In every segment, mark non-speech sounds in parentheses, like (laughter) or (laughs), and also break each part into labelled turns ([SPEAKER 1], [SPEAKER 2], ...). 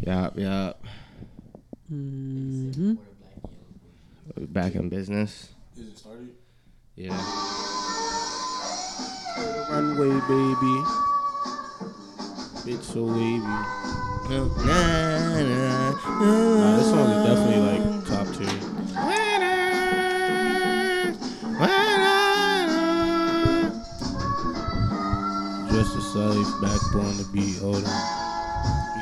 [SPEAKER 1] Yeah, yeah.
[SPEAKER 2] Mm-hmm.
[SPEAKER 1] Back in business.
[SPEAKER 3] Is it started?
[SPEAKER 1] Yeah.
[SPEAKER 4] Runway, baby. Bitch, so wavy. Nah, this song is definitely like top tier. Justice Sully's backbone to beat. Hold on.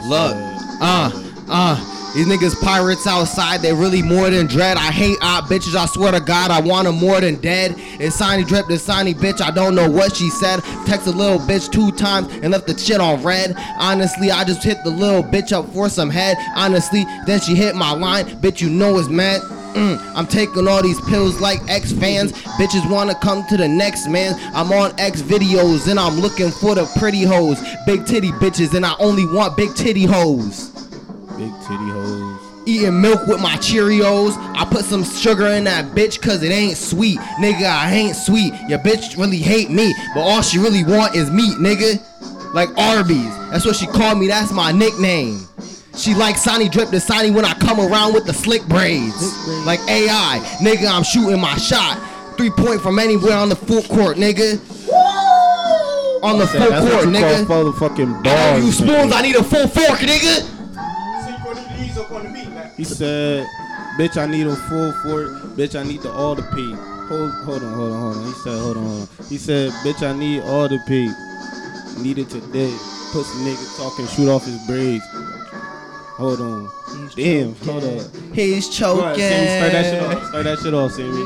[SPEAKER 4] He
[SPEAKER 1] Look,
[SPEAKER 4] said-
[SPEAKER 1] uh, uh, these niggas pirates outside, they really more than dread. I hate op bitches, I swear to God, I want 'em more than dead. It's Sonny Drip, this Sonny bitch, I don't know what she said. Text a little bitch two times and left the shit on red. Honestly, I just hit the little bitch up for some head. Honestly, then she hit my line, bitch, you know it's mad. Mm, I'm taking all these pills like X fans. Bitches wanna come to the next man. I'm on X videos and I'm looking for the pretty hoes. Big titty bitches, and I only want big titty hoes.
[SPEAKER 4] Big titty hoes.
[SPEAKER 1] Eating milk with my Cheerios. I put some sugar in that bitch cause it ain't sweet. Nigga, I ain't sweet. Your bitch really hate me, but all she really want is meat, nigga. Like Arby's. That's what she called me, that's my nickname. She like Sonny Drip to Sonny when I come around with the slick braids. Like AI, nigga, I'm shooting my shot. Three point from anywhere on the full court, nigga. On the full
[SPEAKER 4] That's
[SPEAKER 1] court,
[SPEAKER 4] what you
[SPEAKER 1] nigga.
[SPEAKER 4] call motherfucking
[SPEAKER 1] I
[SPEAKER 4] balls.
[SPEAKER 1] don't use spoons,
[SPEAKER 4] nigga.
[SPEAKER 1] I need a full fork, nigga.
[SPEAKER 3] Sink one of these up on the meat, man.
[SPEAKER 4] He said, "Bitch, I need a full fork. Bitch, I need the all the pee." Hold, hold on, hold on, hold on. He said, "Hold on, hold on." He said, "Bitch, I need all the pee. Need it today." Pussy nigga talking, shoot off his braids. Hold on. Damn, hold on.
[SPEAKER 1] He's
[SPEAKER 4] Go
[SPEAKER 1] choking.
[SPEAKER 4] ahead, Sammy, start that shit off. Start that shit off, Sammy.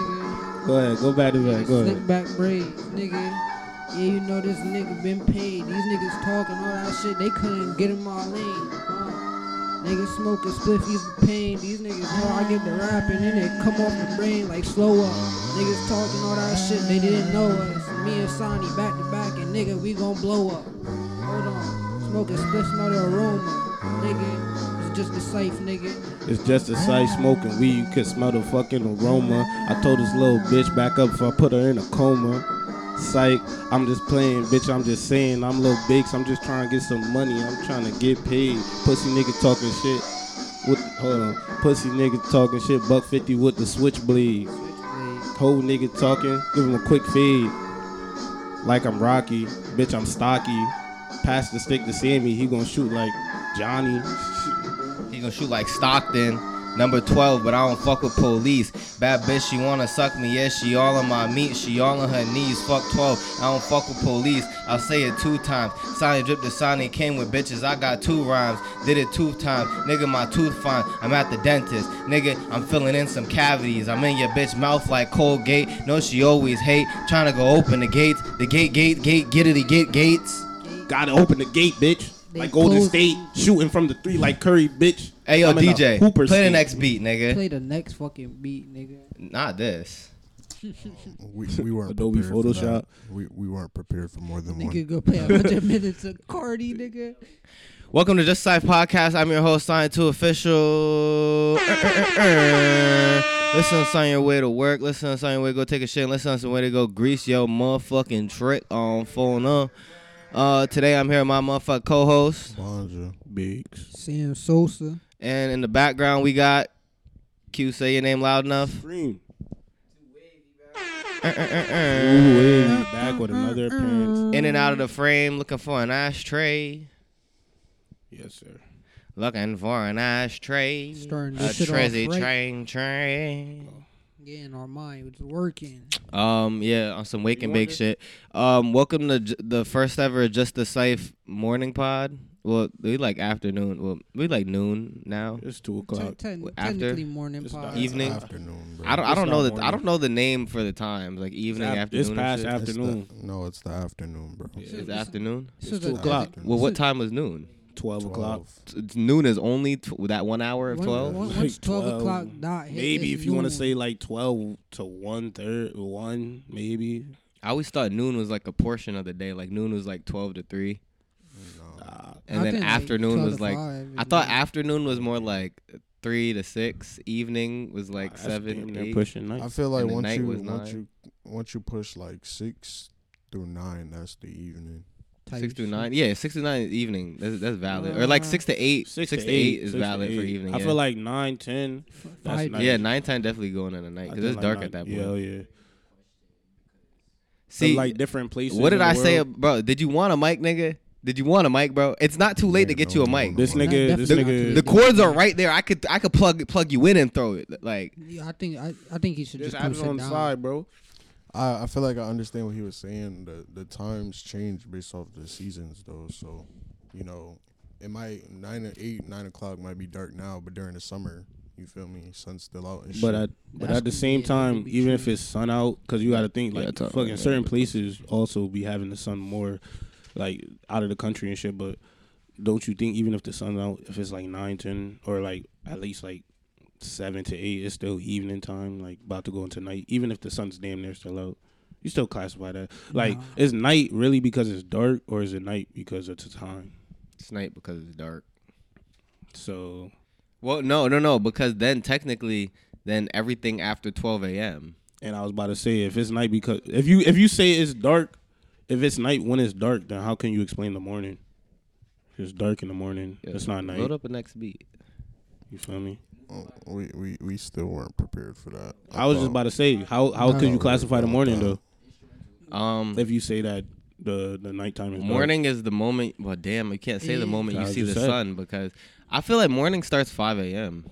[SPEAKER 4] Go ahead, go back to back. Go
[SPEAKER 2] Slick
[SPEAKER 4] ahead.
[SPEAKER 2] back braids, nigga. Yeah, you know this nigga been paid. These niggas talking all that shit. They couldn't get in my lane. Uh, niggas smoking spliffies the pain. These niggas know I get the rapping and it come off the brain like slow up. Niggas talking all that shit. They didn't know us. Me and Sonny back to back and nigga we gon' blow up. Hold on, smoking spliff smell the aroma, nigga. It's just a safe, nigga.
[SPEAKER 4] It's just a sight smoking weed. You can smell the fucking aroma. I told this little bitch back up if I put her in a coma. Psych, I'm just playing, bitch. I'm just saying, I'm little bakes. I'm just trying to get some money. I'm trying to get paid. Pussy nigga talking shit. What? Hold on. Pussy nigga talking shit. Buck fifty with the switchblade. Whole nigga talking. Give him a quick fade. Like I'm Rocky, bitch. I'm stocky. Pass the stick to Sammy. He gonna shoot like Johnny.
[SPEAKER 1] He gonna shoot like Stockton, number 12, but I don't fuck with police. Bad bitch, she wanna suck me, yeah, she all on my meat, she all on her knees. Fuck 12, I don't fuck with police. I'll say it two times. Sonny drip to Sonny came with bitches, I got two rhymes. Did it two times, nigga, my tooth fine. I'm at the dentist, nigga, I'm filling in some cavities. I'm in your bitch mouth like Colgate. No, she always hate, trying to go open the gates. The gate, gate, gate, get it, get gates.
[SPEAKER 4] Gotta open the gate, bitch.
[SPEAKER 2] They
[SPEAKER 4] like Golden
[SPEAKER 2] closed-
[SPEAKER 4] State, shooting from the three like Curry, bitch.
[SPEAKER 1] Hey yo,
[SPEAKER 4] I'm in a
[SPEAKER 1] DJ, play
[SPEAKER 4] Hooper
[SPEAKER 1] the
[SPEAKER 4] state.
[SPEAKER 1] next beat, nigga.
[SPEAKER 2] Play the next fucking beat, nigga. (laughs)
[SPEAKER 1] Not this.
[SPEAKER 4] (laughs)
[SPEAKER 5] We, we weren't
[SPEAKER 4] Adobe
[SPEAKER 5] prepared for that.
[SPEAKER 4] Photoshop.
[SPEAKER 5] We, we weren't prepared for more than
[SPEAKER 2] Nigga
[SPEAKER 5] one.
[SPEAKER 2] go play a bunch of minutes of Cardi, nigga.
[SPEAKER 1] Welcome to Just Side Podcast. I'm your host, Sign Two Official. listen, sign your way to work. Listen, sign your way to go take a shit. Listen, sign your way to go grease your motherfucking trick on phone up. Uh, today I'm here with my motherfucking co-host,
[SPEAKER 5] Bonja.
[SPEAKER 4] Biggs.
[SPEAKER 2] Sam Sosa.
[SPEAKER 1] and in the background we got Q. Say your name loud enough.
[SPEAKER 4] Green.
[SPEAKER 1] Uh,
[SPEAKER 4] Ooh, hey, back with another appearance.
[SPEAKER 1] In and out of the frame, looking for an ashtray.
[SPEAKER 4] Yes, sir.
[SPEAKER 1] Looking for an ashtray.
[SPEAKER 2] Starting
[SPEAKER 1] A
[SPEAKER 2] this shit off
[SPEAKER 1] trizzy
[SPEAKER 2] right.
[SPEAKER 1] train train.
[SPEAKER 2] Getting our mind was working.
[SPEAKER 1] Um, yeah, on some wake
[SPEAKER 4] Oh. You
[SPEAKER 1] and
[SPEAKER 4] want
[SPEAKER 1] bake
[SPEAKER 4] this?
[SPEAKER 1] shit. Um, welcome to j- the first ever Just the Safe morning pod. Well, we like afternoon. Well, we like noon now.
[SPEAKER 4] It's two
[SPEAKER 2] Ten,
[SPEAKER 4] o'clock.
[SPEAKER 2] ten,
[SPEAKER 1] after-
[SPEAKER 2] technically morning
[SPEAKER 4] It's
[SPEAKER 2] pod.
[SPEAKER 4] not-
[SPEAKER 1] Even- Evening.
[SPEAKER 5] Afternoon, bro.
[SPEAKER 1] I don't. I
[SPEAKER 4] It's
[SPEAKER 1] don't know
[SPEAKER 4] not
[SPEAKER 1] that. I
[SPEAKER 4] morning.
[SPEAKER 1] don't know the name for the times. Like evening,
[SPEAKER 4] af-
[SPEAKER 1] afternoon.
[SPEAKER 4] it's past
[SPEAKER 1] and shit.
[SPEAKER 4] after-
[SPEAKER 5] It's the-
[SPEAKER 4] afternoon.
[SPEAKER 5] no, it's the afternoon, bro.
[SPEAKER 4] Yeah.
[SPEAKER 1] It's afternoon.
[SPEAKER 2] This
[SPEAKER 4] It's
[SPEAKER 2] is a-
[SPEAKER 4] two o'clock.
[SPEAKER 2] this is-
[SPEAKER 1] Well, what time was noon?
[SPEAKER 4] Twelve o'clock.
[SPEAKER 1] T- It's noon is only tw- that one hour of
[SPEAKER 2] When-
[SPEAKER 1] twelve.
[SPEAKER 2] when- Once 12 o'clock dot hit,
[SPEAKER 4] Maybe
[SPEAKER 2] it's
[SPEAKER 4] if you want to
[SPEAKER 2] noon.
[SPEAKER 4] say like twelve to one third, one maybe.
[SPEAKER 1] I always thought noon was like a portion of the day. Like noon was like twelve to three,
[SPEAKER 4] Nah,
[SPEAKER 1] and
[SPEAKER 2] I
[SPEAKER 1] then
[SPEAKER 2] think, like,
[SPEAKER 1] afternoon
[SPEAKER 2] 12
[SPEAKER 1] was
[SPEAKER 2] to
[SPEAKER 1] like.
[SPEAKER 2] five
[SPEAKER 1] I
[SPEAKER 2] is
[SPEAKER 1] thought
[SPEAKER 2] noon.
[SPEAKER 1] afternoon was more like three to six. Evening was like
[SPEAKER 4] that's damn
[SPEAKER 1] seven,
[SPEAKER 4] near
[SPEAKER 1] eight.
[SPEAKER 4] pushing night.
[SPEAKER 5] I feel like
[SPEAKER 1] And the night
[SPEAKER 5] once you
[SPEAKER 1] was
[SPEAKER 5] once
[SPEAKER 1] nine.
[SPEAKER 5] you once you push like six through nine, that's the evening.
[SPEAKER 2] Type
[SPEAKER 1] Six through
[SPEAKER 2] shit.
[SPEAKER 1] nine, yeah, six to nine is evening. That's that's valid. Or like six to eight, six, to eight, is
[SPEAKER 4] six to
[SPEAKER 1] valid for
[SPEAKER 4] eight.
[SPEAKER 1] evening.
[SPEAKER 4] I
[SPEAKER 1] yeah.
[SPEAKER 4] feel like nine, ten. That's
[SPEAKER 2] Five-
[SPEAKER 4] nice.
[SPEAKER 1] yeah, nine ten definitely going in the night
[SPEAKER 4] I
[SPEAKER 1] because
[SPEAKER 4] think
[SPEAKER 1] it's
[SPEAKER 4] like
[SPEAKER 1] dark
[SPEAKER 4] nine-
[SPEAKER 1] at that point.
[SPEAKER 4] Yeah, yeah.
[SPEAKER 1] See,
[SPEAKER 4] But, like different places.
[SPEAKER 1] what did
[SPEAKER 4] in the
[SPEAKER 1] I say,
[SPEAKER 4] world.
[SPEAKER 1] bro? Did you want a mic, nigga? Did you want a mic, bro? It's not too late
[SPEAKER 5] Yeah,
[SPEAKER 1] to get
[SPEAKER 5] no,
[SPEAKER 1] you a
[SPEAKER 5] no,
[SPEAKER 1] mic.
[SPEAKER 5] no.
[SPEAKER 4] This
[SPEAKER 5] Not
[SPEAKER 4] nigga, this
[SPEAKER 1] The,
[SPEAKER 4] nigga,
[SPEAKER 1] the cords are right there. I could I could plug plug you in and throw it. Like
[SPEAKER 2] Yeah, I think I, I think he should
[SPEAKER 4] just
[SPEAKER 2] just,
[SPEAKER 4] add
[SPEAKER 2] come
[SPEAKER 4] it
[SPEAKER 2] sit
[SPEAKER 4] on the
[SPEAKER 2] down.
[SPEAKER 4] side, bro.
[SPEAKER 5] I, I feel like I understand what he was saying. The the times change based off the seasons though. So, you know, it might nine or eight, nine o'clock might be dark now, but during the summer, you feel me, sun's still out and shit.
[SPEAKER 4] But at but
[SPEAKER 2] That's
[SPEAKER 4] at the
[SPEAKER 2] cool,
[SPEAKER 4] same
[SPEAKER 2] yeah,
[SPEAKER 4] time,
[SPEAKER 2] that'd be
[SPEAKER 4] even
[SPEAKER 2] true.
[SPEAKER 4] if it's sun out, because you got to think
[SPEAKER 1] Yeah,
[SPEAKER 4] like
[SPEAKER 1] it's out,
[SPEAKER 4] fucking
[SPEAKER 1] yeah.
[SPEAKER 4] certain places also be having the sun more, like out of the country and shit. But don't you think even if the sun's out, if it's like nine, ten, or like at least like seven to eight, it's still evening time, like about to go into night. Even if the sun's damn near still out, you still classify that like
[SPEAKER 2] Nah.
[SPEAKER 4] is night really because it's dark, or is it night because it's time?
[SPEAKER 1] it's night because it's dark.
[SPEAKER 4] So
[SPEAKER 1] Well, no, no, no, because then technically, then everything after 12 a.m.
[SPEAKER 4] And I was about to say, if it's night because if you if you say it's dark, if it's night when it's dark, then how can you explain the morning? If It's dark in the morning. It's not night.
[SPEAKER 1] Load up the next beat.
[SPEAKER 4] You feel me?
[SPEAKER 5] Oh, we, we we still weren't prepared for that.
[SPEAKER 4] I was just
[SPEAKER 5] thought-
[SPEAKER 4] about to say, how how could you
[SPEAKER 5] Nah.
[SPEAKER 4] classify the morning though?
[SPEAKER 1] Um,
[SPEAKER 4] If you say that the the nighttime is dark?
[SPEAKER 1] morning is the moment. Well, damn, you can't say the moment you
[SPEAKER 4] I
[SPEAKER 1] see the
[SPEAKER 4] just said.
[SPEAKER 1] sun because I feel like morning starts 5 a.m.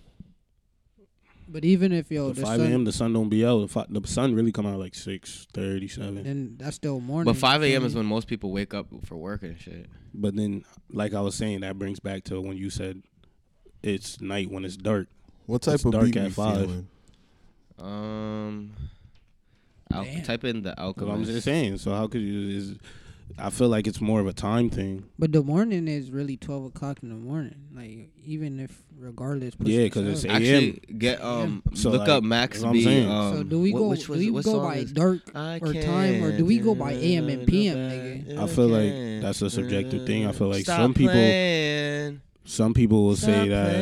[SPEAKER 2] But even if yo
[SPEAKER 4] At
[SPEAKER 2] the
[SPEAKER 4] five
[SPEAKER 2] sun,
[SPEAKER 4] a.m. the sun don't be out. The fi- The sun really come out like six thirty seven.
[SPEAKER 2] then that's still morning.
[SPEAKER 1] But 5
[SPEAKER 2] you
[SPEAKER 1] a.m.
[SPEAKER 2] feel
[SPEAKER 1] is
[SPEAKER 2] me?
[SPEAKER 1] when most people wake up for work and shit.
[SPEAKER 4] But then, like I was saying, that brings back to when you said it's night when it's dark.
[SPEAKER 5] What type
[SPEAKER 4] It's
[SPEAKER 5] of
[SPEAKER 4] dark
[SPEAKER 5] beat
[SPEAKER 4] at
[SPEAKER 5] you
[SPEAKER 4] five.
[SPEAKER 5] feeling?
[SPEAKER 1] Um, Al-
[SPEAKER 2] Damn.
[SPEAKER 1] type in the
[SPEAKER 4] That's what I'm just
[SPEAKER 1] alchemist.
[SPEAKER 4] saying. So how could you? Is I feel like it's more of a time thing.
[SPEAKER 2] But the morning is really twelve o'clock in the morning. Like even if regardless. push
[SPEAKER 4] Yeah,
[SPEAKER 2] it
[SPEAKER 4] 'cause it's
[SPEAKER 2] up.
[SPEAKER 4] 8
[SPEAKER 1] Actually, get um,
[SPEAKER 4] So,
[SPEAKER 1] look
[SPEAKER 4] like,
[SPEAKER 1] up Max
[SPEAKER 4] that's what I'm
[SPEAKER 1] B.
[SPEAKER 4] saying.
[SPEAKER 1] Um,
[SPEAKER 2] So do we
[SPEAKER 1] wh-
[SPEAKER 2] go?
[SPEAKER 1] Which was,
[SPEAKER 2] do we
[SPEAKER 1] what
[SPEAKER 2] go
[SPEAKER 1] song
[SPEAKER 2] by
[SPEAKER 1] is-
[SPEAKER 2] dark
[SPEAKER 1] I
[SPEAKER 2] or time, or do we go by AM and PM, nigga?
[SPEAKER 4] I feel like that's a subjective thing. I feel like some people- Some people will say that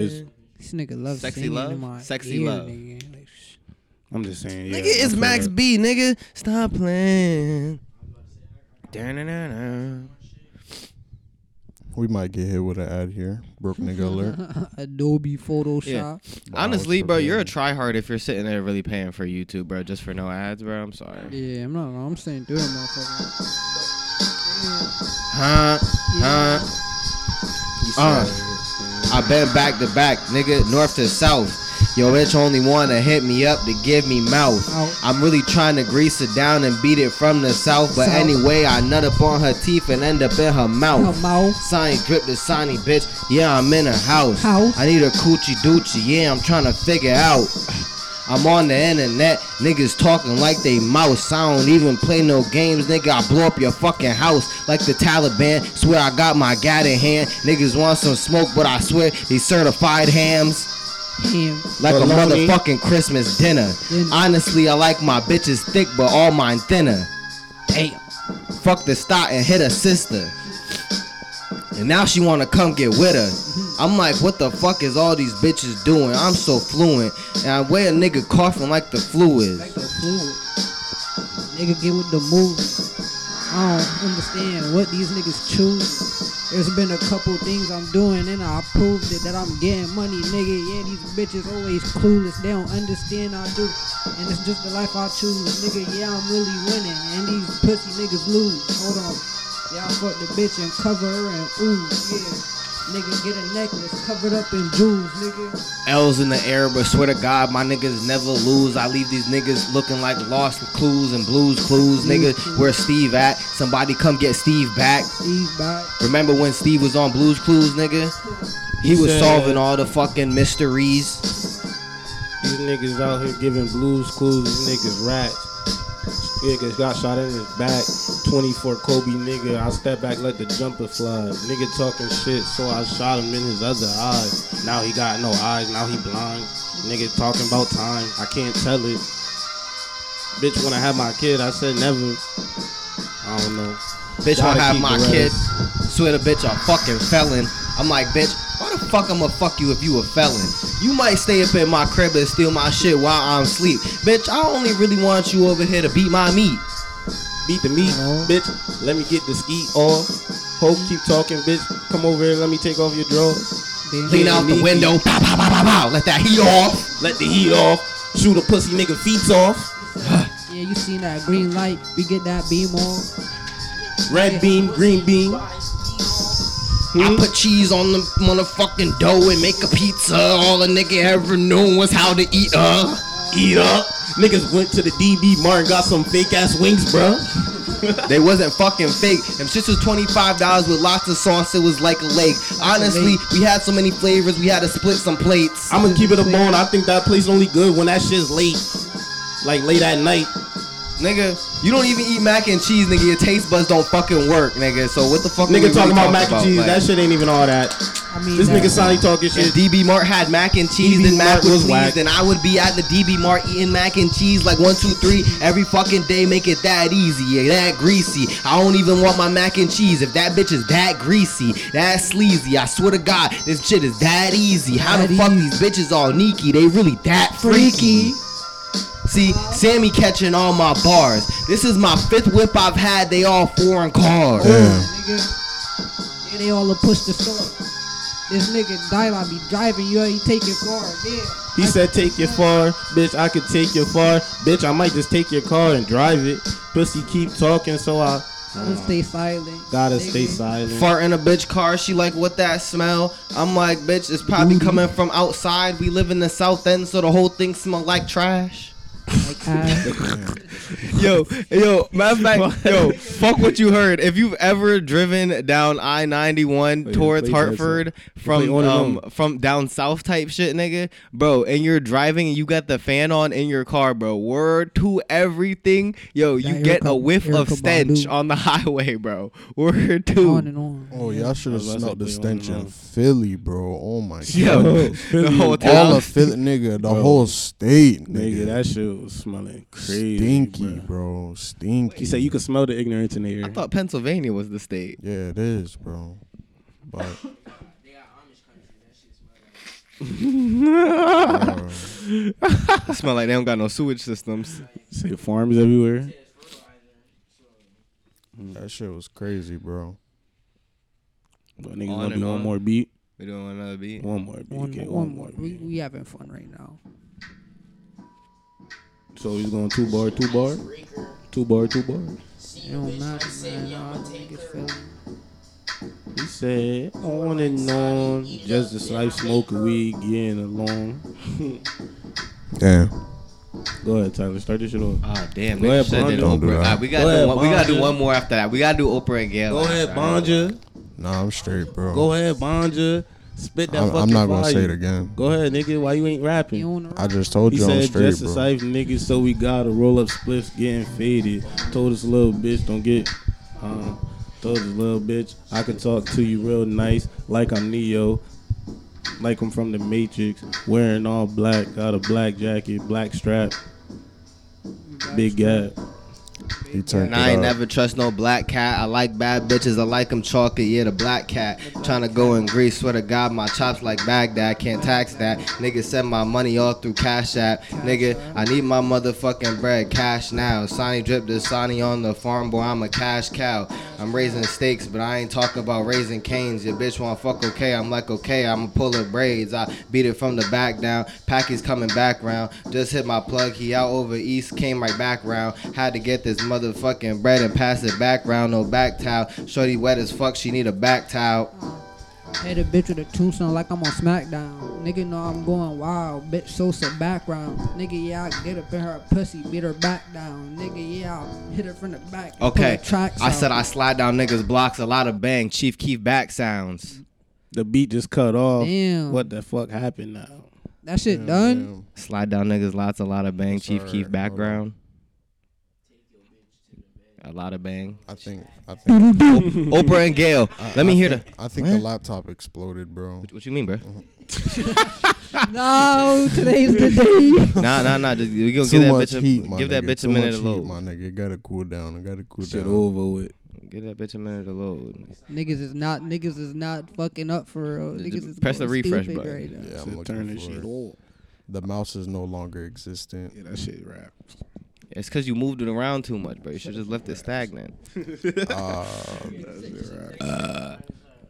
[SPEAKER 4] it's-
[SPEAKER 2] This nigga loves
[SPEAKER 1] Sexy
[SPEAKER 2] singing
[SPEAKER 1] love?
[SPEAKER 2] In my
[SPEAKER 1] Sexy
[SPEAKER 2] ear,
[SPEAKER 1] love.
[SPEAKER 2] Nigga. Like, sh-
[SPEAKER 4] I'm just saying. Yeah,
[SPEAKER 1] Nigga, it's
[SPEAKER 4] I
[SPEAKER 1] Max
[SPEAKER 4] feel that.
[SPEAKER 1] B, nigga. Stop playing. Da-na-na-na.
[SPEAKER 5] We might get hit with an ad here. Broke nigga alert.
[SPEAKER 2] (laughs) Adobe Photoshop.
[SPEAKER 5] But I was
[SPEAKER 1] Honestly, bro, you're a
[SPEAKER 5] prepared.
[SPEAKER 1] tryhard if you're sitting there really paying for YouTube, bro, just for no ads, bro. I'm sorry.
[SPEAKER 2] Yeah, I'm not. I'm saying do it, motherfucker.
[SPEAKER 1] Huh?
[SPEAKER 2] Yeah.
[SPEAKER 1] Huh? Uh, I been back to back, nigga, north to south. Yo, bitch only wanna hit me up to give me mouth.
[SPEAKER 2] Out.
[SPEAKER 1] I'm really trying to grease it down and beat it from the south. But
[SPEAKER 2] South.
[SPEAKER 1] anyway, I nut up on her teeth and end up in her mouth.
[SPEAKER 2] Her mouth.
[SPEAKER 1] Sign drip to Sonny, bitch. Yeah, I'm in a house.
[SPEAKER 2] House.
[SPEAKER 1] I need a coochie doochie. Yeah, I'm trying to figure out. I'm on the internet, niggas talking like they mouse. I don't even play no games, nigga. I blow up your fucking house like the Taliban. Swear I got my gat in hand. Niggas want some smoke, but I swear these certified hams
[SPEAKER 2] Damn.
[SPEAKER 1] like a
[SPEAKER 4] Bologna.
[SPEAKER 1] motherfucking Christmas dinner.
[SPEAKER 2] Dinner.
[SPEAKER 1] Honestly, I like my bitches thick, but all mine thinner.
[SPEAKER 2] Damn.
[SPEAKER 1] Fuck the stot and hit her sister. And now she wanna come get with her. I'm like, what the fuck is all these bitches doing? I'm so fluent. And I wear a nigga coughing like the flu
[SPEAKER 2] Like
[SPEAKER 1] is.
[SPEAKER 2] the fluid. Nigga get with the movie. I don't understand what these niggas choose. There's been a couple things I'm doing and I proved it that I'm getting money, nigga. Yeah, these bitches always clueless. They don't understand I do. And it's just the life I choose, nigga. Yeah, I'm really winning. And these pussy niggas lose. Hold on. Yeah, I fuck the bitch and cover her and ooh, yeah. Nigga get a necklace covered up in jewels, nigga.
[SPEAKER 1] L's in the air, but swear to God, my niggas never lose. I leave these niggas looking like lost clues and blues clues. Nigga, where Steve at? Somebody come get Steve back.
[SPEAKER 2] These back.
[SPEAKER 1] Remember when Steve was on Blues Clues, nigga? He was
[SPEAKER 4] said-
[SPEAKER 1] solving all the fucking mysteries.
[SPEAKER 4] These niggas out here giving blues clues. These niggas rats. Niggas got shot in his back. 24 Kobe nigga. I step back, let the jumper fly. Nigga talking shit, so I shot him in his other eye. Now he got no eyes, now he blind. Nigga talking about time. I can't tell it. Bitch, when I had my kid, I said never. I don't know.
[SPEAKER 1] Bitch,
[SPEAKER 4] Gotta
[SPEAKER 1] I have
[SPEAKER 4] keep
[SPEAKER 1] my
[SPEAKER 4] the
[SPEAKER 1] kid.
[SPEAKER 4] rest.
[SPEAKER 1] Swear to bitch, I'm fucking felon. I'm like, bitch, why the fuck I'ma fuck you if you a felon? You might stay up in my crib and steal my shit while I'm asleep. Bitch, I only really want you over here to beat my meat.
[SPEAKER 4] beat the meat,
[SPEAKER 2] No.
[SPEAKER 4] bitch. Let me get the ski off. Hope keep talking, bitch. Come over here, let me take off your drawers.
[SPEAKER 2] Then
[SPEAKER 6] Lean
[SPEAKER 4] Yeah,
[SPEAKER 6] out the
[SPEAKER 4] me-
[SPEAKER 6] window, pow, pow, pow, pow, pow. Let that heat off.
[SPEAKER 4] Let the heat off. Shoot a pussy nigga feet off.
[SPEAKER 2] Yeah, you seen that green light? We get that beam on.
[SPEAKER 4] Red beam, green beam.
[SPEAKER 6] I
[SPEAKER 4] Hmm?
[SPEAKER 6] put cheese on the motherfucking dough and make a pizza. All a nigga ever knew was how to eat
[SPEAKER 1] uh.
[SPEAKER 6] up.
[SPEAKER 4] Eat up. Niggas went to the DB Martin, got some fake ass wings, bro.
[SPEAKER 6] They wasn't fucking fake. Them shits was twenty five dollars with lots of sauce. It was like a lake. Honestly, we had so many flavors. We had to split some plates.
[SPEAKER 4] I'ma keep it a bone. I think that place only good when that shit's late. Like late at night.
[SPEAKER 6] Nigga, you don't even eat mac and cheese, nigga. Your taste buds don't fucking work, nigga. So what the fuck? are we
[SPEAKER 4] Nigga
[SPEAKER 6] really
[SPEAKER 4] talking about mac and
[SPEAKER 6] about?
[SPEAKER 4] cheese.
[SPEAKER 6] Like,
[SPEAKER 4] that shit ain't even all that.
[SPEAKER 2] I mean,
[SPEAKER 4] This
[SPEAKER 2] that-
[SPEAKER 4] nigga Sonny talking
[SPEAKER 6] if
[SPEAKER 4] shit.
[SPEAKER 6] DB Mart had mac and cheese
[SPEAKER 4] DB
[SPEAKER 6] and mac
[SPEAKER 4] Mart
[SPEAKER 6] was
[SPEAKER 4] was
[SPEAKER 6] pleased,
[SPEAKER 4] whack.
[SPEAKER 6] then I would be at the DB Mart eating mac and cheese like one, two, three every fucking day. Make it that easy, yeah, that greasy. I don't even want my mac and cheese if that bitch is that greasy, that sleazy. I swear to God, this shit is that easy. How the
[SPEAKER 2] That
[SPEAKER 6] fuck
[SPEAKER 2] easy.
[SPEAKER 6] these bitches all neaky? They really that freaky. See, Sammy catching all my bars. This is my fifth whip I've had. They all foreign cars.
[SPEAKER 5] Damn.
[SPEAKER 2] nigga. Yeah, they all a push the store. This nigga died. I be driving you. He take it far. Yeah.
[SPEAKER 4] He said, "Take your far, bitch. I could take your far, bitch. I might just take your car and drive it." Pussy keep talking, so I
[SPEAKER 2] Gotta stay silent.
[SPEAKER 4] gotta
[SPEAKER 2] nigga.
[SPEAKER 4] stay silent.
[SPEAKER 6] Fart in a bitch car, she like what that smell. I'm like, bitch, it's probably coming from outside. We live in the south end, so the whole thing smell like trash.
[SPEAKER 2] Like, ah.
[SPEAKER 6] Yo, yo, matter of fact, yo, fuck what you heard. If you've ever driven down I ninety one
[SPEAKER 4] Wait,
[SPEAKER 6] towards
[SPEAKER 4] wait, wait,
[SPEAKER 6] Hartford
[SPEAKER 4] Wait,
[SPEAKER 6] from
[SPEAKER 4] on and
[SPEAKER 6] um
[SPEAKER 4] on.
[SPEAKER 6] from down south type shit, nigga, bro, and you're driving and you got the fan on in your car, bro. Word to everything, yo, you
[SPEAKER 2] That
[SPEAKER 6] get a
[SPEAKER 2] Erica-
[SPEAKER 6] whiff of
[SPEAKER 2] Erica
[SPEAKER 6] stench
[SPEAKER 2] Badu.
[SPEAKER 6] on the (laughs) highway, bro. Word to
[SPEAKER 2] on and on.
[SPEAKER 5] Oh, y'all should have
[SPEAKER 4] I was about to
[SPEAKER 5] smelled the
[SPEAKER 4] say, put it on
[SPEAKER 5] stench
[SPEAKER 4] and
[SPEAKER 5] in
[SPEAKER 4] on.
[SPEAKER 5] Philly, bro.
[SPEAKER 4] (laughs)
[SPEAKER 5] Oh my god.
[SPEAKER 6] Yo, the whole town.
[SPEAKER 5] All of Philly, nigga, the whole state, nigga.
[SPEAKER 4] Nigga, that shit was smelling crazy.
[SPEAKER 5] stinky,
[SPEAKER 4] bruh.
[SPEAKER 5] bro. Stinky.
[SPEAKER 4] He said you could smell the ignorance in the air.
[SPEAKER 6] I thought Pennsylvania was the state.
[SPEAKER 5] Yeah, it is, bro.
[SPEAKER 4] (laughs)
[SPEAKER 5] But bro,
[SPEAKER 6] It smell like they don't got no sewage systems.
[SPEAKER 4] Say farms everywhere.
[SPEAKER 5] that shit was crazy, bro.
[SPEAKER 4] But niggas
[SPEAKER 6] On
[SPEAKER 4] gonna
[SPEAKER 6] and
[SPEAKER 4] do one
[SPEAKER 6] on.
[SPEAKER 4] more beat.
[SPEAKER 6] We doing another beat.
[SPEAKER 4] One more beat.
[SPEAKER 2] One,
[SPEAKER 4] okay,
[SPEAKER 2] one, more. We,
[SPEAKER 4] beat.
[SPEAKER 2] we having fun right now.
[SPEAKER 4] So he's going two bar, two bar, two bar, two bar.
[SPEAKER 2] It don't matter, man. Nah, niggas feel
[SPEAKER 4] He said on and on, just this life smoking weed, getting along.
[SPEAKER 5] Damn.
[SPEAKER 4] Go ahead, Tyler, start this shit off.
[SPEAKER 6] Ah damn,
[SPEAKER 4] Go
[SPEAKER 6] nigga
[SPEAKER 4] ahead,
[SPEAKER 6] said that
[SPEAKER 4] Bonda.
[SPEAKER 5] Don't do
[SPEAKER 6] Oprah.
[SPEAKER 5] that.
[SPEAKER 6] Alright, we gotta
[SPEAKER 4] Go
[SPEAKER 6] do
[SPEAKER 4] ahead,
[SPEAKER 6] one, we gotta do
[SPEAKER 4] Bonda.
[SPEAKER 6] one more after that. We gotta do Oprah and Gail.
[SPEAKER 4] Go ahead, Bonja.
[SPEAKER 5] Nah, I'm straight, bro.
[SPEAKER 4] Go ahead, Bonja. Spit that
[SPEAKER 5] I'm,
[SPEAKER 4] fucking
[SPEAKER 5] I'm not gonna say
[SPEAKER 4] fire.
[SPEAKER 5] it again.
[SPEAKER 4] Go ahead, nigga. Why you ain't rapping?
[SPEAKER 2] You on the
[SPEAKER 5] I just told
[SPEAKER 4] He
[SPEAKER 5] you I'm
[SPEAKER 4] said,
[SPEAKER 5] straight,
[SPEAKER 4] just
[SPEAKER 5] bro.
[SPEAKER 4] a safe nigga, so we gotta roll up spliffs getting faded. Told this little bitch, don't get. Um, told this little bitch, I can talk to you real nice, like I'm Neo, like I'm from the Matrix, wearing all black, got a black jacket, black strap, big gap.
[SPEAKER 5] He turned
[SPEAKER 6] And I ain't
[SPEAKER 5] it up.
[SPEAKER 6] never trust no black cat. I like bad bitches. I like them chocolate. Yeah, the black cat. Tryna go in Greece. Swear to God, my chops like Baghdad. Can't tax that. Nigga send my money all through Cash App. Nigga, I need my motherfucking bread. Cash now. Sonny drip to Sonny on the farm, boy. I'm a cash cow. I'm raising stakes, but I ain't talking about raising canes. Your bitch want fuck okay. I'm like, okay, I'ma pull her braids. I beat it from the back down. Packy's coming back round. Just hit my plug. He out over east. Came right back round. Had to get this motherfucking bread and pass it back round. No back towel. Shorty wet as fuck. She need a back towel.
[SPEAKER 2] Hit a bitch with a tombstone like I'm on SmackDown. Nigga know I'm going wild. Bitch Sosa background. Nigga, yeah, I get up in her pussy, beat her back down. Nigga, yeah, I hit her from the back. and pull
[SPEAKER 6] Okay.
[SPEAKER 2] her tracks
[SPEAKER 6] I said
[SPEAKER 2] out.
[SPEAKER 6] I slide down niggas blocks. A lot of bang. Chief Keef back sounds.
[SPEAKER 4] The beat just cut off.
[SPEAKER 2] Damn.
[SPEAKER 4] What the fuck happened now?
[SPEAKER 2] That shit done.
[SPEAKER 6] Slide down niggas lots. A lot of bang. Chief
[SPEAKER 5] Sorry, hold
[SPEAKER 6] Keef
[SPEAKER 5] on.
[SPEAKER 6] background. A lot of bang.
[SPEAKER 5] I think. I think.
[SPEAKER 6] Oprah and Gail. Let me hear the.
[SPEAKER 5] I think the laptop exploded, bro.
[SPEAKER 6] What you mean, bro?
[SPEAKER 2] No, today's the
[SPEAKER 6] (laughs)
[SPEAKER 2] day.
[SPEAKER 6] Nah, nah, nah. Just, we gonna
[SPEAKER 5] Too
[SPEAKER 6] give that
[SPEAKER 5] much
[SPEAKER 6] bitch a
[SPEAKER 5] heat, my
[SPEAKER 6] give
[SPEAKER 5] nigga.
[SPEAKER 6] that bitch a
[SPEAKER 5] Too
[SPEAKER 6] minute
[SPEAKER 5] much
[SPEAKER 6] to
[SPEAKER 5] heat,
[SPEAKER 6] load.
[SPEAKER 5] my nigga. It gotta cool down. It gotta cool
[SPEAKER 4] Shit oh,
[SPEAKER 5] down.
[SPEAKER 4] over with.
[SPEAKER 6] Give that bitch a minute to load.
[SPEAKER 2] niggas is not niggas is not fucking up for real.
[SPEAKER 6] Just
[SPEAKER 2] Niggas is
[SPEAKER 6] press the
[SPEAKER 2] going
[SPEAKER 6] refresh
[SPEAKER 2] stupid
[SPEAKER 6] button.
[SPEAKER 2] Right now.
[SPEAKER 5] Yeah,
[SPEAKER 4] Said
[SPEAKER 5] I'm
[SPEAKER 4] turn
[SPEAKER 5] looking
[SPEAKER 4] this shit
[SPEAKER 5] for it.
[SPEAKER 4] off. (laughs)
[SPEAKER 5] The mouse is no longer existent.
[SPEAKER 4] Yeah, that shit rap.
[SPEAKER 6] It's because you moved it around too much, bro. You should just left it stagnant.
[SPEAKER 5] Ah,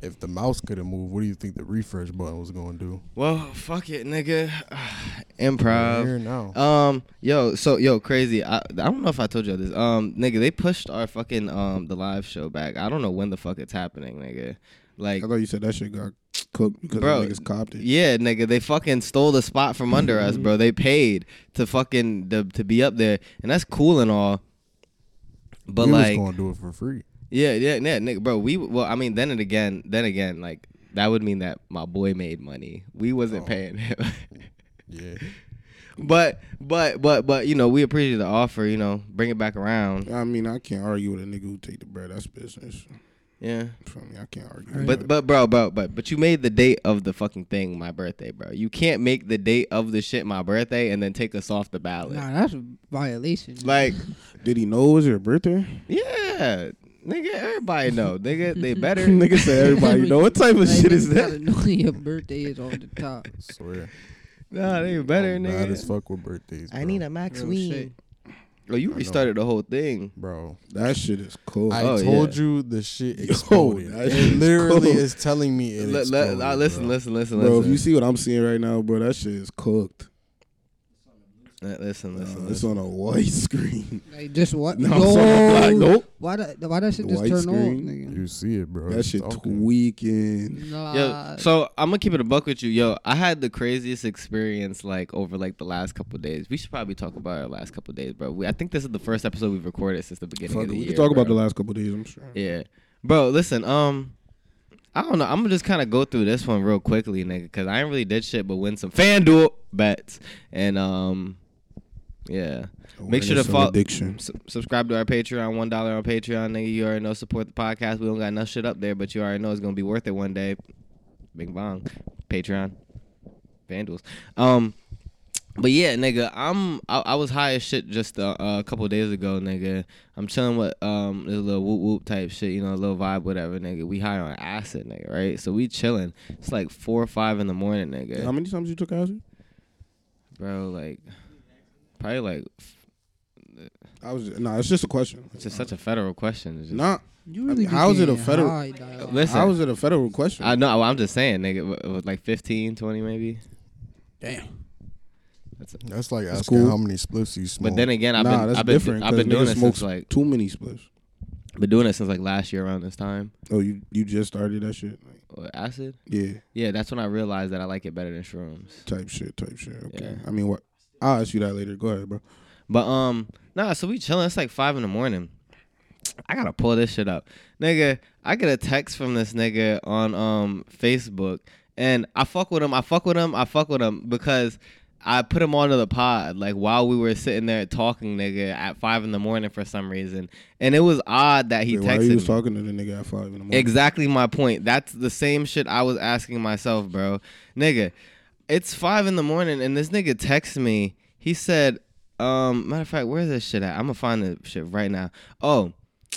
[SPEAKER 5] If the mouse couldn't move, what do you think the refresh button was going to do?
[SPEAKER 6] Well, fuck it, nigga. (sighs) Improv.
[SPEAKER 5] Here now.
[SPEAKER 6] Um, yo, so yo, crazy. I, I don't know if I told you all this. Um, nigga, they pushed our fucking um the live show back. I don't know when the fuck it's happening, nigga. Like,
[SPEAKER 4] I thought you said that shit got cooked because
[SPEAKER 6] Bro,
[SPEAKER 4] the niggas copped it.
[SPEAKER 6] yeah, nigga, they fucking stole the spot from under us, bro. They paid to fucking to, to be up there, and that's cool and all. But
[SPEAKER 5] we
[SPEAKER 6] like,
[SPEAKER 5] was going to do it for free.
[SPEAKER 6] yeah, yeah, yeah, nigga, bro. We well, I mean, then and again, then again, like that would mean that my boy made money. We wasn't paying him. (laughs)
[SPEAKER 5] Yeah.
[SPEAKER 6] But but but but you know we appreciate the offer. You know, bring it back around.
[SPEAKER 4] I mean, I can't argue with a nigga who take the bread. That's business.
[SPEAKER 6] Yeah.
[SPEAKER 4] Feel me? I can't argue. with
[SPEAKER 6] But
[SPEAKER 4] that.
[SPEAKER 6] but bro bro but but you made the date of the fucking thing my birthday bro. You can't make the date of the shit my birthday and then take us off the ballot.
[SPEAKER 2] Nah, that's a violation.
[SPEAKER 6] Like
[SPEAKER 4] did he know it was your birthday?
[SPEAKER 6] (laughs) yeah, nigga, everybody know nigga they better.
[SPEAKER 4] nigga said
[SPEAKER 6] (laughs)
[SPEAKER 4] everybody know. What type of
[SPEAKER 2] Like,
[SPEAKER 4] shit is
[SPEAKER 2] you gotta
[SPEAKER 4] that?
[SPEAKER 2] know your birthday is off the top.
[SPEAKER 4] (laughs)
[SPEAKER 5] Swear.
[SPEAKER 6] nah, they better
[SPEAKER 5] I'm Bad as
[SPEAKER 6] nigga.
[SPEAKER 5] fuck with birthdays. Bro.
[SPEAKER 6] max
[SPEAKER 2] Real shit.
[SPEAKER 6] Oh, you restarted the whole thing.
[SPEAKER 5] Bro,
[SPEAKER 4] That shit is cool.
[SPEAKER 5] I
[SPEAKER 6] Oh,
[SPEAKER 5] told
[SPEAKER 6] yeah.
[SPEAKER 5] you the shit exploded.
[SPEAKER 4] that
[SPEAKER 5] it
[SPEAKER 4] shit is
[SPEAKER 5] literally
[SPEAKER 4] cold.
[SPEAKER 5] is telling me it
[SPEAKER 6] Let, let,
[SPEAKER 5] exploded,
[SPEAKER 6] uh, listen,
[SPEAKER 5] bro.
[SPEAKER 6] listen, listen,
[SPEAKER 4] bro, if
[SPEAKER 6] listen,
[SPEAKER 4] you see what I'm seeing right now, bro, that shit is cooked.
[SPEAKER 6] Uh, listen,
[SPEAKER 4] Uh,
[SPEAKER 6] listen,
[SPEAKER 4] it's
[SPEAKER 6] listen.
[SPEAKER 4] on a white (laughs)
[SPEAKER 2] (laughs)
[SPEAKER 4] screen.
[SPEAKER 2] Like just what?
[SPEAKER 4] No, it's on the black. Nope.
[SPEAKER 2] Why that? Why that shit
[SPEAKER 4] The
[SPEAKER 2] just
[SPEAKER 4] white
[SPEAKER 2] turn
[SPEAKER 4] screen.
[SPEAKER 2] on,
[SPEAKER 5] You see it, bro.
[SPEAKER 4] That
[SPEAKER 5] It's
[SPEAKER 4] shit
[SPEAKER 5] talking.
[SPEAKER 4] tweaking.
[SPEAKER 2] nigga? Nah.
[SPEAKER 6] Yo, so I'm gonna keep it a buck with you. Yo, I had the craziest experience like over like the last couple days. We should probably talk about our last couple days, bro. We, I think this is the first episode we've recorded since the beginning
[SPEAKER 4] Fuck
[SPEAKER 6] of
[SPEAKER 4] it,
[SPEAKER 6] the
[SPEAKER 4] we
[SPEAKER 6] year.
[SPEAKER 4] can talk about the
[SPEAKER 6] bro.
[SPEAKER 4] last couple days. I'm sure.
[SPEAKER 6] Yeah, bro. Listen, um, I don't know. I'm gonna just kind of go through this one real quickly, nigga, because I ain't really did shit but win some (laughs) FanDuel bets and um, yeah. Make sure to
[SPEAKER 4] Awareness of
[SPEAKER 6] follow.
[SPEAKER 4] addiction.
[SPEAKER 6] Su- subscribe to our Patreon, one dollar on Patreon, nigga. You already know support the podcast. We don't got enough shit up there, but you already know it's gonna be worth it one day. Bing bong, Patreon, Vandals. Um, but yeah, nigga, I'm I, I was high as shit just uh, a couple days ago, nigga. I'm chilling with um this little whoop whoop type shit, you know, a little vibe, whatever, nigga. We high on acid, nigga, right? So we chilling. It's like four or five in the morning, nigga
[SPEAKER 4] How many times you took acid?
[SPEAKER 6] bro. Like, probably like
[SPEAKER 4] I was nah. It's just a question.
[SPEAKER 6] it's just such a federal question. It's just-
[SPEAKER 4] Nah,
[SPEAKER 2] you really
[SPEAKER 4] I mean, how is it a federal-
[SPEAKER 2] federal?
[SPEAKER 6] listen,
[SPEAKER 4] how is it a federal question?
[SPEAKER 6] I know. I'm just saying, nigga, with- with like 15, 20 maybe.
[SPEAKER 5] That's like
[SPEAKER 4] That's
[SPEAKER 5] asking
[SPEAKER 4] cool.
[SPEAKER 5] how many spliffs you smoke.
[SPEAKER 6] But then again, I've
[SPEAKER 4] Oh. nah,
[SPEAKER 6] been
[SPEAKER 4] that's
[SPEAKER 6] I've been
[SPEAKER 4] different.
[SPEAKER 6] I've been
[SPEAKER 4] 'cause
[SPEAKER 6] doing
[SPEAKER 4] niggas
[SPEAKER 6] it
[SPEAKER 4] smokes
[SPEAKER 6] since
[SPEAKER 4] (laughs)
[SPEAKER 6] like
[SPEAKER 4] too many spliffs.
[SPEAKER 6] been doing it since like last year around this time.
[SPEAKER 4] Oh, you you just started that shit. Like,
[SPEAKER 6] Or acid.
[SPEAKER 4] yeah,
[SPEAKER 6] Yeah, that's when I realized that I like it better than shrooms.
[SPEAKER 4] type shit, type shit. Okay.
[SPEAKER 6] Yeah.
[SPEAKER 4] I mean, what? I'll ask you that later. Go ahead, bro.
[SPEAKER 6] But um, nah. So we chilling. It's like five in the morning. I gotta pull this shit up, nigga. I get a text from this nigga on um Facebook, and I fuck with him. I fuck with him. I fuck with him because I put him onto the pod like while we were sitting there talking, nigga, at five in the morning for some reason, and it was odd that he
[SPEAKER 4] Wait, why
[SPEAKER 6] texted
[SPEAKER 4] you was
[SPEAKER 6] me.
[SPEAKER 4] talking to the nigga at five in the morning?
[SPEAKER 6] Exactly my point. That's the same shit I was asking myself, bro. Nigga, it's five in the morning and this nigga texts me. He said, um, matter of fact, where's this shit at? I'm gonna find the shit right now. Oh,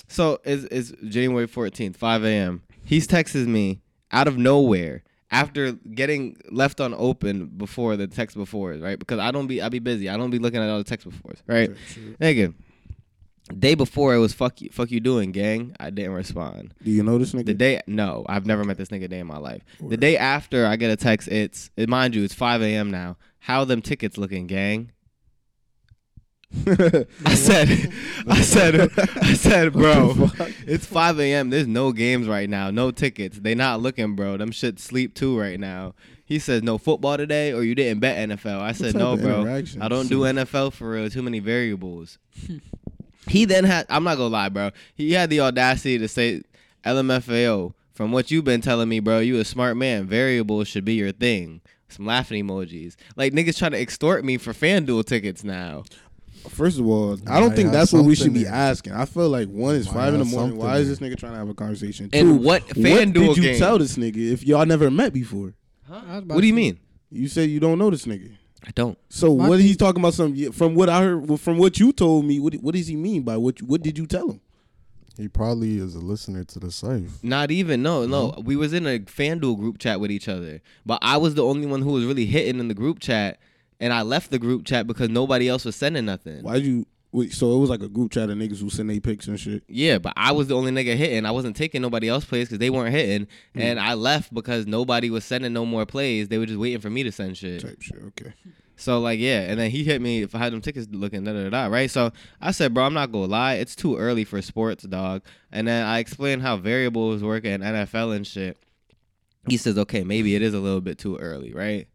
[SPEAKER 6] so it's, it's January 14th, 5 a.m. He's texting me out of nowhere after getting left on open before the text before, right? Because I don't be I be busy. I don't be looking at all the text before, right? Nigga. Day before it was fuck you fuck you doing, gang. I didn't respond.
[SPEAKER 4] Do you know this nigga?
[SPEAKER 6] The day no, I've never met this nigga a day in my life. The day after I get a text, it's it, mind you, it's five a.m. now. How them tickets looking, gang? (laughs) I said, I said, I said, bro, it's five a.m. There's no games right now, no tickets. They not looking, bro. Them shit sleep too right now. He says no football today, or you didn't bet NFL. I said
[SPEAKER 4] type
[SPEAKER 6] no,
[SPEAKER 4] of
[SPEAKER 6] bro.
[SPEAKER 4] interaction?
[SPEAKER 6] I don't do NFL for real. Too many variables.
[SPEAKER 4] (laughs)
[SPEAKER 6] He then had I'm not gonna lie, bro. He had the audacity to say LMFAO. From what you've been telling me, bro, you a smart man. Variables should be your thing. Some laughing emojis. Like niggas trying to extort me for FanDuel tickets now.
[SPEAKER 4] First of all, I don't
[SPEAKER 5] Might
[SPEAKER 4] think
[SPEAKER 5] have
[SPEAKER 4] that's what we should
[SPEAKER 5] something
[SPEAKER 4] be
[SPEAKER 5] there.
[SPEAKER 4] asking. I feel like one is
[SPEAKER 5] Might
[SPEAKER 4] five in the
[SPEAKER 5] have
[SPEAKER 4] morning. Why
[SPEAKER 5] something
[SPEAKER 4] is this nigga trying to have a conversation?
[SPEAKER 6] And
[SPEAKER 4] Two,
[SPEAKER 6] what
[SPEAKER 4] what
[SPEAKER 6] FanDuel
[SPEAKER 4] did you
[SPEAKER 6] game?
[SPEAKER 4] tell this nigga if y'all never met before?
[SPEAKER 6] What do you mean?
[SPEAKER 4] You say you don't know this nigga.
[SPEAKER 6] I don't.
[SPEAKER 4] So
[SPEAKER 2] My
[SPEAKER 4] what he's talking about? Some from what I heard, well, from what you told me. What what does he mean by what? you- What did you tell him?
[SPEAKER 5] he probably is a listener to the safe.
[SPEAKER 6] Not even. No, no. We was in a FanDuel group chat with each other, but I was the only one who was really hitting in the group chat, and I left the group chat because nobody else was sending nothing.
[SPEAKER 4] Why'd you? Wait, so it was like a group chat of niggas who send they pics and shit.
[SPEAKER 6] Yeah, but I was the only nigga hitting. I wasn't taking nobody else plays because they weren't hitting, and I left because nobody was sending no more plays. They were just waiting for me to send shit.
[SPEAKER 4] Type shit. Okay.
[SPEAKER 6] So like yeah, and then he hit me if I had them tickets looking da da da right. So I said, bro, I'm not gonna lie, it's too early for sports, dog. And then I explained how variables work in NFL and shit. He says, okay, maybe it is a little bit too early, right?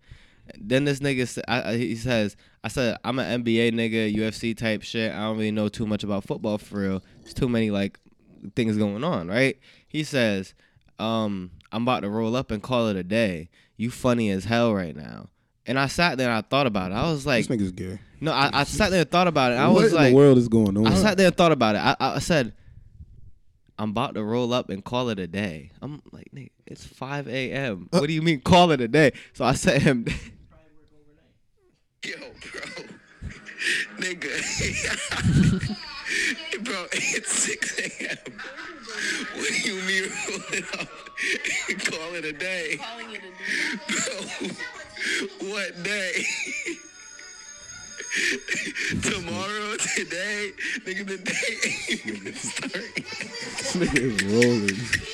[SPEAKER 6] Then this nigga, sa- I, I- he says, I said I'm an NBA nigga, UFC type shit. I don't really know too much about football for real. There's too many like things going on, right? He says, um, I'm about to roll up and call it a day. You funny as hell right now. And I sat there and I thought about it. I was like,
[SPEAKER 4] This nigga's gay.
[SPEAKER 6] no, I, I sat there and thought about it. I
[SPEAKER 4] what
[SPEAKER 6] was
[SPEAKER 4] in
[SPEAKER 6] like,
[SPEAKER 4] the world is going on?
[SPEAKER 6] I sat there and thought about it. I, I I said, I'm about to roll up and call it a day. I'm like, nigga, it's 5 a.m. What do you mean call it a day? So I sent him. (laughs)
[SPEAKER 7] Yo, bro. Nigga. (laughs) bro, it's 6 a.m. What do you mean roll it up? Call it a day. Calling it a day. Bro, what day? Tomorrow, today, nigga, the day ain't even started.
[SPEAKER 4] this nigga is rolling.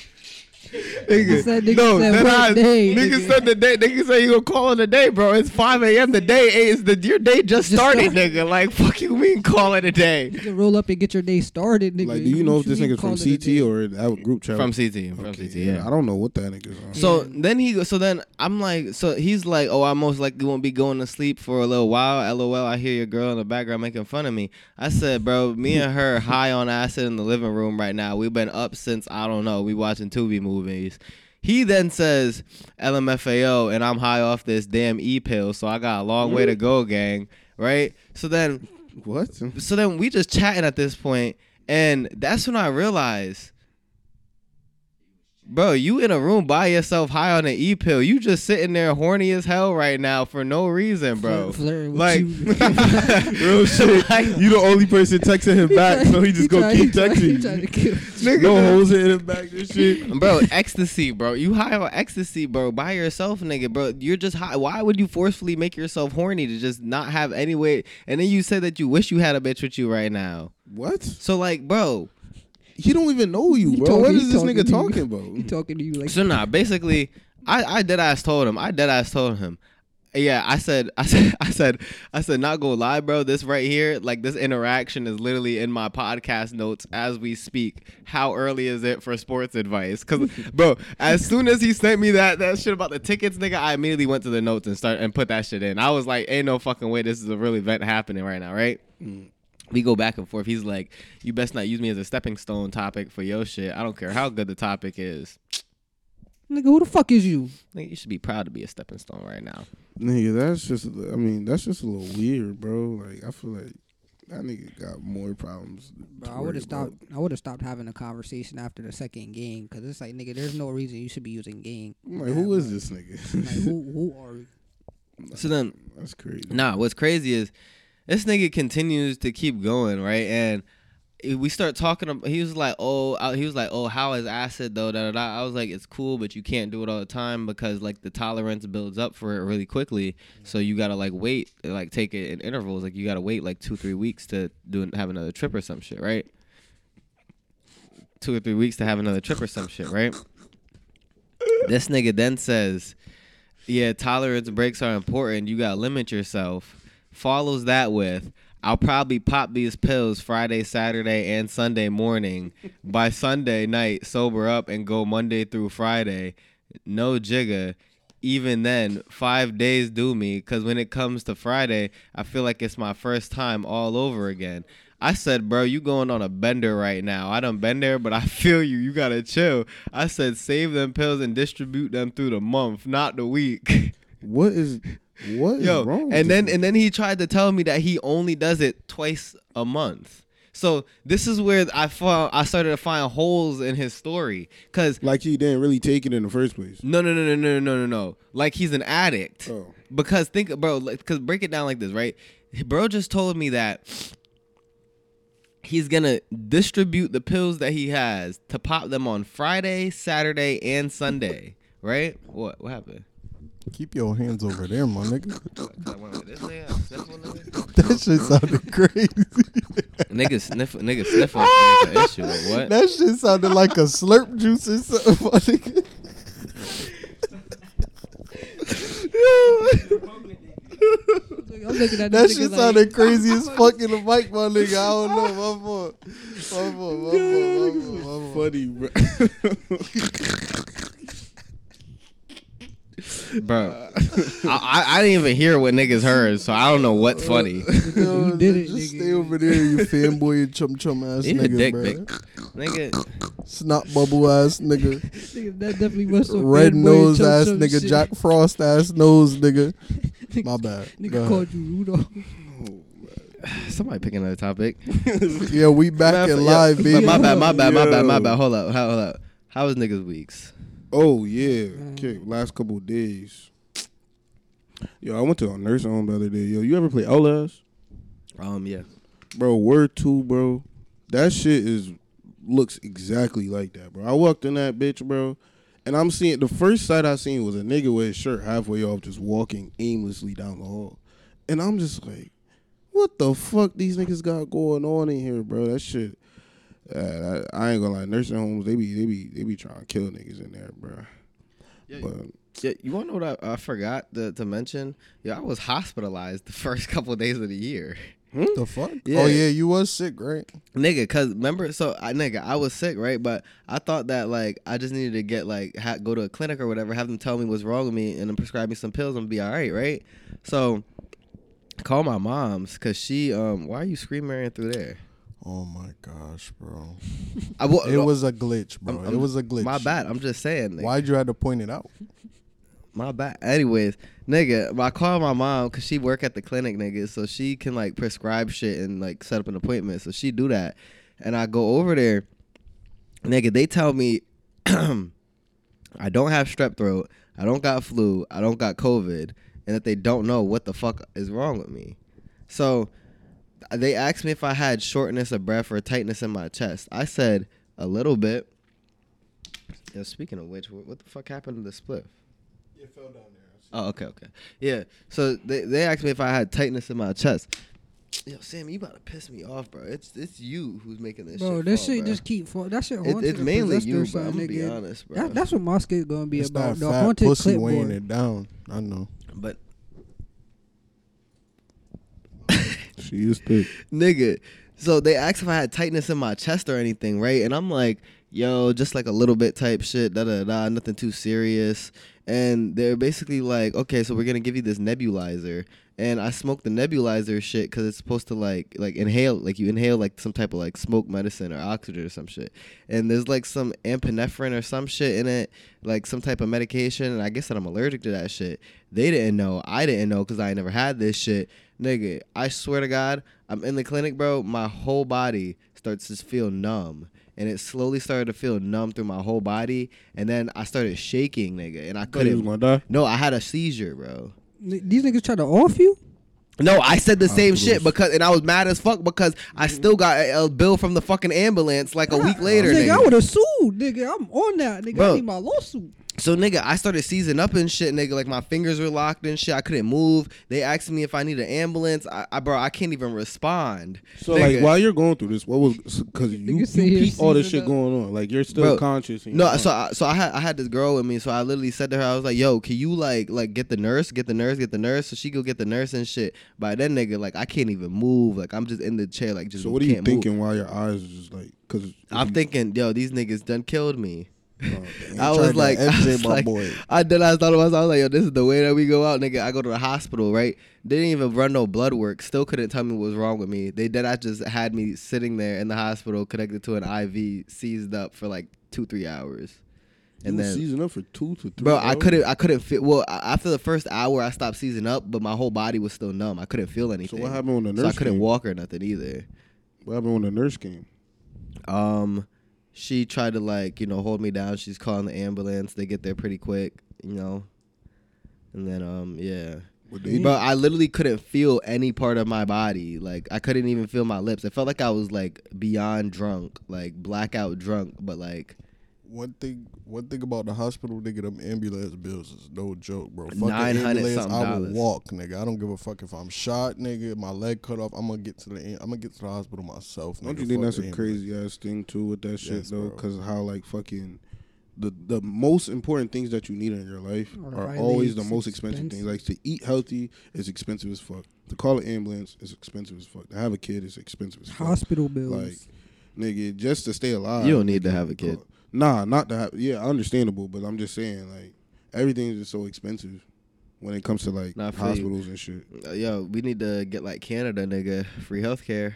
[SPEAKER 2] Nigga
[SPEAKER 4] (laughs)
[SPEAKER 2] said- nigga
[SPEAKER 6] no,
[SPEAKER 2] said
[SPEAKER 6] then
[SPEAKER 2] what
[SPEAKER 6] I,
[SPEAKER 2] day,
[SPEAKER 6] nigga,
[SPEAKER 2] nigga?
[SPEAKER 6] said the day. Nigga said you gonna call it a day, bro. It's 5 a.m. The day is the your day just,
[SPEAKER 2] Just
[SPEAKER 6] started,
[SPEAKER 2] started.
[SPEAKER 6] nigga. Like fuck you mean call it a day?
[SPEAKER 2] You can roll up and get your day started, nigga.
[SPEAKER 4] Like, do you know
[SPEAKER 2] What
[SPEAKER 4] if this
[SPEAKER 2] mean
[SPEAKER 4] nigga's
[SPEAKER 2] call
[SPEAKER 4] from
[SPEAKER 2] it a day?
[SPEAKER 4] CT or that group chat?
[SPEAKER 6] From CT, from
[SPEAKER 4] Okay,
[SPEAKER 6] CT, yeah.
[SPEAKER 4] I don't know what that nigga's on.
[SPEAKER 6] So then he go- so then I'm like so he's like oh I most likely won't be going to sleep for a little while lol I hear your girl in the background making fun of me I said bro me and her high on acid in the living room right now we've been up since I don't know we watching Tubi movies he then says LMFAO and I'm high off this damn e pill so I got a long way to go gang right so then
[SPEAKER 4] what?
[SPEAKER 6] so then we just chatting at this point, and that's when I realized, bro, you in a room by yourself, high on an e pill. You just sitting there, horny as hell right now for no reason, bro.
[SPEAKER 2] Flirt- flirting with
[SPEAKER 6] like,
[SPEAKER 2] you.
[SPEAKER 4] (laughs) Real shit.
[SPEAKER 6] (laughs) Like-
[SPEAKER 4] you the only person texting him (laughs) back,
[SPEAKER 2] (laughs)
[SPEAKER 4] so he just gonna
[SPEAKER 2] tried-
[SPEAKER 4] keep
[SPEAKER 2] tried- he
[SPEAKER 4] texting.
[SPEAKER 2] tried to
[SPEAKER 4] you.
[SPEAKER 2] kill-
[SPEAKER 4] No hoes in him back. This shit.
[SPEAKER 6] bro, ecstasy, bro. You high on ecstasy, bro, by yourself, nigga, bro. You're just high. Why would you forcefully make yourself horny to just not have any way? And then you say that you wish you had a bitch with you right now.
[SPEAKER 4] What?
[SPEAKER 6] So like, bro,
[SPEAKER 4] He don't even know you,
[SPEAKER 2] He
[SPEAKER 4] bro.
[SPEAKER 2] talking-
[SPEAKER 4] what
[SPEAKER 2] he
[SPEAKER 4] is this
[SPEAKER 2] talking
[SPEAKER 4] nigga
[SPEAKER 2] to you.
[SPEAKER 4] talking
[SPEAKER 2] He
[SPEAKER 4] about?
[SPEAKER 2] talking to you
[SPEAKER 4] (laughs)
[SPEAKER 2] like
[SPEAKER 6] So nah, basically, I I dead ass told him. I dead ass told him. Yeah, I said, (laughs) I said, I said, I said, not gonna lie, bro. This right here, like this interaction is literally in my podcast notes as we speak. How early is it for sports advice? Cause, bro, as soon as he sent me that that shit about the tickets, nigga, I immediately went to the notes and start and put that shit in. I was like, ain't no fucking way, this is a real event happening right now, right? we go back and forth. He's like, "You best not use me as a stepping stone topic for your shit. I don't care how good the topic is.
[SPEAKER 2] nigga, who the fuck is you?
[SPEAKER 6] Nigga, you should be proud to be a stepping stone right now."
[SPEAKER 4] Nigga, that's just. I mean, that's just a little weird, bro. Like, I feel like that nigga got more problems.
[SPEAKER 2] Bro, I would have stopped. I would have stopped having a conversation after the second game because it's like, nigga, there's no reason you should be using game.
[SPEAKER 4] Like, who is this nigga? (laughs)
[SPEAKER 2] Like, who, who are you?
[SPEAKER 6] So then,
[SPEAKER 4] that's crazy.
[SPEAKER 6] nah, what's crazy is this nigga continues to keep going, right? And we start talking. ab- He was like, "Oh, I- he was like, oh, how is acid though?" Da da da. I was like, "It's cool, but you can't do it all the time because like the tolerance builds up for it really quickly. So you gotta like wait, like take it in intervals. Like you gotta wait like two, three weeks to do have another trip or some shit, right? Two or three weeks to have another trip or some shit, right?" This nigga then says, Yeah, tolerance breaks are important. You gotta limit yourself. Follows that with, I'll probably pop these pills Friday, Saturday, and Sunday morning. By Sunday night, sober up and go Monday through Friday. No jigga. Even then, five days do me because when it comes to Friday, I feel like it's my first time all over again. I said, bro, you going on a bender right now. I done been there, but I (laughs) feel you. You gotta chill. I said, save them pills and distribute them through the month, not the week. (laughs)
[SPEAKER 4] What is? What is
[SPEAKER 6] Yo,
[SPEAKER 4] wrong?
[SPEAKER 6] and then and then he tried to tell me that he only does it twice a month. So this is where I found I started to find holes in his story because
[SPEAKER 4] like he didn't really take it in the first place.
[SPEAKER 6] no, no, no, no, no, no, no, no. Like he's an addict.
[SPEAKER 4] Oh.
[SPEAKER 6] Because think, bro. Like, Cause break it down like this, right? Bro just told me that he's gonna distribute the pills that he has to pop them on Friday, Saturday, and Sunday. right? What? What happened?
[SPEAKER 5] Keep your hands over there, my nigga. (laughs)
[SPEAKER 6] Cause I went with this nigga, I sniffed one nigga.
[SPEAKER 4] (laughs)
[SPEAKER 5] That shit sounded crazy.
[SPEAKER 6] nigga sniff, nigga sniffing is an issue. Like, what?
[SPEAKER 5] That shit sounded like a slurp juice or something. my
[SPEAKER 2] (laughs)
[SPEAKER 5] nigga.
[SPEAKER 2] I'm looking at
[SPEAKER 5] that
[SPEAKER 2] this
[SPEAKER 5] shit
[SPEAKER 2] nigga
[SPEAKER 5] sounded
[SPEAKER 2] like, (laughs)
[SPEAKER 5] crazy as fuck in the mic, my nigga. I don't know. My fault. My fault. My fault. My fault. My fault.
[SPEAKER 4] Funny, bro.
[SPEAKER 6] Bro, I, I I didn't even hear what niggas heard, so I don't know what's funny.
[SPEAKER 5] Yo,
[SPEAKER 2] You did it,
[SPEAKER 5] Just
[SPEAKER 2] nigga.
[SPEAKER 5] stay over
[SPEAKER 2] (laughs)
[SPEAKER 5] there, you fanboy and chum chum ass
[SPEAKER 6] Eat a
[SPEAKER 5] nigga,
[SPEAKER 6] dick
[SPEAKER 5] bro.
[SPEAKER 6] pic. Nigga,
[SPEAKER 5] Snot bubble ass nigga.
[SPEAKER 2] Nigga, that definitely was (laughs) some
[SPEAKER 5] Red
[SPEAKER 2] fanboy
[SPEAKER 5] nose
[SPEAKER 2] chum
[SPEAKER 5] ass
[SPEAKER 2] chum
[SPEAKER 5] nigga.
[SPEAKER 2] shit.
[SPEAKER 5] Jack Frost ass nose nigga. My bad. Go
[SPEAKER 2] (laughs) Nigga
[SPEAKER 5] ahead.
[SPEAKER 2] called you Rudolph.
[SPEAKER 6] somebody pick another topic.
[SPEAKER 5] Yeah, we back
[SPEAKER 4] Matter-
[SPEAKER 5] and live,
[SPEAKER 6] But
[SPEAKER 5] baby.
[SPEAKER 6] my bad, my bad, my bad, my
[SPEAKER 4] Yo.
[SPEAKER 6] bad. Hold up, hold up. How was niggas' weeks?
[SPEAKER 4] Oh yeah. Okay. Last couple of days. Yo, I went to a nursing home the other day. Yo, you ever play Olas?
[SPEAKER 6] Um, yeah.
[SPEAKER 4] Bro, word two, bro. That shit is looks exactly like that, bro. I walked in that bitch, bro, and I'm seeing the first sight I seen was a nigga with his shirt halfway off, just walking aimlessly down the hall, and I'm just like, what the fuck these niggas got going on in here, bro? That shit. Uh, I, I ain't gonna lie, nursing homes they be they be they be trying to kill niggas in there, bro. But
[SPEAKER 6] Yeah, you want to know what I, I forgot to, to mention? Yeah, I was hospitalized the (laughs) first couple days of the year.
[SPEAKER 5] the fuck?
[SPEAKER 6] Yeah.
[SPEAKER 5] Oh yeah, you was sick, right?
[SPEAKER 6] Nigga, cause remember, so I nigga, I was sick, right? But I thought that like I just needed to get like ha- go to a clinic or whatever, have them tell me what's wrong with me, and then prescribe me some pills and be all right, right? So call my mom's, cause she um, why are you screaming through there?
[SPEAKER 5] Oh my gosh, bro.
[SPEAKER 6] I, wa-
[SPEAKER 5] It was a glitch, bro.
[SPEAKER 6] I'm- I'm-
[SPEAKER 5] it was a glitch.
[SPEAKER 6] my bad. I'm just saying. nigga.
[SPEAKER 5] Why'd you have to point it out?
[SPEAKER 6] My bad. Anyways, nigga, I called my mom because she work at the clinic, nigga, so she can like prescribe shit and like set up an appointment. So she do that, and I go over there, nigga. They tell me (clears throat) I don't have strep throat, I don't got flu, I don't got COVID, and that they don't know what the fuck is wrong with me. So they asked me if I had shortness of breath or tightness in my chest. I said a little bit. Yeah, speaking of which, what what the fuck happened to the split?
[SPEAKER 3] It fell down there.
[SPEAKER 6] Oh, okay, okay. Yeah. So they, they asked me if I had tightness in my chest. Yo, Sam, you about to piss me off, bro. It's it's you who's making this
[SPEAKER 2] Bro,
[SPEAKER 6] shit.
[SPEAKER 2] that
[SPEAKER 6] fall,
[SPEAKER 2] shit
[SPEAKER 6] bro.
[SPEAKER 2] just keep fall. That shit
[SPEAKER 6] It,
[SPEAKER 2] haunted.
[SPEAKER 6] it's
[SPEAKER 2] and
[SPEAKER 6] mainly
[SPEAKER 2] possessed or
[SPEAKER 6] you, bro. I'm
[SPEAKER 2] something,
[SPEAKER 6] gonna be
[SPEAKER 2] nigga.
[SPEAKER 6] honest, bro.
[SPEAKER 2] That, that's what my skit's gonna be
[SPEAKER 5] It's
[SPEAKER 2] about.
[SPEAKER 5] that
[SPEAKER 2] The
[SPEAKER 5] fat
[SPEAKER 2] haunted
[SPEAKER 5] pussy weighing
[SPEAKER 2] clipboard.
[SPEAKER 5] it down. I know.
[SPEAKER 6] but
[SPEAKER 4] she is thick.
[SPEAKER 6] nigga. So they asked if I had tightness in my chest or anything, right? And I'm like, yo, just like a little bit type shit, da da da, nothing too serious. And they're basically like, okay, so we're gonna give you this nebulizer. And I smoked the nebulizer shit because it's supposed to like like inhale, like you inhale like some type of like smoke medicine or oxygen or some shit. And there's like some ampinephrine or some shit in it, like some type of medication. And I guess that I'm allergic to that shit. They didn't know, I didn't know because I ain't never had this shit. Nigga, I swear to God, I'm in the clinic, bro. My whole body starts to feel numb. And it slowly started to feel numb through my whole body. And then I started shaking, nigga. And I
[SPEAKER 4] Thought he was
[SPEAKER 6] couldn't.
[SPEAKER 4] gonna die.
[SPEAKER 6] no, I had a seizure, bro. Oh,
[SPEAKER 2] N- These niggas try to off you.
[SPEAKER 6] No, I said the same shit because, and I was mad as fuck because I still got a, a bill from the fucking ambulance like a week (laughs) later.
[SPEAKER 2] nigga,
[SPEAKER 6] nigga.
[SPEAKER 2] I would have sued, nigga. I'm on that, nigga.
[SPEAKER 6] Bro.
[SPEAKER 2] I need my lawsuit.
[SPEAKER 6] So nigga, I started seizing up and shit, nigga. Like my fingers were locked and shit. I couldn't move. They asked me if I need an ambulance. I, I bro, I can't even respond.
[SPEAKER 4] So
[SPEAKER 6] Nigga.
[SPEAKER 4] like while you're going through this, what was because you, you
[SPEAKER 2] Nigga sit here
[SPEAKER 4] peep all this shit
[SPEAKER 2] seasoning up.
[SPEAKER 4] going on? Like you're still
[SPEAKER 6] Bro,
[SPEAKER 4] conscious. and
[SPEAKER 6] No,
[SPEAKER 4] you're
[SPEAKER 6] so I, so I had I had this girl with me, so I literally said to her, I was like, "Yo, can you like like get the nurse, get the nurse, get the nurse?" So she go get the nurse and shit. By then, nigga, like I can't even move. Like I'm just in the chair, like just.
[SPEAKER 4] So what are you
[SPEAKER 6] can't move.
[SPEAKER 4] thinking while your eyes are just like? Because
[SPEAKER 6] I'm thinking, yo, these niggas done killed me.
[SPEAKER 4] Oh,
[SPEAKER 6] (laughs)
[SPEAKER 5] You
[SPEAKER 6] I
[SPEAKER 5] tried
[SPEAKER 6] was
[SPEAKER 5] to
[SPEAKER 6] like, I
[SPEAKER 5] MJ
[SPEAKER 6] was
[SPEAKER 5] my
[SPEAKER 6] like-
[SPEAKER 5] boy.
[SPEAKER 6] I did. I thought about. I was like, yo, this is the way that we go out, nigga. I go to the hospital, right? They didn't even run no blood work. Still couldn't tell me what was wrong with me. They did. I just had me sitting there in the hospital, connected to an IV, seized up for like two, three hours, and then.
[SPEAKER 4] season up for two to three.
[SPEAKER 6] Bro, I
[SPEAKER 4] hours?
[SPEAKER 6] couldn't. I couldn't feel. Well, a- after the first hour, I stopped seizing up, but my whole body was still numb. I couldn't feel
[SPEAKER 4] So
[SPEAKER 6] anything.
[SPEAKER 4] what happened when the
[SPEAKER 6] So
[SPEAKER 4] nurse?
[SPEAKER 6] I couldn't
[SPEAKER 4] came?
[SPEAKER 6] walk or nothing either.
[SPEAKER 4] What happened when the nurse came?
[SPEAKER 6] Um, she tried to like you know hold me down. She's calling the ambulance. They get there pretty quick, you know. And then um yeah,
[SPEAKER 4] What they
[SPEAKER 6] but I literally couldn't feel any part of my body. Like I couldn't even feel my lips. It felt like I was like beyond drunk, like blackout drunk, but like
[SPEAKER 5] one thing, one thing about the hospital, nigga, them ambulance bills is no joke, bro. Fuck the
[SPEAKER 6] 900 something
[SPEAKER 5] I will
[SPEAKER 6] dollars.
[SPEAKER 5] walk, nigga. I don't give a fuck if I'm shot, nigga. My leg cut off. I'm gonna get to the, am gonna get to the hospital myself.
[SPEAKER 4] Don't
[SPEAKER 5] nigga.
[SPEAKER 4] you think
[SPEAKER 5] Fuck
[SPEAKER 4] that's
[SPEAKER 5] the
[SPEAKER 4] a
[SPEAKER 5] ambulance.
[SPEAKER 4] crazy ass thing too with that shit
[SPEAKER 5] Yes,
[SPEAKER 4] though?
[SPEAKER 5] bro.
[SPEAKER 4] Because how like fucking the the most important things that you need in your life
[SPEAKER 2] Are
[SPEAKER 4] are
[SPEAKER 2] highly
[SPEAKER 4] always the most expensive,
[SPEAKER 2] expensive.
[SPEAKER 4] things. Like to eat healthy is expensive as fuck. To call an ambulance is expensive as fuck. To have a kid is expensive as fuck.
[SPEAKER 2] Hospital bills.
[SPEAKER 4] Like, nigga, just to stay alive.
[SPEAKER 6] You don't need to have a kid.
[SPEAKER 4] Nah, not to have. Yeah, understandable, but I'm just saying like everything is just so expensive when it comes to like
[SPEAKER 6] Nah, I feel you.
[SPEAKER 4] hospitals and shit.
[SPEAKER 6] Uh, Yo, we need to get like Canada, nigga. Free healthcare.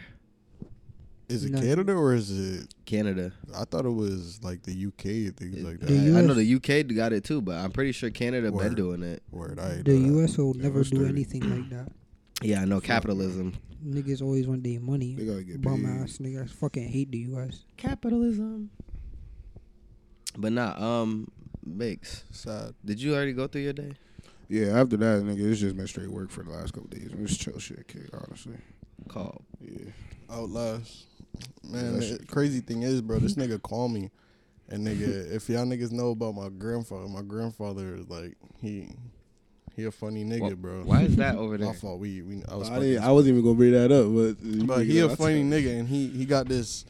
[SPEAKER 5] Is it
[SPEAKER 2] No.
[SPEAKER 5] Canada or is it?
[SPEAKER 6] Canada. Uh,
[SPEAKER 5] I thought it was like the UK and things like that.
[SPEAKER 2] The
[SPEAKER 6] I- I know
[SPEAKER 2] US
[SPEAKER 6] the UK got it too, but I'm pretty sure Canada been
[SPEAKER 5] Word.
[SPEAKER 6] doing it.
[SPEAKER 5] Word, I ain't
[SPEAKER 2] the
[SPEAKER 5] know that.
[SPEAKER 2] U.S. will
[SPEAKER 5] Yeah,
[SPEAKER 2] never
[SPEAKER 5] that's
[SPEAKER 2] do
[SPEAKER 5] dirty.
[SPEAKER 2] anything like that.
[SPEAKER 6] Yeah, I know capitalism.
[SPEAKER 2] Niggas always want their money.
[SPEAKER 4] They gotta get
[SPEAKER 2] Bum
[SPEAKER 4] paid.
[SPEAKER 2] ass niggas fucking hate the U.S.
[SPEAKER 6] Capitalism. But not um, Bakes.
[SPEAKER 5] Sad.
[SPEAKER 6] Did you already go through your day?
[SPEAKER 4] Yeah, after that, nigga, it's just been straight work for the last couple days. I'm just chill shit, kid. Honestly,
[SPEAKER 6] Call.
[SPEAKER 4] yeah.
[SPEAKER 5] Outlast. Man,
[SPEAKER 4] that
[SPEAKER 5] the crazy thing is, bro, this nigga called me. And nigga, if y'all niggas know about my grandfather, my grandfather is like he he a funny nigga,
[SPEAKER 6] Wha-
[SPEAKER 5] bro.
[SPEAKER 6] Why is that over
[SPEAKER 5] my (laughs)
[SPEAKER 6] there?
[SPEAKER 5] fault? We we I was
[SPEAKER 4] I,
[SPEAKER 5] fucking-
[SPEAKER 4] didn't, I wasn't even gonna bring that up, but
[SPEAKER 5] but he
[SPEAKER 4] Yeah,
[SPEAKER 5] a
[SPEAKER 4] that's-
[SPEAKER 5] funny nigga, and he he got this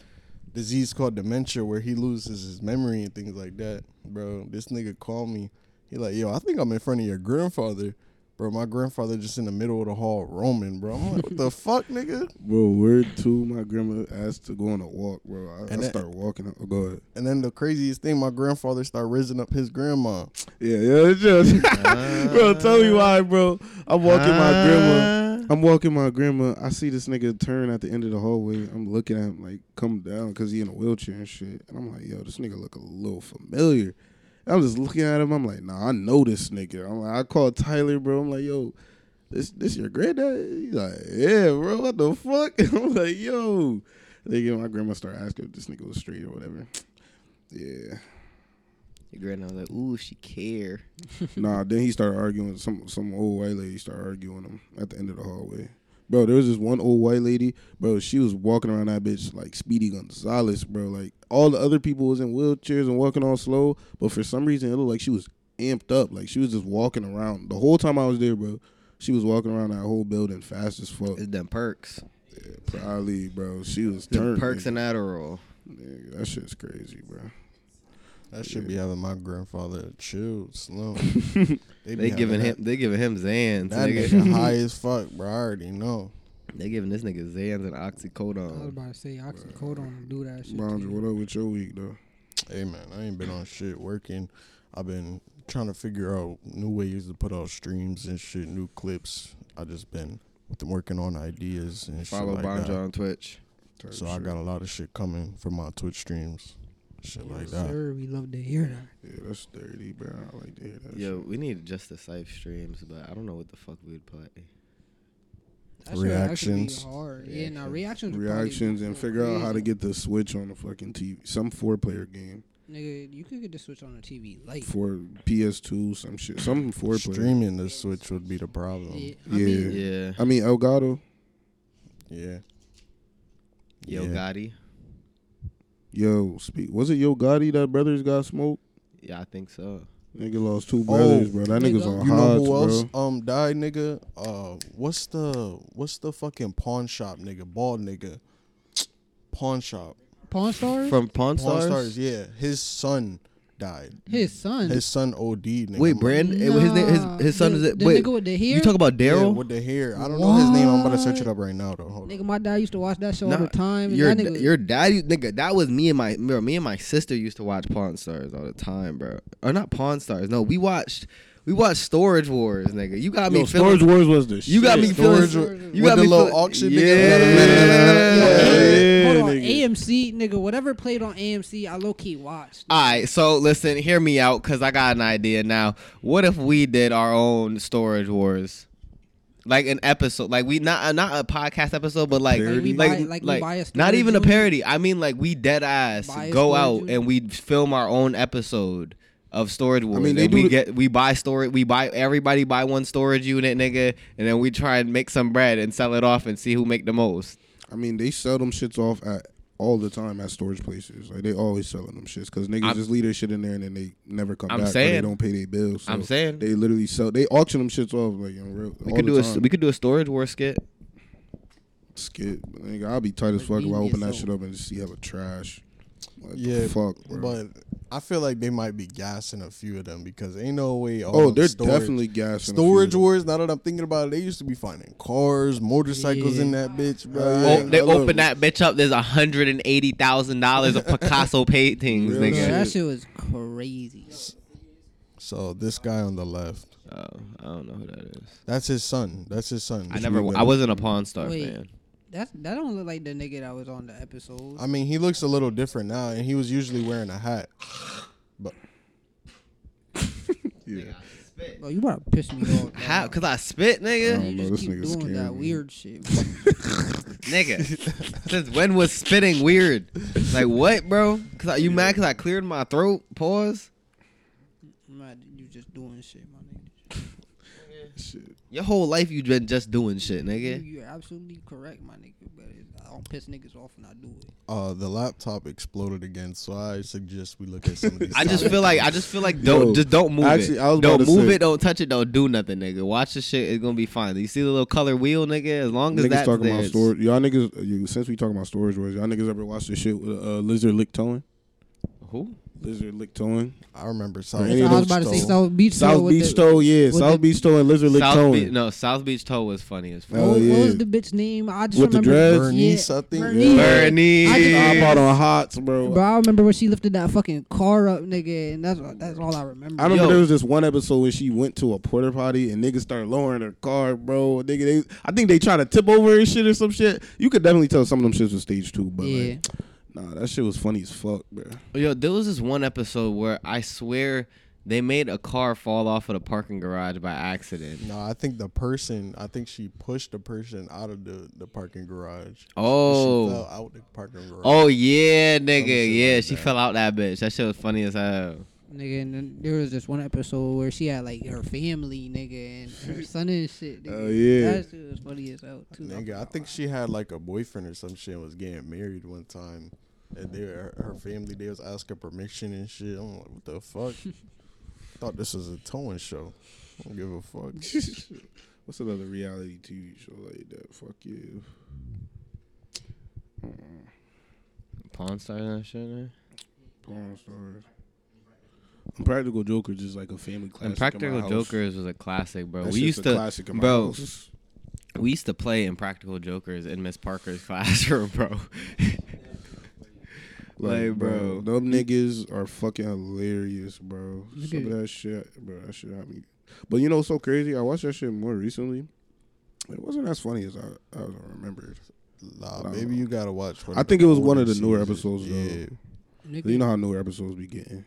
[SPEAKER 5] disease called dementia where he loses his memory and things like that, bro. This nigga called me. He like, yo, I think I'm in front of your grandfather, bro. My grandfather just in the middle of the hall roaming, bro. I'm like, what the fuck, nigga?
[SPEAKER 4] Bro, word two, my grandma asked to go on a walk, bro. I, I
[SPEAKER 5] And that-
[SPEAKER 4] start walking. Up. Oh, go ahead.
[SPEAKER 5] And then the craziest thing, my grandfather started raising up his grandma.
[SPEAKER 4] Yeah, yeah, it's just, (laughs) bro. Tell me why, bro. I'm walking my grandma. I'm walking my grandma. I see this nigga turn at the end of the hallway. I'm looking at him like come down because he in a wheelchair and shit. And I'm like, yo, this nigga look a little familiar. And I'm just looking at him. I'm like, nah, I know this nigga. I'm like, I called Tyler, bro. I'm like, yo, this this your granddad? He's like, yeah, bro. What the fuck? (laughs) I'm like, yo. Nigga, my grandma started asking if this nigga was straight or whatever. Yeah.
[SPEAKER 6] Your grandma was like, ooh, she care.
[SPEAKER 4] nah, then he started arguing. Some some old white lady started arguing him at the end of the hallway. Bro, there was this one old white lady, bro. She was walking around that bitch like Speedy Gonzalez, bro. Like all the other people was in wheelchairs and walking all slow, but for some reason it looked like she was amped up. Like she was just walking around the whole time I was there, bro. She was walking around that whole building fast as fuck.
[SPEAKER 6] It's them perks.
[SPEAKER 4] Probably, bro. She was
[SPEAKER 6] Them
[SPEAKER 4] turned.
[SPEAKER 6] perks
[SPEAKER 4] nigga.
[SPEAKER 6] and Adderall.
[SPEAKER 4] Nigga, that shit's crazy, bro.
[SPEAKER 5] That should be having my grandfather chill,
[SPEAKER 6] (laughs)
[SPEAKER 5] slow.
[SPEAKER 6] They giving him they giving him
[SPEAKER 5] (laughs)
[SPEAKER 6] Zans.
[SPEAKER 5] that
[SPEAKER 6] Nigga.
[SPEAKER 5] nigga high as fuck, bro. I already know.
[SPEAKER 6] They giving this nigga Zans and
[SPEAKER 2] I was
[SPEAKER 6] oxycodone.
[SPEAKER 2] about to say oxycodone do that shit.
[SPEAKER 4] Bondra,
[SPEAKER 2] to you.
[SPEAKER 4] what up with your week, though?
[SPEAKER 5] Hey man, I ain't been on shit working. I've been trying to figure out new ways to put out streams and shit, new clips. I just been working on ideas and
[SPEAKER 6] Follow
[SPEAKER 5] shit like
[SPEAKER 6] Bonja
[SPEAKER 5] that.
[SPEAKER 6] on Twitch.
[SPEAKER 5] So I got a lot of shit coming for my Twitch streams, shit like
[SPEAKER 2] Yes,
[SPEAKER 5] that.
[SPEAKER 2] Sir, we love to hear that.
[SPEAKER 4] Yeah, that's dirty, bro. I like to hear that.
[SPEAKER 6] Yo, we need just the safe streams, but I don't know what the fuck we'd play.
[SPEAKER 2] That shit actually be
[SPEAKER 5] Reactions.
[SPEAKER 2] hard. Yeah, now reactions. would probably
[SPEAKER 4] reactions
[SPEAKER 2] be
[SPEAKER 4] and figure out how to
[SPEAKER 2] crazy.
[SPEAKER 4] get the switch on the fucking TV. Some four player game
[SPEAKER 2] Nigga, you could get the switch on the TV light.
[SPEAKER 4] for PS2, some shit, some four player.
[SPEAKER 5] Streaming the Switch would be the problem.
[SPEAKER 2] Yeah,
[SPEAKER 5] Yeah.
[SPEAKER 2] I mean,
[SPEAKER 6] Yeah.
[SPEAKER 4] I mean Elgato,
[SPEAKER 6] Yo
[SPEAKER 5] Yeah.
[SPEAKER 6] Gotti.
[SPEAKER 4] yo, speak. Was it Yo Gotti that brothers got smoked?
[SPEAKER 6] Yeah, I think so.
[SPEAKER 4] Nigga lost two brothers, bro. That nigga's
[SPEAKER 2] nigga.
[SPEAKER 4] on
[SPEAKER 5] You know
[SPEAKER 4] Hodge,
[SPEAKER 5] who else
[SPEAKER 4] bro.
[SPEAKER 5] um died, nigga? Uh, what's the what's the fucking pawn shop, nigga? Bald nigga, pawn shop,
[SPEAKER 2] Pawn Stars?
[SPEAKER 6] From Pawn
[SPEAKER 5] pawn
[SPEAKER 6] Stars.
[SPEAKER 5] stars. Yeah, his son died.
[SPEAKER 2] his son.
[SPEAKER 5] His son OD. Nigga.
[SPEAKER 6] Wait, Brandon. eh, His, na-
[SPEAKER 2] Nah,
[SPEAKER 6] his his son
[SPEAKER 2] the-
[SPEAKER 6] is it?
[SPEAKER 2] the
[SPEAKER 6] Wait,
[SPEAKER 2] nigga with the
[SPEAKER 6] you
[SPEAKER 2] hair?
[SPEAKER 6] talk about
[SPEAKER 5] Yeah,
[SPEAKER 6] Daryl?
[SPEAKER 5] with the hair. I don't know his name. I'm about to search it up right now though. Hold on.
[SPEAKER 2] nigga, my dad used to watch that show all
[SPEAKER 6] Nah,
[SPEAKER 2] the time. And
[SPEAKER 6] Your,
[SPEAKER 2] that nigga, (laughs)
[SPEAKER 6] your dad, you- nigga, that was me and my bro, me and my sister used to watch Pawn Stars all the time, bro. Or not Pawn Stars. No, we watched we watched Storage Wars, nigga. You got me
[SPEAKER 4] Yo,
[SPEAKER 6] feeling.
[SPEAKER 4] Storage Wars was the shit.
[SPEAKER 6] you got me feeling.
[SPEAKER 5] Storage Wars.
[SPEAKER 6] you
[SPEAKER 5] With
[SPEAKER 6] got
[SPEAKER 5] the
[SPEAKER 6] me
[SPEAKER 5] little
[SPEAKER 6] feeling-
[SPEAKER 5] auction,
[SPEAKER 6] Yeah.
[SPEAKER 5] nigga.
[SPEAKER 4] Yeah,
[SPEAKER 2] hold on,
[SPEAKER 4] nigga.
[SPEAKER 2] AMC, nigga, whatever played on AMC, I low key watched.
[SPEAKER 6] All right, so listen, hear me out, cause I got an idea now. What if we did our own Storage Wars, like an episode, like we not uh, not a podcast episode, but like
[SPEAKER 2] Parody?
[SPEAKER 6] like
[SPEAKER 2] Like we buy- like we buy a
[SPEAKER 6] not
[SPEAKER 2] storage
[SPEAKER 6] even a
[SPEAKER 2] unit?
[SPEAKER 6] parody. I mean, like we dead ass
[SPEAKER 2] Buy a
[SPEAKER 6] go
[SPEAKER 2] storage
[SPEAKER 6] out
[SPEAKER 2] unit?
[SPEAKER 6] and we film our own episode of Storage Wars.
[SPEAKER 4] mean, they
[SPEAKER 6] and
[SPEAKER 4] do
[SPEAKER 6] we
[SPEAKER 4] the-
[SPEAKER 6] get we buy storage, we buy everybody buy one storage unit, nigga, and then we try and make some bread and sell it off and see who make the most.
[SPEAKER 4] I mean, they sell them shits off at all the time at storage places. Like they always selling them shits because niggas
[SPEAKER 6] I'm-
[SPEAKER 4] just leave their shit in there and then they never come
[SPEAKER 6] I'm
[SPEAKER 4] back. 'cause
[SPEAKER 6] saying.
[SPEAKER 4] they don't pay their bills.
[SPEAKER 6] I'm
[SPEAKER 4] So
[SPEAKER 6] saying.
[SPEAKER 4] they literally sell. They auction them shits off like in real.
[SPEAKER 6] We
[SPEAKER 4] all
[SPEAKER 6] could
[SPEAKER 4] the
[SPEAKER 6] do a
[SPEAKER 4] time.
[SPEAKER 6] we could do a storage war skit.
[SPEAKER 4] skip. Nigga, I'll be tight as fuck if I
[SPEAKER 2] Convenience
[SPEAKER 4] open that
[SPEAKER 2] zone.
[SPEAKER 4] shit up and just see hella trash. Like,
[SPEAKER 5] Yeah,
[SPEAKER 4] fuck, bro.
[SPEAKER 5] but I feel like they might be gassing a few of them because ain't no way. All
[SPEAKER 4] oh,
[SPEAKER 5] of
[SPEAKER 4] they're
[SPEAKER 5] storage-
[SPEAKER 4] definitely gassing. a few of
[SPEAKER 5] storage
[SPEAKER 4] them.
[SPEAKER 5] wars. Now that I'm thinking about it, they used to be finding cars, motorcycles in that bitch, bro.
[SPEAKER 6] Oh, they
[SPEAKER 4] I love
[SPEAKER 6] open
[SPEAKER 4] it.
[SPEAKER 6] that bitch up. There's hundred and eighty thousand dollars of Picasso paintings,
[SPEAKER 4] Real
[SPEAKER 2] Bro,
[SPEAKER 6] nigga.
[SPEAKER 2] that shit was crazy.
[SPEAKER 5] So this guy on the left,
[SPEAKER 6] Oh, I don't know who that is.
[SPEAKER 5] that's his son. That's his son.
[SPEAKER 6] I never. I wasn't a Pawn Star
[SPEAKER 2] Wait.
[SPEAKER 6] fan.
[SPEAKER 2] That's that don't look like the nigga that was on the episode.
[SPEAKER 5] I mean, he looks a little different now, and he was usually wearing a hat. But
[SPEAKER 4] Yeah.
[SPEAKER 2] Bro, you about to piss me off. dog.
[SPEAKER 6] How? Cause I spit, nigga.
[SPEAKER 4] Oh,
[SPEAKER 2] You
[SPEAKER 4] no,
[SPEAKER 2] just
[SPEAKER 4] this
[SPEAKER 2] keep
[SPEAKER 4] nigga's
[SPEAKER 2] doing
[SPEAKER 4] scary,
[SPEAKER 2] that
[SPEAKER 4] man.
[SPEAKER 2] weird shit.
[SPEAKER 4] (laughs)
[SPEAKER 6] Nigga, since when was spitting weird? Like what, bro? Cause I, you mad? Cause I cleared my throat. Pause.
[SPEAKER 2] I'm mad that (laughs) you just doing shit, my nigga.
[SPEAKER 6] Your whole life you've been just doing shit, nigga.
[SPEAKER 2] You, are absolutely correct, my nigga. But it, I don't piss niggas off when I do it.
[SPEAKER 5] uh, the laptop exploded again, so I suggest we look at some of these.
[SPEAKER 6] (laughs) I just
[SPEAKER 5] topics.
[SPEAKER 6] feel like I just feel like don't
[SPEAKER 4] Yo,
[SPEAKER 6] just don't move
[SPEAKER 4] actually,
[SPEAKER 6] it.
[SPEAKER 4] I was about
[SPEAKER 6] don't
[SPEAKER 4] to
[SPEAKER 6] move
[SPEAKER 4] say-
[SPEAKER 6] it. Don't touch it. Don't do nothing, nigga. Watch the shit. It's gonna be fine. You see the little color wheel, nigga. As long as
[SPEAKER 4] Niggas
[SPEAKER 6] that's
[SPEAKER 4] talking
[SPEAKER 6] there,
[SPEAKER 4] about
[SPEAKER 6] it's-
[SPEAKER 4] storage. Y'all niggas, you, since we talking about storage wars, y'all niggas ever watch this shit with uh, Lizard Lick Towing?
[SPEAKER 6] Who?
[SPEAKER 4] Lizard Lick Towing.
[SPEAKER 5] I remember South.
[SPEAKER 4] Any of
[SPEAKER 2] I was
[SPEAKER 4] those
[SPEAKER 2] about to say
[SPEAKER 4] stole.
[SPEAKER 2] South Beach. Tour
[SPEAKER 4] South
[SPEAKER 2] with
[SPEAKER 4] Beach
[SPEAKER 2] the-
[SPEAKER 4] Toe, yeah.
[SPEAKER 2] with
[SPEAKER 4] South
[SPEAKER 2] the-
[SPEAKER 4] Beach Toe and Lizard Lick
[SPEAKER 6] South
[SPEAKER 4] Towing.
[SPEAKER 6] Beach. No, South Beach Toe was funny as fuck.
[SPEAKER 4] Oh,
[SPEAKER 2] what, what was
[SPEAKER 4] yeah.
[SPEAKER 2] the bitch name? I just
[SPEAKER 4] With the
[SPEAKER 2] remember
[SPEAKER 4] dreads?
[SPEAKER 5] Bernice, I think.
[SPEAKER 2] Bernice.
[SPEAKER 6] Bernice.
[SPEAKER 2] I just-
[SPEAKER 4] I bought on hots, bro.
[SPEAKER 2] Bro, I remember when she lifted that fucking car up, nigga, and that's that's all I remember.
[SPEAKER 4] I remember
[SPEAKER 6] Yo.
[SPEAKER 4] there was this one episode when she went to a porta potty and niggas started lowering her car, bro. Nigga, they, I think they try to tip over and shit or some shit. You could definitely tell some of them shits was stage two, but
[SPEAKER 2] yeah,
[SPEAKER 4] like, nah, that shit was funny as fuck, bro. (laughs)
[SPEAKER 6] Yo, there was this one episode where I swear they made a car fall off of the parking garage by accident.
[SPEAKER 5] No, I think the person. I think she pushed the person out of the, the parking garage.
[SPEAKER 6] Oh.
[SPEAKER 5] she fell out the parking garage.
[SPEAKER 6] Oh yeah, nigga.
[SPEAKER 5] shit
[SPEAKER 6] Yeah,
[SPEAKER 5] like
[SPEAKER 6] she
[SPEAKER 5] that.
[SPEAKER 6] fell out that bitch. That shit was funny as hell.
[SPEAKER 2] nigga. And then there was this one episode where she had like her family, nigga, and her son and shit. Nigga.
[SPEAKER 4] Oh, yeah.
[SPEAKER 2] that shit was funny as hell too.
[SPEAKER 5] Nigga, I think she had like a boyfriend or some shit and was getting married one time. And they her, her family they was asking permission and shit. I'm like, what the fuck?
[SPEAKER 6] (laughs)
[SPEAKER 5] Thought this was a towing show. I don't give a fuck.
[SPEAKER 6] (laughs)
[SPEAKER 4] What's another reality TV show like that? Fuck you.
[SPEAKER 6] Pawn star and that shit. Man.
[SPEAKER 4] Porn stars. Impractical Joker is just like a family classic. in my
[SPEAKER 6] Impractical
[SPEAKER 4] house.
[SPEAKER 6] Jokers was a classic, bro.
[SPEAKER 4] That
[SPEAKER 6] we
[SPEAKER 4] shit's
[SPEAKER 6] used
[SPEAKER 4] a
[SPEAKER 6] to,
[SPEAKER 4] classic in my
[SPEAKER 6] bro.
[SPEAKER 4] house.
[SPEAKER 6] We used to play Impractical Jokers in Miss Parker's (laughs) classroom, bro.
[SPEAKER 4] Like,
[SPEAKER 6] Like,
[SPEAKER 4] bro,
[SPEAKER 6] bro.
[SPEAKER 4] them niggas are fucking hilarious, bro.
[SPEAKER 2] Look
[SPEAKER 4] Some
[SPEAKER 2] at
[SPEAKER 4] of that shit, bro, that shit had me. But you know, what's so crazy. I watched that shit more recently. It wasn't as funny as I, I remembered.
[SPEAKER 5] Nah, maybe you gotta watch. one
[SPEAKER 4] I
[SPEAKER 5] of
[SPEAKER 4] think
[SPEAKER 5] the
[SPEAKER 4] it was one
[SPEAKER 5] older
[SPEAKER 4] of the newer
[SPEAKER 5] seasons.
[SPEAKER 4] episodes,
[SPEAKER 5] Yeah,
[SPEAKER 4] though.
[SPEAKER 2] nigga,
[SPEAKER 4] You know how newer episodes be getting.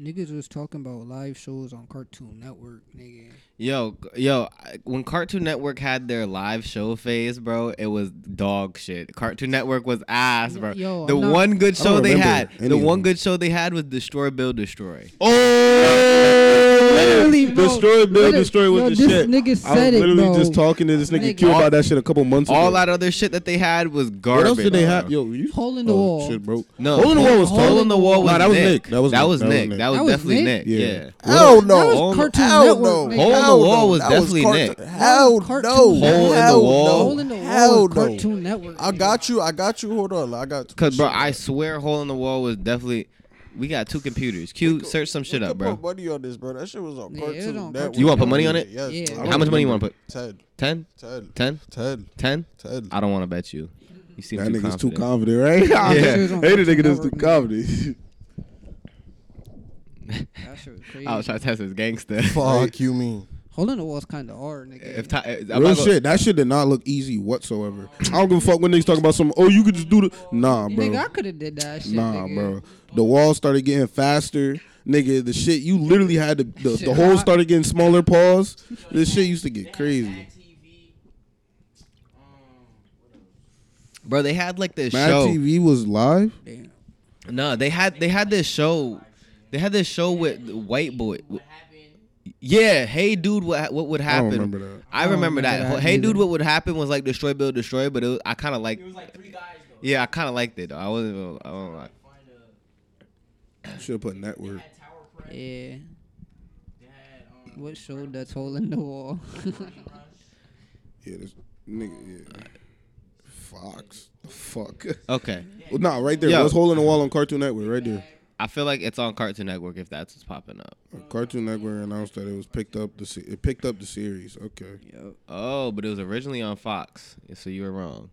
[SPEAKER 2] niggas was talking about live shows on Cartoon Network, nigga.
[SPEAKER 6] Yo, c- yo, I- when Cartoon Network had their live show phase, bro, it was dog shit. Cartoon Network was ass, bro.
[SPEAKER 2] Yo,
[SPEAKER 6] the
[SPEAKER 2] I'm not-
[SPEAKER 6] one good
[SPEAKER 4] I
[SPEAKER 6] show
[SPEAKER 4] don't
[SPEAKER 6] they
[SPEAKER 4] remember
[SPEAKER 6] had,
[SPEAKER 4] any
[SPEAKER 6] the
[SPEAKER 4] of
[SPEAKER 6] one
[SPEAKER 4] them.
[SPEAKER 6] good show they had was Destroy, Build, Destroy.
[SPEAKER 4] Oh,
[SPEAKER 2] Literally, bro.
[SPEAKER 4] destroy, build,
[SPEAKER 2] Literally,
[SPEAKER 4] destroy
[SPEAKER 2] yo,
[SPEAKER 4] with the
[SPEAKER 2] this
[SPEAKER 4] shit.
[SPEAKER 2] nigga
[SPEAKER 4] I was
[SPEAKER 2] said it,
[SPEAKER 4] literally
[SPEAKER 2] bro.
[SPEAKER 4] just talking to this nigga
[SPEAKER 2] Nigga.
[SPEAKER 4] Q
[SPEAKER 6] All-
[SPEAKER 4] about that shit a couple months ago.
[SPEAKER 6] All that other shit that they had was garbage.
[SPEAKER 4] What else did they
[SPEAKER 6] bro.
[SPEAKER 4] have? Yo, you
[SPEAKER 2] Hole in the
[SPEAKER 4] oh,
[SPEAKER 2] Wall.
[SPEAKER 4] Shit, bro.
[SPEAKER 6] No,
[SPEAKER 4] Hole in the Wall was
[SPEAKER 6] Hole in the Wall was
[SPEAKER 4] Nah, that was
[SPEAKER 6] Nick.
[SPEAKER 4] Nick. That was
[SPEAKER 6] that
[SPEAKER 4] Nick.
[SPEAKER 6] was
[SPEAKER 4] That was
[SPEAKER 6] Nick.
[SPEAKER 4] Nick.
[SPEAKER 6] That was
[SPEAKER 2] That was
[SPEAKER 6] definitely Nick.
[SPEAKER 2] Nick?
[SPEAKER 6] Yeah.
[SPEAKER 2] Hell
[SPEAKER 6] no.
[SPEAKER 2] That was
[SPEAKER 6] Hell
[SPEAKER 2] Cartoon
[SPEAKER 6] no.
[SPEAKER 2] Network. nigga.
[SPEAKER 6] Hell Hole in the Wall was definitely Nick.
[SPEAKER 5] Hell
[SPEAKER 2] Cartoon
[SPEAKER 5] no.
[SPEAKER 2] Network.
[SPEAKER 6] Hole in the
[SPEAKER 5] Hell
[SPEAKER 6] Wall.
[SPEAKER 5] no.
[SPEAKER 2] Hole in the
[SPEAKER 5] Hell
[SPEAKER 2] Wall. was
[SPEAKER 5] no.
[SPEAKER 2] Cartoon Network.
[SPEAKER 5] I
[SPEAKER 2] nigga.
[SPEAKER 5] got you. I got you. Hold on. I got.
[SPEAKER 6] Cause bro, I swear, Hole in the Wall was definitely. We got two computers. Q, search some shit
[SPEAKER 5] We
[SPEAKER 6] up,
[SPEAKER 5] could
[SPEAKER 6] bro.
[SPEAKER 5] Put money on this, bro. That shit was on
[SPEAKER 2] Yeah, it
[SPEAKER 5] cartoon.
[SPEAKER 2] was on
[SPEAKER 5] Network.
[SPEAKER 2] Cartoon
[SPEAKER 6] You wanna put money on it?
[SPEAKER 5] Yes.
[SPEAKER 2] Yeah.
[SPEAKER 5] I
[SPEAKER 2] How
[SPEAKER 5] don't
[SPEAKER 6] How much money you
[SPEAKER 5] remember.
[SPEAKER 6] want to
[SPEAKER 5] Ted.
[SPEAKER 6] put? 10?
[SPEAKER 5] Ted.
[SPEAKER 6] 10?
[SPEAKER 5] Ted.
[SPEAKER 6] 10?
[SPEAKER 5] Ted.
[SPEAKER 6] I don't want to bet you. You seem
[SPEAKER 4] That
[SPEAKER 6] too
[SPEAKER 4] nigga's too
[SPEAKER 6] confident.
[SPEAKER 4] confident, (laughs) right? Yeah.
[SPEAKER 6] Yeah.
[SPEAKER 4] Hey, the nigga that's too confident.
[SPEAKER 2] That shit was crazy.
[SPEAKER 6] I was trying to test
[SPEAKER 4] (laughs)
[SPEAKER 6] his gangster.
[SPEAKER 5] Fuck you mean.
[SPEAKER 2] Hole in the Wall's kind of hard, nigga.
[SPEAKER 6] (laughs) If Ty- I'm
[SPEAKER 4] Real
[SPEAKER 6] not gonna-
[SPEAKER 4] shit. That shit did not look easy whatsoever. I don't give a fuck when niggas talking about some. Oh, you could just do the. Nah, bro.
[SPEAKER 2] Nigga, I could have did that shit.
[SPEAKER 4] Nah,
[SPEAKER 2] nigga.
[SPEAKER 4] bro. The wall started getting faster. Nigga, the shit you literally had to, the, the hole started getting smaller paws. This shit used to get crazy.
[SPEAKER 6] Bro, they had like this
[SPEAKER 4] Mad
[SPEAKER 6] show.
[SPEAKER 4] TV was live.
[SPEAKER 2] Damn.
[SPEAKER 6] No, they had they had this show. They had this show with the white boy. Yeah, hey dude, what what would
[SPEAKER 4] I
[SPEAKER 6] happen?
[SPEAKER 4] don't remember that.
[SPEAKER 6] I
[SPEAKER 2] I don't
[SPEAKER 6] remember
[SPEAKER 2] remember
[SPEAKER 6] that.
[SPEAKER 2] that
[SPEAKER 6] hey
[SPEAKER 2] either.
[SPEAKER 6] dude, what would happen was like destroy, build, destroy. But it was, I kind of like. It was like three guys. Yeah, I kind of liked it though. I wasn't. gonna- I don't like.
[SPEAKER 5] Should have put network.
[SPEAKER 2] Yeah. What show that's hole in the wall? (laughs)
[SPEAKER 5] Yeah, this nigga. Yeah. Fox. Fuck.
[SPEAKER 4] (laughs)
[SPEAKER 6] Okay,
[SPEAKER 5] well, nah, right there.
[SPEAKER 6] Yo.
[SPEAKER 5] What's hole in the wall on Cartoon Network? Right there.
[SPEAKER 6] I feel like it's on Cartoon Network if that's what's popping up.
[SPEAKER 5] Cartoon Network announced that it was picked up. The se- it picked up the series. Okay.
[SPEAKER 2] Yo,
[SPEAKER 6] Oh, but it was originally on Fox, so you
[SPEAKER 4] (laughs)
[SPEAKER 6] were wrong.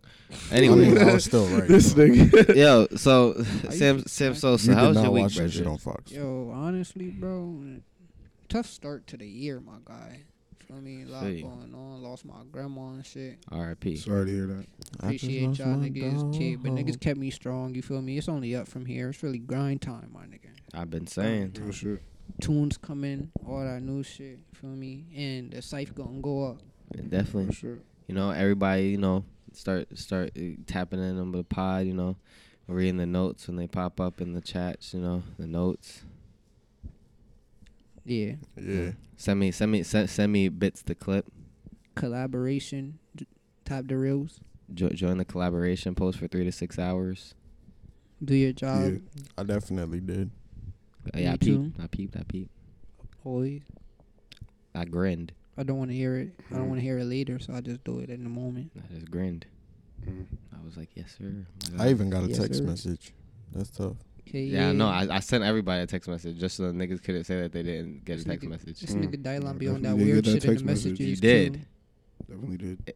[SPEAKER 5] I mean,
[SPEAKER 6] Anyway,
[SPEAKER 5] I was still
[SPEAKER 6] (laughs)
[SPEAKER 5] right.
[SPEAKER 4] This nigga.
[SPEAKER 6] yo,
[SPEAKER 2] (laughs)
[SPEAKER 6] so Sam Sam Sosa,
[SPEAKER 5] you
[SPEAKER 6] how
[SPEAKER 5] did
[SPEAKER 6] was
[SPEAKER 5] not
[SPEAKER 6] your week,
[SPEAKER 5] watch that shit
[SPEAKER 6] bro?
[SPEAKER 5] on Fox.
[SPEAKER 2] yo, honestly, bro, tough start to the year, my guy. Feel me? A lot
[SPEAKER 6] See.
[SPEAKER 2] going on. Lost my grandma and shit.
[SPEAKER 6] R.I.P.
[SPEAKER 5] Sorry to hear that.
[SPEAKER 2] Appreciate y'all niggas, kid, but niggas kept me strong. You feel me? It's only up from here. It's really grind time, my nigga.
[SPEAKER 6] I've been saying.
[SPEAKER 5] Real shit.
[SPEAKER 2] Tunes coming, all that new shit. Feel me? And the site gonna go up.
[SPEAKER 6] Definitely. You know, everybody, you know, start start uh, tapping in on the pod, you know, reading the notes when they pop up in the chats, you know, the notes.
[SPEAKER 2] Yeah.
[SPEAKER 5] Yeah.
[SPEAKER 6] Send me send me send, send me bits to clip.
[SPEAKER 2] Collaboration, j- top the reels.
[SPEAKER 6] Jo- join the collaboration post for 3 to 6 hours.
[SPEAKER 2] Do your
[SPEAKER 5] Yeah.
[SPEAKER 2] job.
[SPEAKER 5] I definitely did.
[SPEAKER 6] Uh, Yeah, I
[SPEAKER 2] Me too.
[SPEAKER 6] peeped. I peeped. I peeped.
[SPEAKER 2] Always.
[SPEAKER 6] I grinned.
[SPEAKER 2] I don't want to hear it.
[SPEAKER 5] Mm.
[SPEAKER 2] I don't want to hear it later, so I just do it in the moment.
[SPEAKER 6] I just grinned.
[SPEAKER 2] Mm-hmm.
[SPEAKER 6] I was like, "Yes, sir." My God.
[SPEAKER 5] I even got a
[SPEAKER 2] Yes,
[SPEAKER 5] text
[SPEAKER 2] sir.
[SPEAKER 5] message. That's tough.
[SPEAKER 2] Okay,
[SPEAKER 6] yeah, no, I, I sent everybody a text message just so the niggas couldn't say that they didn't get a
[SPEAKER 2] This
[SPEAKER 6] text
[SPEAKER 2] nigga-
[SPEAKER 6] message.
[SPEAKER 2] This nigga Dylan be on that
[SPEAKER 5] Definitely
[SPEAKER 2] weird shit
[SPEAKER 5] did that
[SPEAKER 2] in the
[SPEAKER 5] text message.
[SPEAKER 2] messages.
[SPEAKER 6] You
[SPEAKER 2] too,
[SPEAKER 6] Mm. did.
[SPEAKER 5] Definitely did.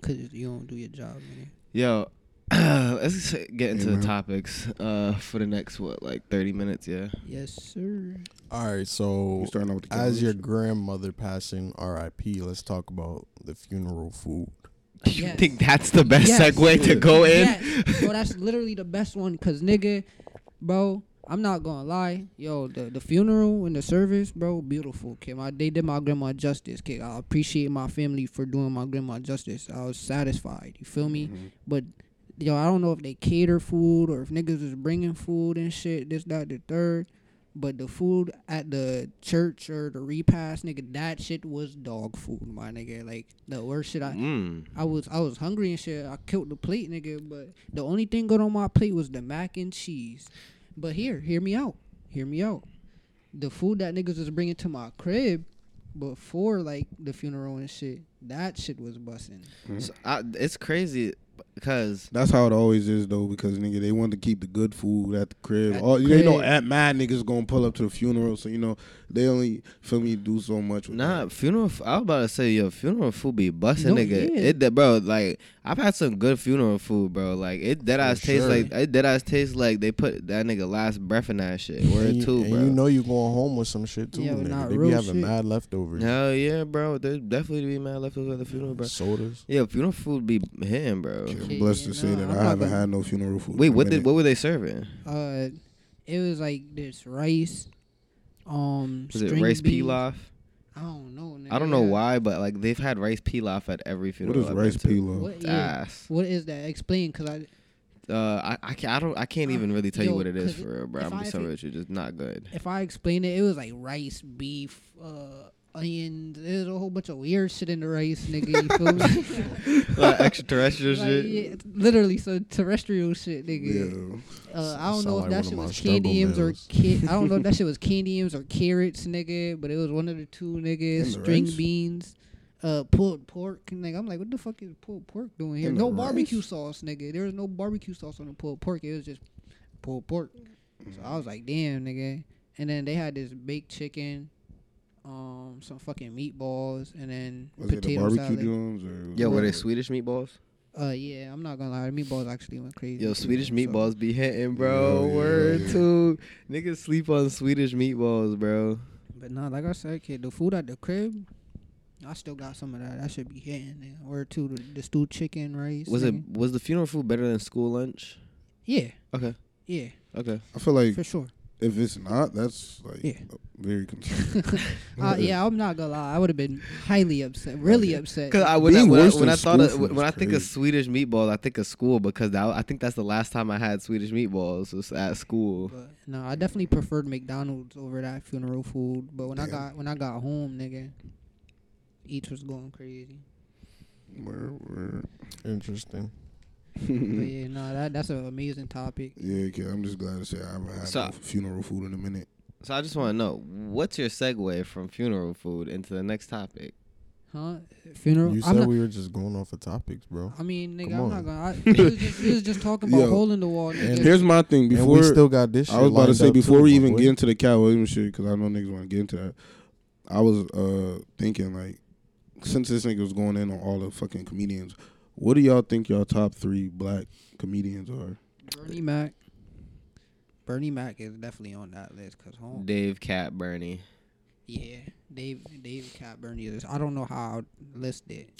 [SPEAKER 2] Cause you don't do your job, man.
[SPEAKER 6] Yo, (clears throat) let's get into
[SPEAKER 5] Amen.
[SPEAKER 6] the topics uh, for the next what, like thirty minutes? Yeah.
[SPEAKER 2] Yes, sir.
[SPEAKER 5] All right. So
[SPEAKER 4] We starting out with the
[SPEAKER 5] as your
[SPEAKER 4] collaboration.
[SPEAKER 5] grandmother passing, R.I.P. Let's talk about the funeral food.
[SPEAKER 2] Uh,
[SPEAKER 6] You
[SPEAKER 2] Yes.
[SPEAKER 6] think that's the best
[SPEAKER 2] Yes.
[SPEAKER 6] segue to go in?
[SPEAKER 2] Yes. Bro, that's literally the best one. Cause nigga, bro, I'm not gonna lie. Yo, the, the funeral and the service, bro, beautiful, kid. My, they did my grandma justice, kid. I appreciate my family for doing my grandma justice. I was satisfied. You feel me?
[SPEAKER 6] Mm-hmm.
[SPEAKER 2] But yo, I don't know if they cater food or if niggas is bringing food and shit. This, that, the third. But the food at the church or the repast, nigga, that shit was dog food, my nigga. Like the worst shit I
[SPEAKER 6] Mm.
[SPEAKER 2] I was I was hungry and shit. I killed the plate, nigga. But the only thing good on my plate was the mac and cheese. But here, hear me out. Hear me out. The food that niggas was bringing to my crib before like the funeral and shit, that shit was busting.
[SPEAKER 6] So, I, it's crazy because
[SPEAKER 4] That's how it always is though, because nigga they want to keep the good food at the crib.
[SPEAKER 2] At
[SPEAKER 4] All,
[SPEAKER 2] the
[SPEAKER 4] They know
[SPEAKER 2] crib.
[SPEAKER 4] at mad niggas gonna pull up to the funeral, so you know they only feel me do so much. With
[SPEAKER 6] Nah, funeral. f- I was about to say yo, funeral food be busting,
[SPEAKER 2] No,
[SPEAKER 6] nigga.
[SPEAKER 2] yeah.
[SPEAKER 6] It It, bro, like I've had some good funeral food, bro. Like it dead ass tastes
[SPEAKER 5] sure.
[SPEAKER 6] like it dead ass tastes like they put that nigga last breath in that shit. Word
[SPEAKER 5] and you,
[SPEAKER 6] too,
[SPEAKER 5] and
[SPEAKER 6] bro.
[SPEAKER 5] you know you going home with some shit too,
[SPEAKER 2] Yeah,
[SPEAKER 5] nigga.
[SPEAKER 2] not
[SPEAKER 5] they be
[SPEAKER 2] real
[SPEAKER 5] having
[SPEAKER 2] shit.
[SPEAKER 5] mad leftovers.
[SPEAKER 6] Hell yeah, bro. There's definitely be mad leftovers at the funeral, bro.
[SPEAKER 5] Sodas.
[SPEAKER 6] Yeah, funeral food be hitting, bro.
[SPEAKER 4] that.
[SPEAKER 2] Okay,
[SPEAKER 4] I'm blessed to
[SPEAKER 2] yeah,
[SPEAKER 4] say
[SPEAKER 2] nah,
[SPEAKER 4] that
[SPEAKER 2] I'm
[SPEAKER 4] I
[SPEAKER 2] not
[SPEAKER 4] haven't
[SPEAKER 2] gonna-
[SPEAKER 4] had no funeral food.
[SPEAKER 6] Wait,
[SPEAKER 4] in a
[SPEAKER 6] what did
[SPEAKER 4] minute.
[SPEAKER 6] what were they serving?
[SPEAKER 2] Uh, it was like this rice, um,
[SPEAKER 6] Was it
[SPEAKER 2] string
[SPEAKER 6] rice
[SPEAKER 2] beans.
[SPEAKER 6] pilaf?
[SPEAKER 2] I don't know. Nigga.
[SPEAKER 6] I don't know
[SPEAKER 2] Yeah.
[SPEAKER 6] why, but like they've had rice pilaf at every
[SPEAKER 4] What
[SPEAKER 6] funeral.
[SPEAKER 4] is rice pilaf?
[SPEAKER 2] What, yeah.
[SPEAKER 6] Ass.
[SPEAKER 2] what is that? Explain, cause I
[SPEAKER 6] Uh, I I can't, I don't I can't
[SPEAKER 2] Uh,
[SPEAKER 6] even really tell you
[SPEAKER 2] yo,
[SPEAKER 6] what it is
[SPEAKER 2] 'cause
[SPEAKER 6] for real, bro.
[SPEAKER 2] if
[SPEAKER 6] I'm gonna
[SPEAKER 2] I-
[SPEAKER 6] be
[SPEAKER 2] if
[SPEAKER 6] so
[SPEAKER 2] it-
[SPEAKER 6] rich, it's just
[SPEAKER 2] (laughs)
[SPEAKER 6] not good.
[SPEAKER 2] if I explained it, it was like rice, beef, uh, onions. There's a whole bunch of weird shit in the rice, nigga. You feel me?
[SPEAKER 6] like extraterrestrial
[SPEAKER 2] Like,
[SPEAKER 6] shit.
[SPEAKER 2] yeah, literally, so terrestrial shit, nigga.
[SPEAKER 5] Yeah.
[SPEAKER 2] Uh, I don't
[SPEAKER 5] Sound
[SPEAKER 2] know if
[SPEAKER 5] like
[SPEAKER 2] that
[SPEAKER 5] one
[SPEAKER 2] shit
[SPEAKER 5] of my
[SPEAKER 2] was
[SPEAKER 5] struggle
[SPEAKER 2] candy M's or
[SPEAKER 5] meals.
[SPEAKER 2] ki- I don't know if
[SPEAKER 4] (laughs)
[SPEAKER 2] that shit was candy M's or carrots, nigga. But it was one of the two, nigga.
[SPEAKER 4] In the
[SPEAKER 2] String
[SPEAKER 4] rice?
[SPEAKER 2] beans. Uh, pulled pork, nigga. I'm like, what the fuck is pulled pork doing here?
[SPEAKER 4] In the
[SPEAKER 2] No
[SPEAKER 4] rice?
[SPEAKER 2] barbecue sauce, nigga. There was no barbecue sauce on the pulled pork. It was just pulled pork. So I was like, damn, nigga. And then they had this baked chicken, um, some fucking meatballs, and then
[SPEAKER 4] Was it the
[SPEAKER 2] potato
[SPEAKER 4] barbecue
[SPEAKER 2] salad.
[SPEAKER 4] drums or?
[SPEAKER 6] Yo, were
[SPEAKER 4] what
[SPEAKER 6] they
[SPEAKER 4] is
[SPEAKER 6] Swedish meatballs?
[SPEAKER 2] Uh, yeah, I'm not gonna lie, the meatballs actually went crazy.
[SPEAKER 6] Yo,
[SPEAKER 2] too,
[SPEAKER 6] Swedish
[SPEAKER 2] so-
[SPEAKER 6] meatballs be hitting, bro.
[SPEAKER 4] Yeah, yeah,
[SPEAKER 6] Word
[SPEAKER 4] yeah.
[SPEAKER 6] too. Niggas sleep on Swedish meatballs, bro.
[SPEAKER 2] But nah, like I said, kid, the food at the crib, I still got some of that. I should be hitting it. Or two, the, the stewed chicken rice.
[SPEAKER 6] Was it
[SPEAKER 2] nigga.
[SPEAKER 6] was the funeral food better than school lunch?
[SPEAKER 2] Yeah,
[SPEAKER 6] Okay,
[SPEAKER 2] yeah,
[SPEAKER 6] okay.
[SPEAKER 4] I feel like
[SPEAKER 2] for sure.
[SPEAKER 4] if it's not, that's like
[SPEAKER 2] Yeah.
[SPEAKER 4] very (laughs)
[SPEAKER 2] (laughs)
[SPEAKER 4] concerning.
[SPEAKER 2] Uh, yeah, I'm not gonna lie, I would have been highly upset, really upset.
[SPEAKER 6] Because I when, I,
[SPEAKER 4] Being
[SPEAKER 6] when, I,
[SPEAKER 4] worse
[SPEAKER 6] when
[SPEAKER 4] than
[SPEAKER 6] I thought
[SPEAKER 4] school
[SPEAKER 6] of,
[SPEAKER 4] food
[SPEAKER 6] when I
[SPEAKER 4] is
[SPEAKER 6] think of
[SPEAKER 4] crazy.
[SPEAKER 6] Swedish meatballs, I think of school because that, I think that's the last time I had Swedish meatballs was at school.
[SPEAKER 2] But no, I definitely preferred McDonald's over that funeral food. But when I
[SPEAKER 4] Damn.
[SPEAKER 2] got when I got home, nigga, each was going crazy.
[SPEAKER 4] Word, word.
[SPEAKER 5] Interesting.
[SPEAKER 2] but Oh,
[SPEAKER 4] Mm.
[SPEAKER 2] yeah, no, that that's an amazing topic.
[SPEAKER 8] Yeah, kid. I'm just glad to say I haven't had
[SPEAKER 6] So-
[SPEAKER 8] no funeral food in a minute.
[SPEAKER 6] So I just want to know what's your segue from funeral food into the next topic?
[SPEAKER 2] Huh? Funeral.
[SPEAKER 5] You
[SPEAKER 2] I'm
[SPEAKER 5] said
[SPEAKER 2] not,
[SPEAKER 5] we were just going off of topics, bro.
[SPEAKER 2] I mean, nigga,
[SPEAKER 5] Come
[SPEAKER 2] I'm not
[SPEAKER 5] on.
[SPEAKER 2] gonna. I,
[SPEAKER 8] (laughs)
[SPEAKER 2] we, was just, we was just talking about
[SPEAKER 8] Yo.
[SPEAKER 2] hole in the wall. Nigga.
[SPEAKER 8] Here's my thing.
[SPEAKER 5] and
[SPEAKER 8] Before
[SPEAKER 5] we still got this. Shit
[SPEAKER 8] I was about to
[SPEAKER 5] lined
[SPEAKER 8] say
[SPEAKER 5] up too,
[SPEAKER 8] before we
[SPEAKER 5] my
[SPEAKER 8] even
[SPEAKER 5] boy.
[SPEAKER 8] get into the Cat Williams shit, because I know niggas want to get into that. I was uh thinking like, since this nigga was going in on all the fucking comedians, what do y'all think y'all top three black comedians are?
[SPEAKER 2] Bernie Mac. Bernie Mac is definitely on that list because home.
[SPEAKER 6] Dave, Cat, Bernie.
[SPEAKER 2] Yeah, Dave, Dave Cat Bernie is. I don't know how I list it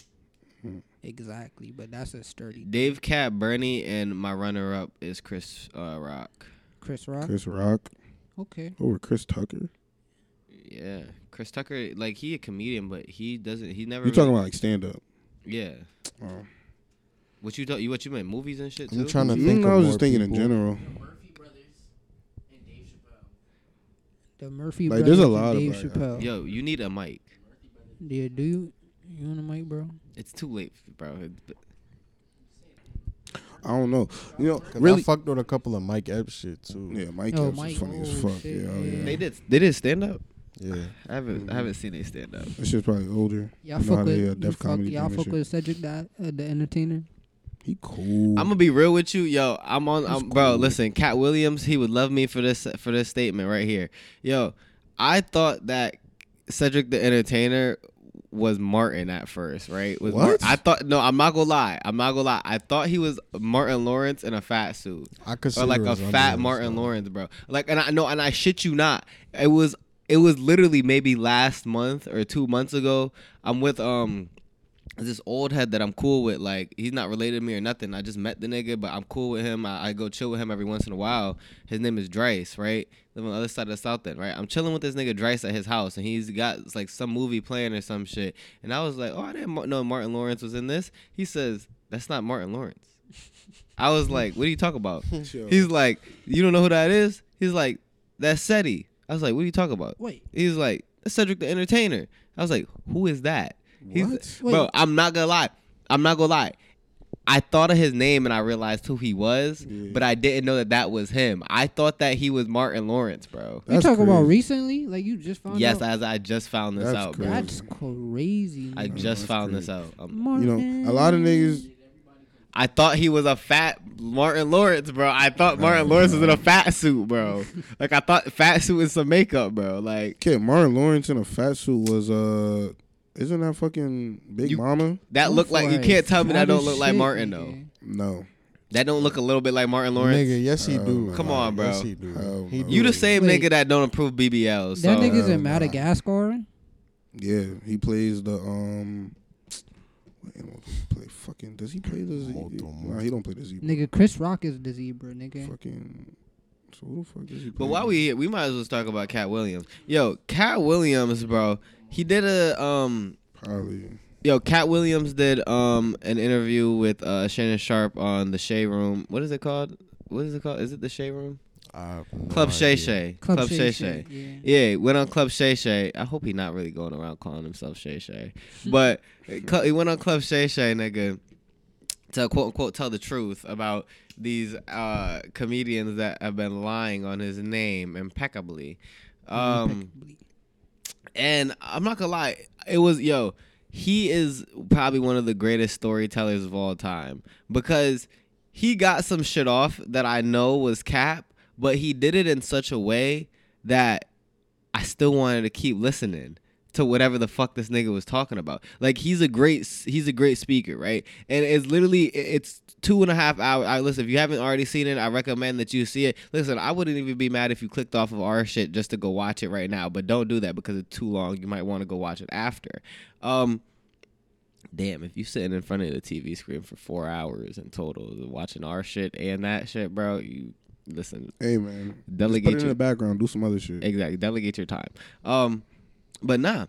[SPEAKER 8] Hmm.
[SPEAKER 2] exactly, but that's a sturdy
[SPEAKER 6] Dave, Cat, Bernie, and my runner-up is Chris uh, Rock.
[SPEAKER 2] Chris Rock.
[SPEAKER 8] Chris Rock
[SPEAKER 2] Okay,
[SPEAKER 8] or Chris Tucker?
[SPEAKER 6] Yeah, Chris Tucker. Like he a comedian, but he doesn't. He never.
[SPEAKER 8] You talking about like stand up?
[SPEAKER 6] Yeah.
[SPEAKER 8] Oh.
[SPEAKER 6] What you thought? You what you meant? Movies and shit too.
[SPEAKER 5] I'm trying to think.
[SPEAKER 8] Mm, I was
[SPEAKER 5] of
[SPEAKER 8] just
[SPEAKER 5] more
[SPEAKER 8] thinking
[SPEAKER 5] people.
[SPEAKER 8] in general.
[SPEAKER 2] the Murphy
[SPEAKER 8] Like,
[SPEAKER 2] brothers.
[SPEAKER 8] there's a
[SPEAKER 2] and
[SPEAKER 8] lot of
[SPEAKER 2] Dave
[SPEAKER 8] black guys.
[SPEAKER 2] Chappelle.
[SPEAKER 6] Yo, you need a mic.
[SPEAKER 2] Yeah, do you you want a mic, bro?
[SPEAKER 6] It's too late, bro.
[SPEAKER 8] I don't know. You know,
[SPEAKER 5] 'Cause I
[SPEAKER 8] really?
[SPEAKER 5] fucked with a couple of Mike Epps shit too.
[SPEAKER 8] Yeah, Mike
[SPEAKER 2] Oh,
[SPEAKER 8] Epps
[SPEAKER 2] Mike-
[SPEAKER 8] is funny as
[SPEAKER 2] oh,
[SPEAKER 8] fuck.
[SPEAKER 2] shit,
[SPEAKER 8] yeah, oh, yeah.
[SPEAKER 6] They did. They did stand up.
[SPEAKER 5] Yeah.
[SPEAKER 6] I haven't. I haven't seen they stand up.
[SPEAKER 4] Mm.
[SPEAKER 8] That shit's probably older.
[SPEAKER 2] Y'all
[SPEAKER 8] You know how
[SPEAKER 2] fuck
[SPEAKER 8] they,
[SPEAKER 2] with
[SPEAKER 8] uh,
[SPEAKER 2] you
[SPEAKER 8] Def
[SPEAKER 2] fuck,
[SPEAKER 8] Comedy
[SPEAKER 2] y'all
[SPEAKER 8] Jam and
[SPEAKER 2] fuck
[SPEAKER 8] shit.
[SPEAKER 2] with Cedric the, uh, the entertainer.
[SPEAKER 8] He cool.
[SPEAKER 6] I'm gonna be real with you, yo. I'm on, I'm, bro. Listen, Cat Williams, he would love me for this for this statement right here, yo. I thought that Cedric the Entertainer was Martin at first, right? Was Mar-
[SPEAKER 8] What?
[SPEAKER 6] I thought no, I'm not gonna lie. I'm not gonna lie. I thought he was Martin Lawrence in a fat suit.
[SPEAKER 5] I could
[SPEAKER 6] or like a fat Martin Lawrence, bro. Like, and I know, and I shit you not, it was it was literally maybe last month or two months ago. I'm with um this old head that I'm cool with. Like, he's not related to me or nothing. I just met the nigga, but I'm cool with him. I, I go chill with him every once in a while. His name is Dryce, right? Live on the other side of the South End, right? I'm chilling with this nigga Dryce at his house, and he's got it's like some movie playing or some shit. And I was like, oh, I didn't mo- know Martin Lawrence was in this. He says that's not Martin Lawrence. I was like, what are you talking about? He's like, you don't know who that is? He's like, that's Seti. I was like, what are you talking about?
[SPEAKER 2] Wait.
[SPEAKER 6] He's like, that's Cedric the Entertainer. I was like, who is that? He's,
[SPEAKER 2] What?
[SPEAKER 6] Bro,
[SPEAKER 2] Wait.
[SPEAKER 6] I'm not gonna lie. I'm not gonna lie. I thought of his name and I realized who he was, but I didn't know that that was him. I thought that he was Martin Lawrence, bro.
[SPEAKER 8] That's
[SPEAKER 2] you talking about
[SPEAKER 8] crazy.
[SPEAKER 2] recently? Like you just found
[SPEAKER 6] yes,
[SPEAKER 2] out?
[SPEAKER 6] as I just found this
[SPEAKER 8] That's
[SPEAKER 6] out, bro.
[SPEAKER 8] crazy.
[SPEAKER 2] Oh, That's crazy.
[SPEAKER 6] I
[SPEAKER 2] nigga.
[SPEAKER 6] just found this out. Um,
[SPEAKER 8] You know, a lot of niggas.
[SPEAKER 6] I thought he was a fat Martin Lawrence, bro. I thought Martin Lawrence was in a fat suit, bro. like I thought fat suit is some makeup, bro. Like
[SPEAKER 8] Okay, Martin Lawrence in a fat suit was uh, isn't that fucking Big
[SPEAKER 6] You-
[SPEAKER 8] Mama?
[SPEAKER 6] that
[SPEAKER 2] Go
[SPEAKER 6] look like
[SPEAKER 2] for
[SPEAKER 6] you
[SPEAKER 2] it.
[SPEAKER 6] can't tell me that
[SPEAKER 2] Fat
[SPEAKER 6] don't
[SPEAKER 2] as
[SPEAKER 6] look like
[SPEAKER 2] shit,
[SPEAKER 6] Martin though.
[SPEAKER 2] nigga.
[SPEAKER 8] No,
[SPEAKER 6] That don't look a little bit like Martin Lawrence.
[SPEAKER 5] Nigga, yes he do.
[SPEAKER 6] Come on, bro.
[SPEAKER 5] Yes he do.
[SPEAKER 8] Hell
[SPEAKER 5] He
[SPEAKER 8] no.
[SPEAKER 5] do.
[SPEAKER 6] You the same
[SPEAKER 2] Wait.
[SPEAKER 6] nigga that don't approve BBL. So
[SPEAKER 2] That nigga's
[SPEAKER 8] Hell
[SPEAKER 2] in
[SPEAKER 8] nah.
[SPEAKER 2] Madagascar.
[SPEAKER 8] yeah, he plays the um. What animal does he play? Fucking does he play the zebra?
[SPEAKER 5] Moto,
[SPEAKER 8] Nah, he don't play the zebra.
[SPEAKER 2] Nigga, Chris Rock is the zebra. Nigga,
[SPEAKER 8] Fucking. So who the fuck does he? Play?
[SPEAKER 6] But while we here, we might as well talk about Cat Williams. Yo, Cat Williams, bro. He did a um
[SPEAKER 8] probably
[SPEAKER 6] yo, Cat Williams did um an interview with uh Shannon Sharp on the Shea Room. What is it called? What is it called? Is it the Shea Room?
[SPEAKER 5] I have no
[SPEAKER 6] Club Shay
[SPEAKER 5] idea.
[SPEAKER 6] Shay.
[SPEAKER 2] Club
[SPEAKER 6] Club
[SPEAKER 2] Shay
[SPEAKER 6] Shay
[SPEAKER 2] Shay,
[SPEAKER 6] Shay. Yeah, went on Club Shay Shay. I hope he not really going around calling himself Shay (laughs) Shay. But cl- he went on Club Shay Shay, nigga, to quote unquote tell the truth about these uh, comedians that have been lying on his name impeccably. Um, and I'm not gonna lie, it was yo. He is probably one of the greatest storytellers of all time because he got some shit off that I know was cap, but he did it in such a way that I still wanted to keep listening to whatever the fuck this nigga was talking about. Like he's a great he's a great speaker, right? And it's literally it's two and a half hours. I listen, if you haven't already seen it, I recommend that you see it. Listen, I wouldn't even be mad if you clicked off of our shit just to go watch it right now, but don't do that because it's too long. You might want to go watch it after. Um Damn, if you sitting in front of the TV screen for four hours in total, watching our shit and that shit, bro, you listen,
[SPEAKER 8] Hey man, just
[SPEAKER 6] delegate
[SPEAKER 8] put it in
[SPEAKER 6] your
[SPEAKER 8] the background. Do some other shit.
[SPEAKER 6] Exactly. Delegate your time. Um, but nah,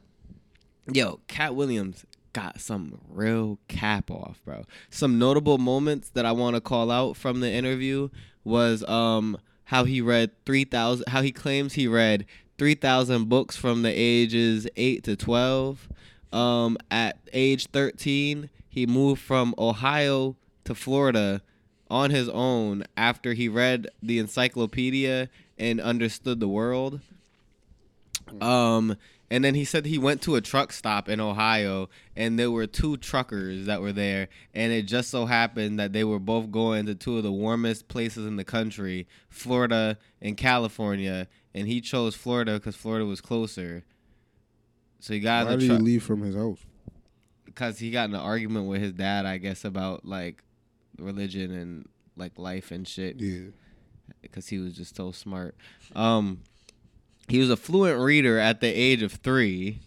[SPEAKER 6] yo, Cat Williams got some real cap off, bro. Some notable moments that I want to call out from the interview was um how he read three thousand, how he claims he read three thousand books from the ages eight to twelve. Um, at age thirteen, he moved from Ohio to Florida on his own after he read the encyclopedia and understood the world. Um, and then he said he went to a truck stop in Ohio, and there were two truckers that were there, and it just so happened that they were both going to two of the warmest places in the country, Florida and California, and he chose Florida because Florida was closer. So he got
[SPEAKER 4] Why did
[SPEAKER 6] in the
[SPEAKER 4] he
[SPEAKER 6] truck
[SPEAKER 4] leave from his house?
[SPEAKER 6] because he got in an argument with his dad, I guess, about like religion and like life and shit
[SPEAKER 4] Yeah.
[SPEAKER 6] because he was just so smart. Um, he was a fluent reader at the age of three,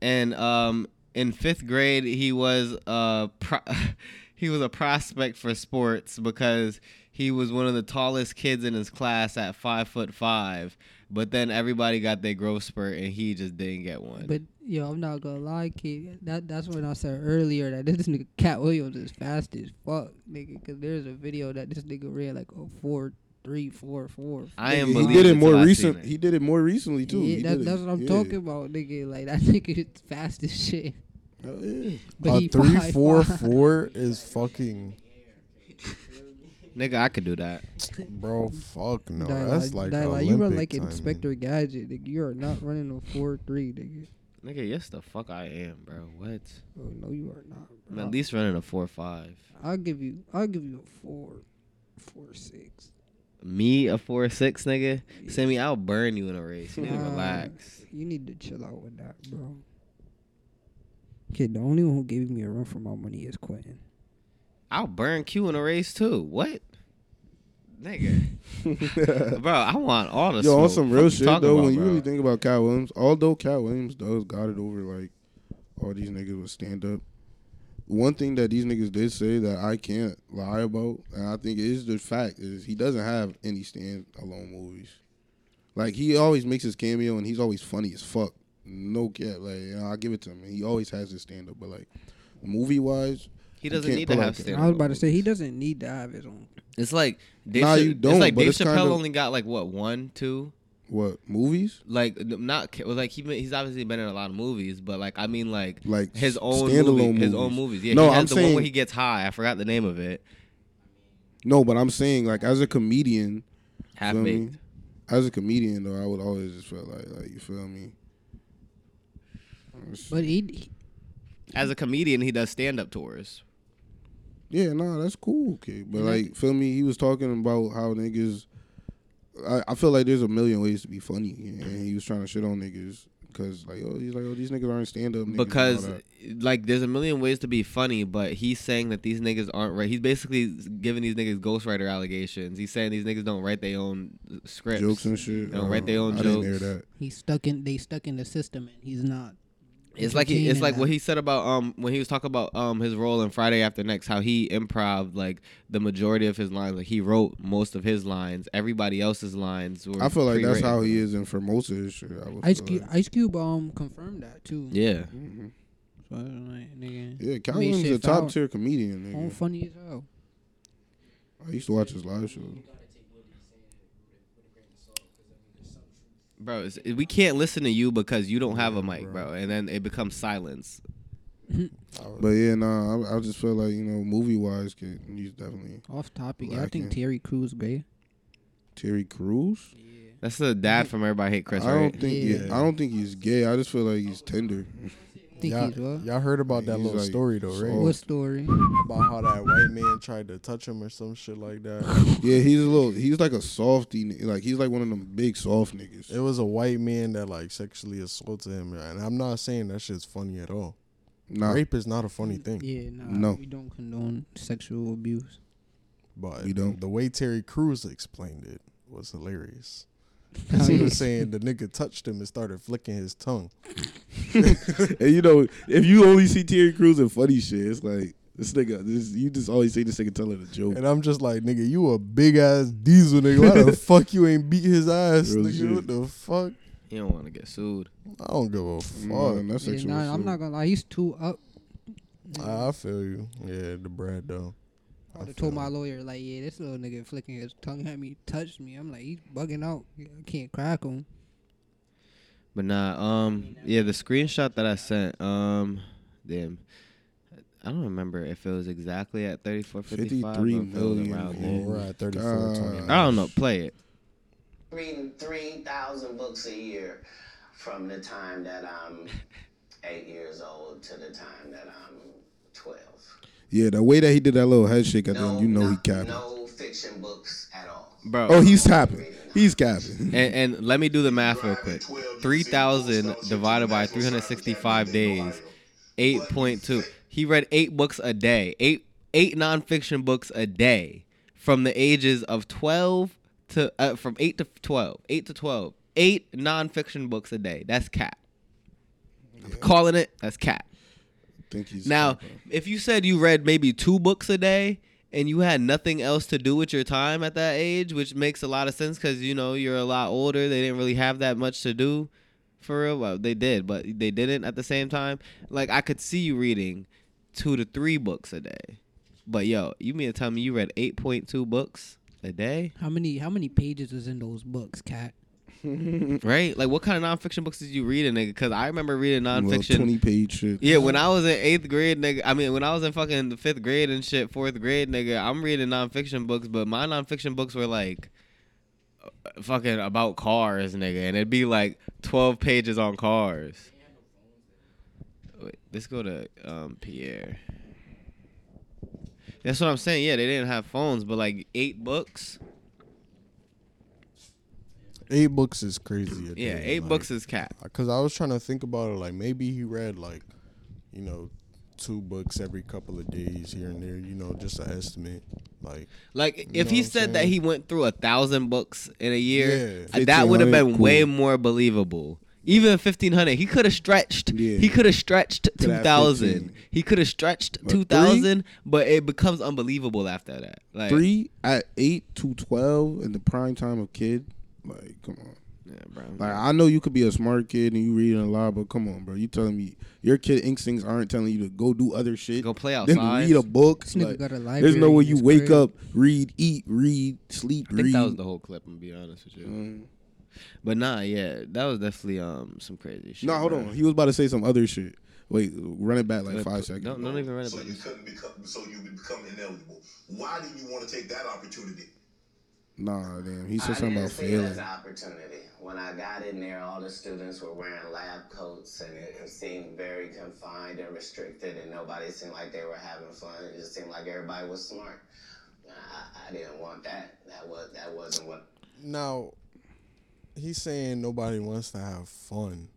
[SPEAKER 6] and um, in fifth grade he was a pro- (laughs) he was a prospect for sports because he was one of the tallest kids in his class at five foot five. But then everybody got their growth spurt, and he just didn't get one.
[SPEAKER 2] But yo, I'm not gonna lie, kid. That that's when I said earlier that this (laughs) nigga Cat Williams is fast as fuck, nigga. Cause there's a video that this nigga read like a four, three, four, four.
[SPEAKER 6] I am.
[SPEAKER 4] He
[SPEAKER 6] believing
[SPEAKER 4] did it more
[SPEAKER 6] till I seen
[SPEAKER 4] recent.
[SPEAKER 6] it.
[SPEAKER 4] He did it more recently too.
[SPEAKER 2] yeah,
[SPEAKER 4] He
[SPEAKER 2] that,
[SPEAKER 4] did it.
[SPEAKER 2] that's what I'm
[SPEAKER 4] Yeah.
[SPEAKER 2] talking about, nigga. Like that (laughs) nigga is fast as shit.
[SPEAKER 4] Hell yeah.
[SPEAKER 2] But
[SPEAKER 5] a
[SPEAKER 2] he
[SPEAKER 5] three
[SPEAKER 2] five,
[SPEAKER 5] four
[SPEAKER 2] (laughs) five.
[SPEAKER 5] four is fucking
[SPEAKER 6] Nigga, I could do that.
[SPEAKER 5] bro. Fuck no,
[SPEAKER 2] Dai,
[SPEAKER 5] that's like
[SPEAKER 2] Dai,
[SPEAKER 5] Olympic
[SPEAKER 2] you run like
[SPEAKER 5] timing.
[SPEAKER 2] Inspector Gadget, nigga. You are not running a four three, nigga.
[SPEAKER 6] Nigga, yes the fuck I am, bro. What?
[SPEAKER 2] Oh no, you are not.
[SPEAKER 6] I'm
[SPEAKER 2] bro.
[SPEAKER 6] at least running a four five.
[SPEAKER 2] I'll give you. I'll give you a four, four six.
[SPEAKER 6] Me a four six, nigga. Sammy, I'll burn you in a race. You need to
[SPEAKER 2] Nah.
[SPEAKER 6] relax.
[SPEAKER 2] You need to chill out with that, bro. Kid, the only one who gave me a run for my money is Quentin.
[SPEAKER 6] I'll burn Q in a race too. What? Nigga,
[SPEAKER 4] (laughs)
[SPEAKER 6] bro, I want all the.
[SPEAKER 4] Yo, on
[SPEAKER 6] smoke.
[SPEAKER 4] some
[SPEAKER 6] Fuck
[SPEAKER 4] real
[SPEAKER 6] you
[SPEAKER 4] shit
[SPEAKER 6] talking
[SPEAKER 4] though,
[SPEAKER 6] about,
[SPEAKER 4] when you
[SPEAKER 6] bro?
[SPEAKER 4] really think about Cat Williams, although Cat Williams does got it over like all these niggas with stand up, one thing that these niggas did say that I can't lie about, and I think it is the fact, is he doesn't have any stand alone movies. Like he always makes his cameo and he's always funny as fuck. No cap, like you know, I give it to him. He always has his stand up, but like movie wise,
[SPEAKER 6] he
[SPEAKER 4] you
[SPEAKER 6] doesn't
[SPEAKER 4] can't
[SPEAKER 6] need to
[SPEAKER 4] pull out
[SPEAKER 6] have
[SPEAKER 4] the-
[SPEAKER 6] stand.
[SPEAKER 2] I was about to say he doesn't need to have his own.
[SPEAKER 6] It's like Dave
[SPEAKER 4] Nah,
[SPEAKER 6] Ch-
[SPEAKER 4] you don't,
[SPEAKER 6] It's like
[SPEAKER 4] but
[SPEAKER 6] Dave
[SPEAKER 4] it's
[SPEAKER 6] Chappelle
[SPEAKER 4] kind of-
[SPEAKER 6] only got like what one, two.
[SPEAKER 4] what movies?
[SPEAKER 6] Like n- not ca- well, like he been- he's obviously been in a lot of movies, but like I mean like
[SPEAKER 4] Like
[SPEAKER 6] his own
[SPEAKER 4] standalone
[SPEAKER 6] movie, his own
[SPEAKER 4] movies.
[SPEAKER 6] movies. Yeah,
[SPEAKER 4] No,
[SPEAKER 6] he has
[SPEAKER 4] I'm
[SPEAKER 6] the one
[SPEAKER 4] saying-
[SPEAKER 6] where he gets high. I forgot the name of it.
[SPEAKER 4] No, but I'm saying like as a comedian,
[SPEAKER 6] Half
[SPEAKER 4] Feel me?
[SPEAKER 6] baked.
[SPEAKER 4] as a comedian though, I would always just feel like like you feel me.
[SPEAKER 2] But he,
[SPEAKER 6] As a comedian, he does stand up tours.
[SPEAKER 4] Yeah, nah, that's cool, kid. But
[SPEAKER 2] And I
[SPEAKER 4] like, feel me? He was talking about how niggas. I, I feel like there's a million ways to be funny, and he was trying to shit on niggas because like, oh, he's like, oh, these niggas aren't stand up.
[SPEAKER 6] because like there's a million ways to be funny but he's saying that these niggas aren't right he's basically giving these niggas ghostwriter allegations he's saying these niggas don't write their own uh, scripts
[SPEAKER 4] jokes and shit. Oh,
[SPEAKER 6] They don't write their own
[SPEAKER 4] I didn't hear
[SPEAKER 6] jokes.
[SPEAKER 4] that.
[SPEAKER 2] he's stuck in. They stuck in the system, and he's not.
[SPEAKER 6] it's like he,
[SPEAKER 2] entertaining
[SPEAKER 6] it's like what
[SPEAKER 2] that.
[SPEAKER 6] he said about um when he was talking about um his role in Friday After Next how he improv like the majority of his lines like he wrote most of his lines everybody else's lines were
[SPEAKER 4] I feel like that's
[SPEAKER 6] pre-written.
[SPEAKER 4] how he is in Formosa and shit. I would
[SPEAKER 2] Ice
[SPEAKER 4] feel
[SPEAKER 2] Cube.
[SPEAKER 4] like.
[SPEAKER 2] Ice Cube um confirmed that too.
[SPEAKER 6] yeah
[SPEAKER 4] Mhm.
[SPEAKER 2] So, like, nigga,
[SPEAKER 4] Yeah,
[SPEAKER 2] I mean,
[SPEAKER 4] Calvin's
[SPEAKER 2] shit,
[SPEAKER 4] a top
[SPEAKER 2] Fallon-
[SPEAKER 4] tier comedian.
[SPEAKER 2] all
[SPEAKER 4] Nigga.
[SPEAKER 2] funny as hell. Oh.
[SPEAKER 4] I used to watch his live show.
[SPEAKER 6] bro it's- we can't listen to you because you don't have a mic bro and then it becomes silence
[SPEAKER 4] But yeah, nah, I, I just feel like you know, movie wise, kid, he's definitely
[SPEAKER 2] Off topic. Yeah, I
[SPEAKER 4] Lacking.
[SPEAKER 2] think Terry Crews gay.
[SPEAKER 4] Terry Crews.
[SPEAKER 6] that's the dad from Everybody Hate Chris
[SPEAKER 4] I
[SPEAKER 6] right?
[SPEAKER 4] don't think,
[SPEAKER 2] Yeah.
[SPEAKER 4] yeah, I don't think he's gay. I just feel like he's tender.
[SPEAKER 2] Think
[SPEAKER 5] Y'all,
[SPEAKER 2] he's what?
[SPEAKER 5] (laughs) y'all heard about that
[SPEAKER 4] He's
[SPEAKER 5] little
[SPEAKER 4] like
[SPEAKER 5] story though, right?
[SPEAKER 4] so- (laughs)
[SPEAKER 2] What story?
[SPEAKER 5] About how that white man tried to touch him or some shit
[SPEAKER 2] (laughs)
[SPEAKER 5] like that.
[SPEAKER 4] Yeah, he's a little. He's like a softy. ni- Like he's like one of them big soft niggas.
[SPEAKER 5] it was a white man that like sexually assaulted him, and I'm not saying that shit's funny at all.
[SPEAKER 4] Nah,
[SPEAKER 5] Rape is not a funny thing.
[SPEAKER 2] Yeah, nah,
[SPEAKER 4] No.
[SPEAKER 2] We don't condone sexual
[SPEAKER 5] (laughs)
[SPEAKER 2] abuse.
[SPEAKER 5] But
[SPEAKER 4] We don't.
[SPEAKER 5] the way Terry Crews explained it was hilarious. 'Cause he was saying the nigga touched him and started flicking his tongue.
[SPEAKER 4] and you know, if you only see Terry Crews and funny shit, it's like this nigga. This you just always see this nigga telling a joke.
[SPEAKER 5] And I'm just like, nigga, you a big ass diesel nigga. Why
[SPEAKER 8] (laughs)
[SPEAKER 5] the fuck you ain't beat his ass,
[SPEAKER 4] Real
[SPEAKER 5] nigga?
[SPEAKER 4] shit.
[SPEAKER 5] What the fuck?
[SPEAKER 6] You don't want to get sued.
[SPEAKER 5] I don't give a
[SPEAKER 8] Mm.
[SPEAKER 4] Nah,
[SPEAKER 5] fuck.
[SPEAKER 4] that's
[SPEAKER 2] Yeah,
[SPEAKER 4] sexual
[SPEAKER 2] nah, I'm
[SPEAKER 4] assault.
[SPEAKER 2] not gonna lie. He's too up.
[SPEAKER 5] Uh, I I feel you. Yeah, the bread though.
[SPEAKER 2] I would've told my lawyer, like, yeah, this little nigga flicking his tongue at me, touched me. I'm like, he's bugging out. I can't crack him.
[SPEAKER 6] But nah, um, yeah, the screenshot that I sent, um, damn, I don't remember if it was exactly at 34, 55.
[SPEAKER 8] 53
[SPEAKER 6] or if it was
[SPEAKER 8] million,
[SPEAKER 6] around
[SPEAKER 8] yeah.
[SPEAKER 6] there.
[SPEAKER 5] We're at 34,
[SPEAKER 8] God.
[SPEAKER 5] 29.
[SPEAKER 6] I don't know. Play it.
[SPEAKER 9] reading 3,000 books a year from the time that I'm eight years old to the time that I'm 12.
[SPEAKER 8] Yeah, the way that he did that little head shake at the
[SPEAKER 9] No,
[SPEAKER 8] end, you know he
[SPEAKER 9] not-
[SPEAKER 8] capping.
[SPEAKER 9] no fiction books at all.
[SPEAKER 6] Bro.
[SPEAKER 8] Oh, he's tapping. He's capping.
[SPEAKER 6] And, and let me do the math real quick. 3,000 divided by 365 days, 8.2. He read eight books a day, eight, eight nonfiction books a day from the ages of 12 to, uh, from 8 to 12, 8 to 12. Eight nonfiction books a day. That's cat. I'm calling it. That's cat.
[SPEAKER 8] think he's
[SPEAKER 6] Now,
[SPEAKER 8] capping.
[SPEAKER 6] if you said you read maybe two books a day and you had nothing else to do with your time at that age, which makes a lot of sense because you know you're a lot older, they didn't really have that much to do for real. Well, they did, but they didn't at the same time. Like, I could see you reading two to three books a day, but yo, you mean to tell me you read 8.2 books a day,
[SPEAKER 2] How many how many pages is in those books, cat?
[SPEAKER 6] right? Like, what kind of nonfiction books did you read, nigga? Because I remember reading
[SPEAKER 8] Well,
[SPEAKER 6] nonfiction.
[SPEAKER 8] 20 page shit.
[SPEAKER 6] Yeah, when I was in eighth grade, nigga. I mean, when I was in fucking the fifth grade and shit, fourth grade, nigga. I'm reading nonfiction books, but my nonfiction books were like uh, fucking about cars, nigga, and it'd be like twelve pages on cars. Wait, let's go to um, Pierre. That's what I'm saying. Yeah, they didn't have phones, but like eight books.
[SPEAKER 5] Eight books is crazy. a
[SPEAKER 6] Yeah,
[SPEAKER 5] day,
[SPEAKER 6] eight
[SPEAKER 5] like-
[SPEAKER 6] books is cap.
[SPEAKER 5] Cause I was trying to think about it, like maybe he read like, you know, two books every couple of days here and there. You know, just an estimate. Like
[SPEAKER 6] Like
[SPEAKER 5] You
[SPEAKER 6] if
[SPEAKER 5] know
[SPEAKER 6] he
[SPEAKER 5] what I'm
[SPEAKER 6] said that
[SPEAKER 5] saying?
[SPEAKER 6] he went through a thousand books in a year,
[SPEAKER 5] Yeah.
[SPEAKER 6] uh, that would have been
[SPEAKER 8] 1500,
[SPEAKER 6] way
[SPEAKER 8] cool.
[SPEAKER 6] more believable. Even fifteen hundred, he could have stretched.
[SPEAKER 8] Yeah.
[SPEAKER 6] He could have stretched
[SPEAKER 8] Could
[SPEAKER 6] two
[SPEAKER 8] have
[SPEAKER 6] thousand.
[SPEAKER 8] 15.
[SPEAKER 6] He could have stretched
[SPEAKER 8] But
[SPEAKER 6] two thousand, but it becomes unbelievable after that. Like
[SPEAKER 8] Three at 8 to 12 in the prime time of kid. Like, come on.
[SPEAKER 6] yeah, bro.
[SPEAKER 8] Like I know you could be a smart kid and you reading a lot, but come on, bro. You telling me your kid instincts aren't telling you to go do other shit.
[SPEAKER 6] Go play
[SPEAKER 8] Then
[SPEAKER 6] outside.
[SPEAKER 8] read a book.
[SPEAKER 2] This nigga
[SPEAKER 8] Like,
[SPEAKER 2] got a
[SPEAKER 8] there's no
[SPEAKER 2] library
[SPEAKER 8] way
[SPEAKER 2] in
[SPEAKER 8] you
[SPEAKER 2] his
[SPEAKER 8] wake
[SPEAKER 2] crib.
[SPEAKER 8] up, read, eat, read, sleep,
[SPEAKER 6] I think
[SPEAKER 8] read.
[SPEAKER 6] that was the whole clip. I'm be honest with you,
[SPEAKER 8] Mm.
[SPEAKER 6] but nah, yeah, that was definitely um some crazy shit.
[SPEAKER 8] no, hold
[SPEAKER 6] bro.
[SPEAKER 8] on. He was about to say some other shit. Wait, run it back like
[SPEAKER 6] Don't-
[SPEAKER 8] five seconds.
[SPEAKER 6] Don't, don't even run it
[SPEAKER 7] So
[SPEAKER 6] back.
[SPEAKER 7] you couldn't become, so you would become ineligible. Why do you want to take that opportunity?
[SPEAKER 8] Nah, damn. He said
[SPEAKER 9] I
[SPEAKER 8] something
[SPEAKER 9] didn't
[SPEAKER 8] about
[SPEAKER 9] see it as
[SPEAKER 8] failing.
[SPEAKER 9] an opportunity. When I got in there, all the students were wearing lab coats and it, it seemed very confined and restricted, and nobody seemed like they were having fun. It just seemed like everybody was smart. I, I didn't want that. That was that wasn't what
[SPEAKER 5] now, he's saying nobody wants to have fun.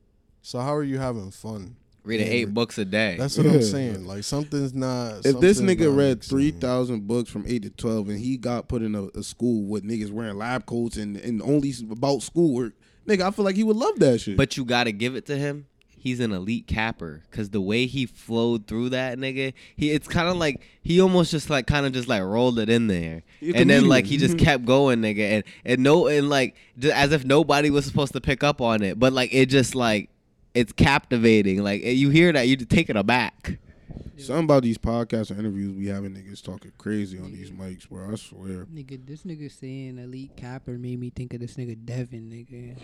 [SPEAKER 5] So how are you having fun?
[SPEAKER 6] Reading eight books a day.
[SPEAKER 5] That's what
[SPEAKER 8] Yeah.
[SPEAKER 5] I'm saying. Like something's not.
[SPEAKER 8] If this
[SPEAKER 5] something's
[SPEAKER 8] nigga
[SPEAKER 5] not
[SPEAKER 8] read
[SPEAKER 5] mixing.
[SPEAKER 8] three thousand books from eight to twelve, and he got put in a, a school with niggas wearing lab coats and, and only about schoolwork, nigga, I feel like he would love that shit.
[SPEAKER 6] But you gotta give it to him. He's an elite capper because the way he flowed through that nigga, he it's kind of like he almost just like kind of just like rolled it in there,
[SPEAKER 8] He a
[SPEAKER 6] and then
[SPEAKER 8] comedian.
[SPEAKER 6] like he just kept going, nigga, and and no and like just as if nobody was supposed to pick up on it, but like it just like it's captivating. Like eh, you hear that, you take it aback.
[SPEAKER 8] Something about these podcasts and interviews we having niggas talking crazy on these mics, bro. I swear.
[SPEAKER 2] Nigga, this nigga saying elite capper made me think of this nigga Devin, nigga.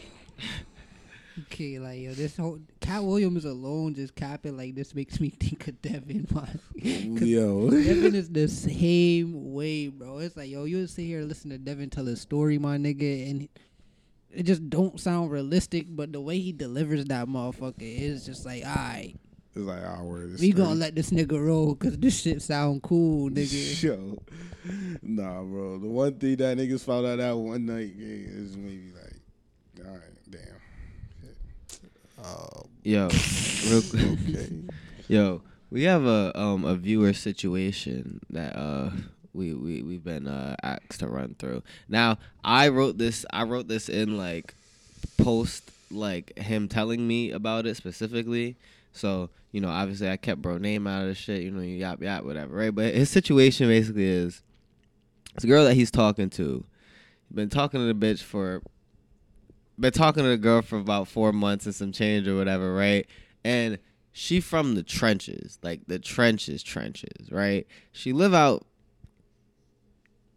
[SPEAKER 2] okay, like yo, this whole Cat Williams alone just capping like this makes me (laughs) think of Devin. man. 'Cause
[SPEAKER 8] Yo.
[SPEAKER 2] Devin is the same way, bro. It's like yo, you sit here and listen to Devin tell his story, my nigga, and it just don't sound realistic. But the way he delivers that motherfucker is just like, alright,
[SPEAKER 8] It's like our word.
[SPEAKER 2] we gonna let this nigga roll because this shit sound cool,
[SPEAKER 8] (laughs)
[SPEAKER 2] nigga.
[SPEAKER 8] Yo. Nah, bro. The one thing that niggas found out that one night yeah, is maybe like, all right, damn.
[SPEAKER 6] Yo, real quick. (laughs) Yo, we have a um a viewer situation that uh we we we've been uh asked to run through. Now I wrote this I wrote this in like post like him telling me about it specifically. So you know obviously I kept bro name out of the shit. You know you yap yap whatever right. But his situation basically is this girl that he's talking to. Been talking to the bitch for been talking to the girl for about four months and some change or whatever, right? And she from the trenches, like the trenches, trenches, right? She live out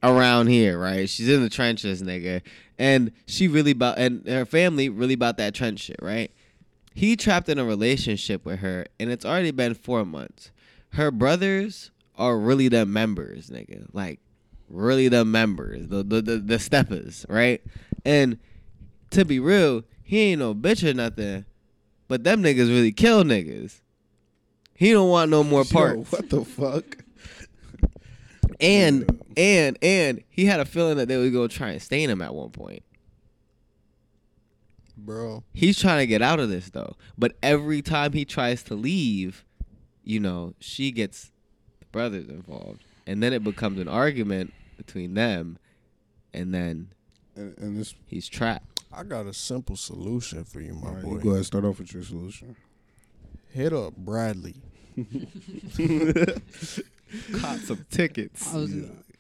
[SPEAKER 6] around here, right? She's in the trenches, nigga, and she really about and her family really about that trench shit, right? He trapped in a relationship with her, and it's already been four months. her brothers are really the members, nigga. Like, really the members, the the the, the steppers, right? And to be real, he ain't no bitch or nothing, but them niggas really kill niggas. He don't want no more
[SPEAKER 4] Yo,
[SPEAKER 6] parts.
[SPEAKER 4] what the fuck?
[SPEAKER 6] And and and he had a feeling that they was gonna try and stain him at one point.
[SPEAKER 5] bro.
[SPEAKER 6] He's trying to get out of this though, but every time he tries to leave, you know, she gets the brothers involved, and then it becomes an argument between them, and then
[SPEAKER 4] And, and this,
[SPEAKER 6] he's trapped.
[SPEAKER 5] I got a simple solution for you, my
[SPEAKER 4] all right,
[SPEAKER 5] boy.
[SPEAKER 4] you go ahead. Start off with your solution.
[SPEAKER 5] Hit up Bradley.
[SPEAKER 6] Caught some tickets.
[SPEAKER 2] I was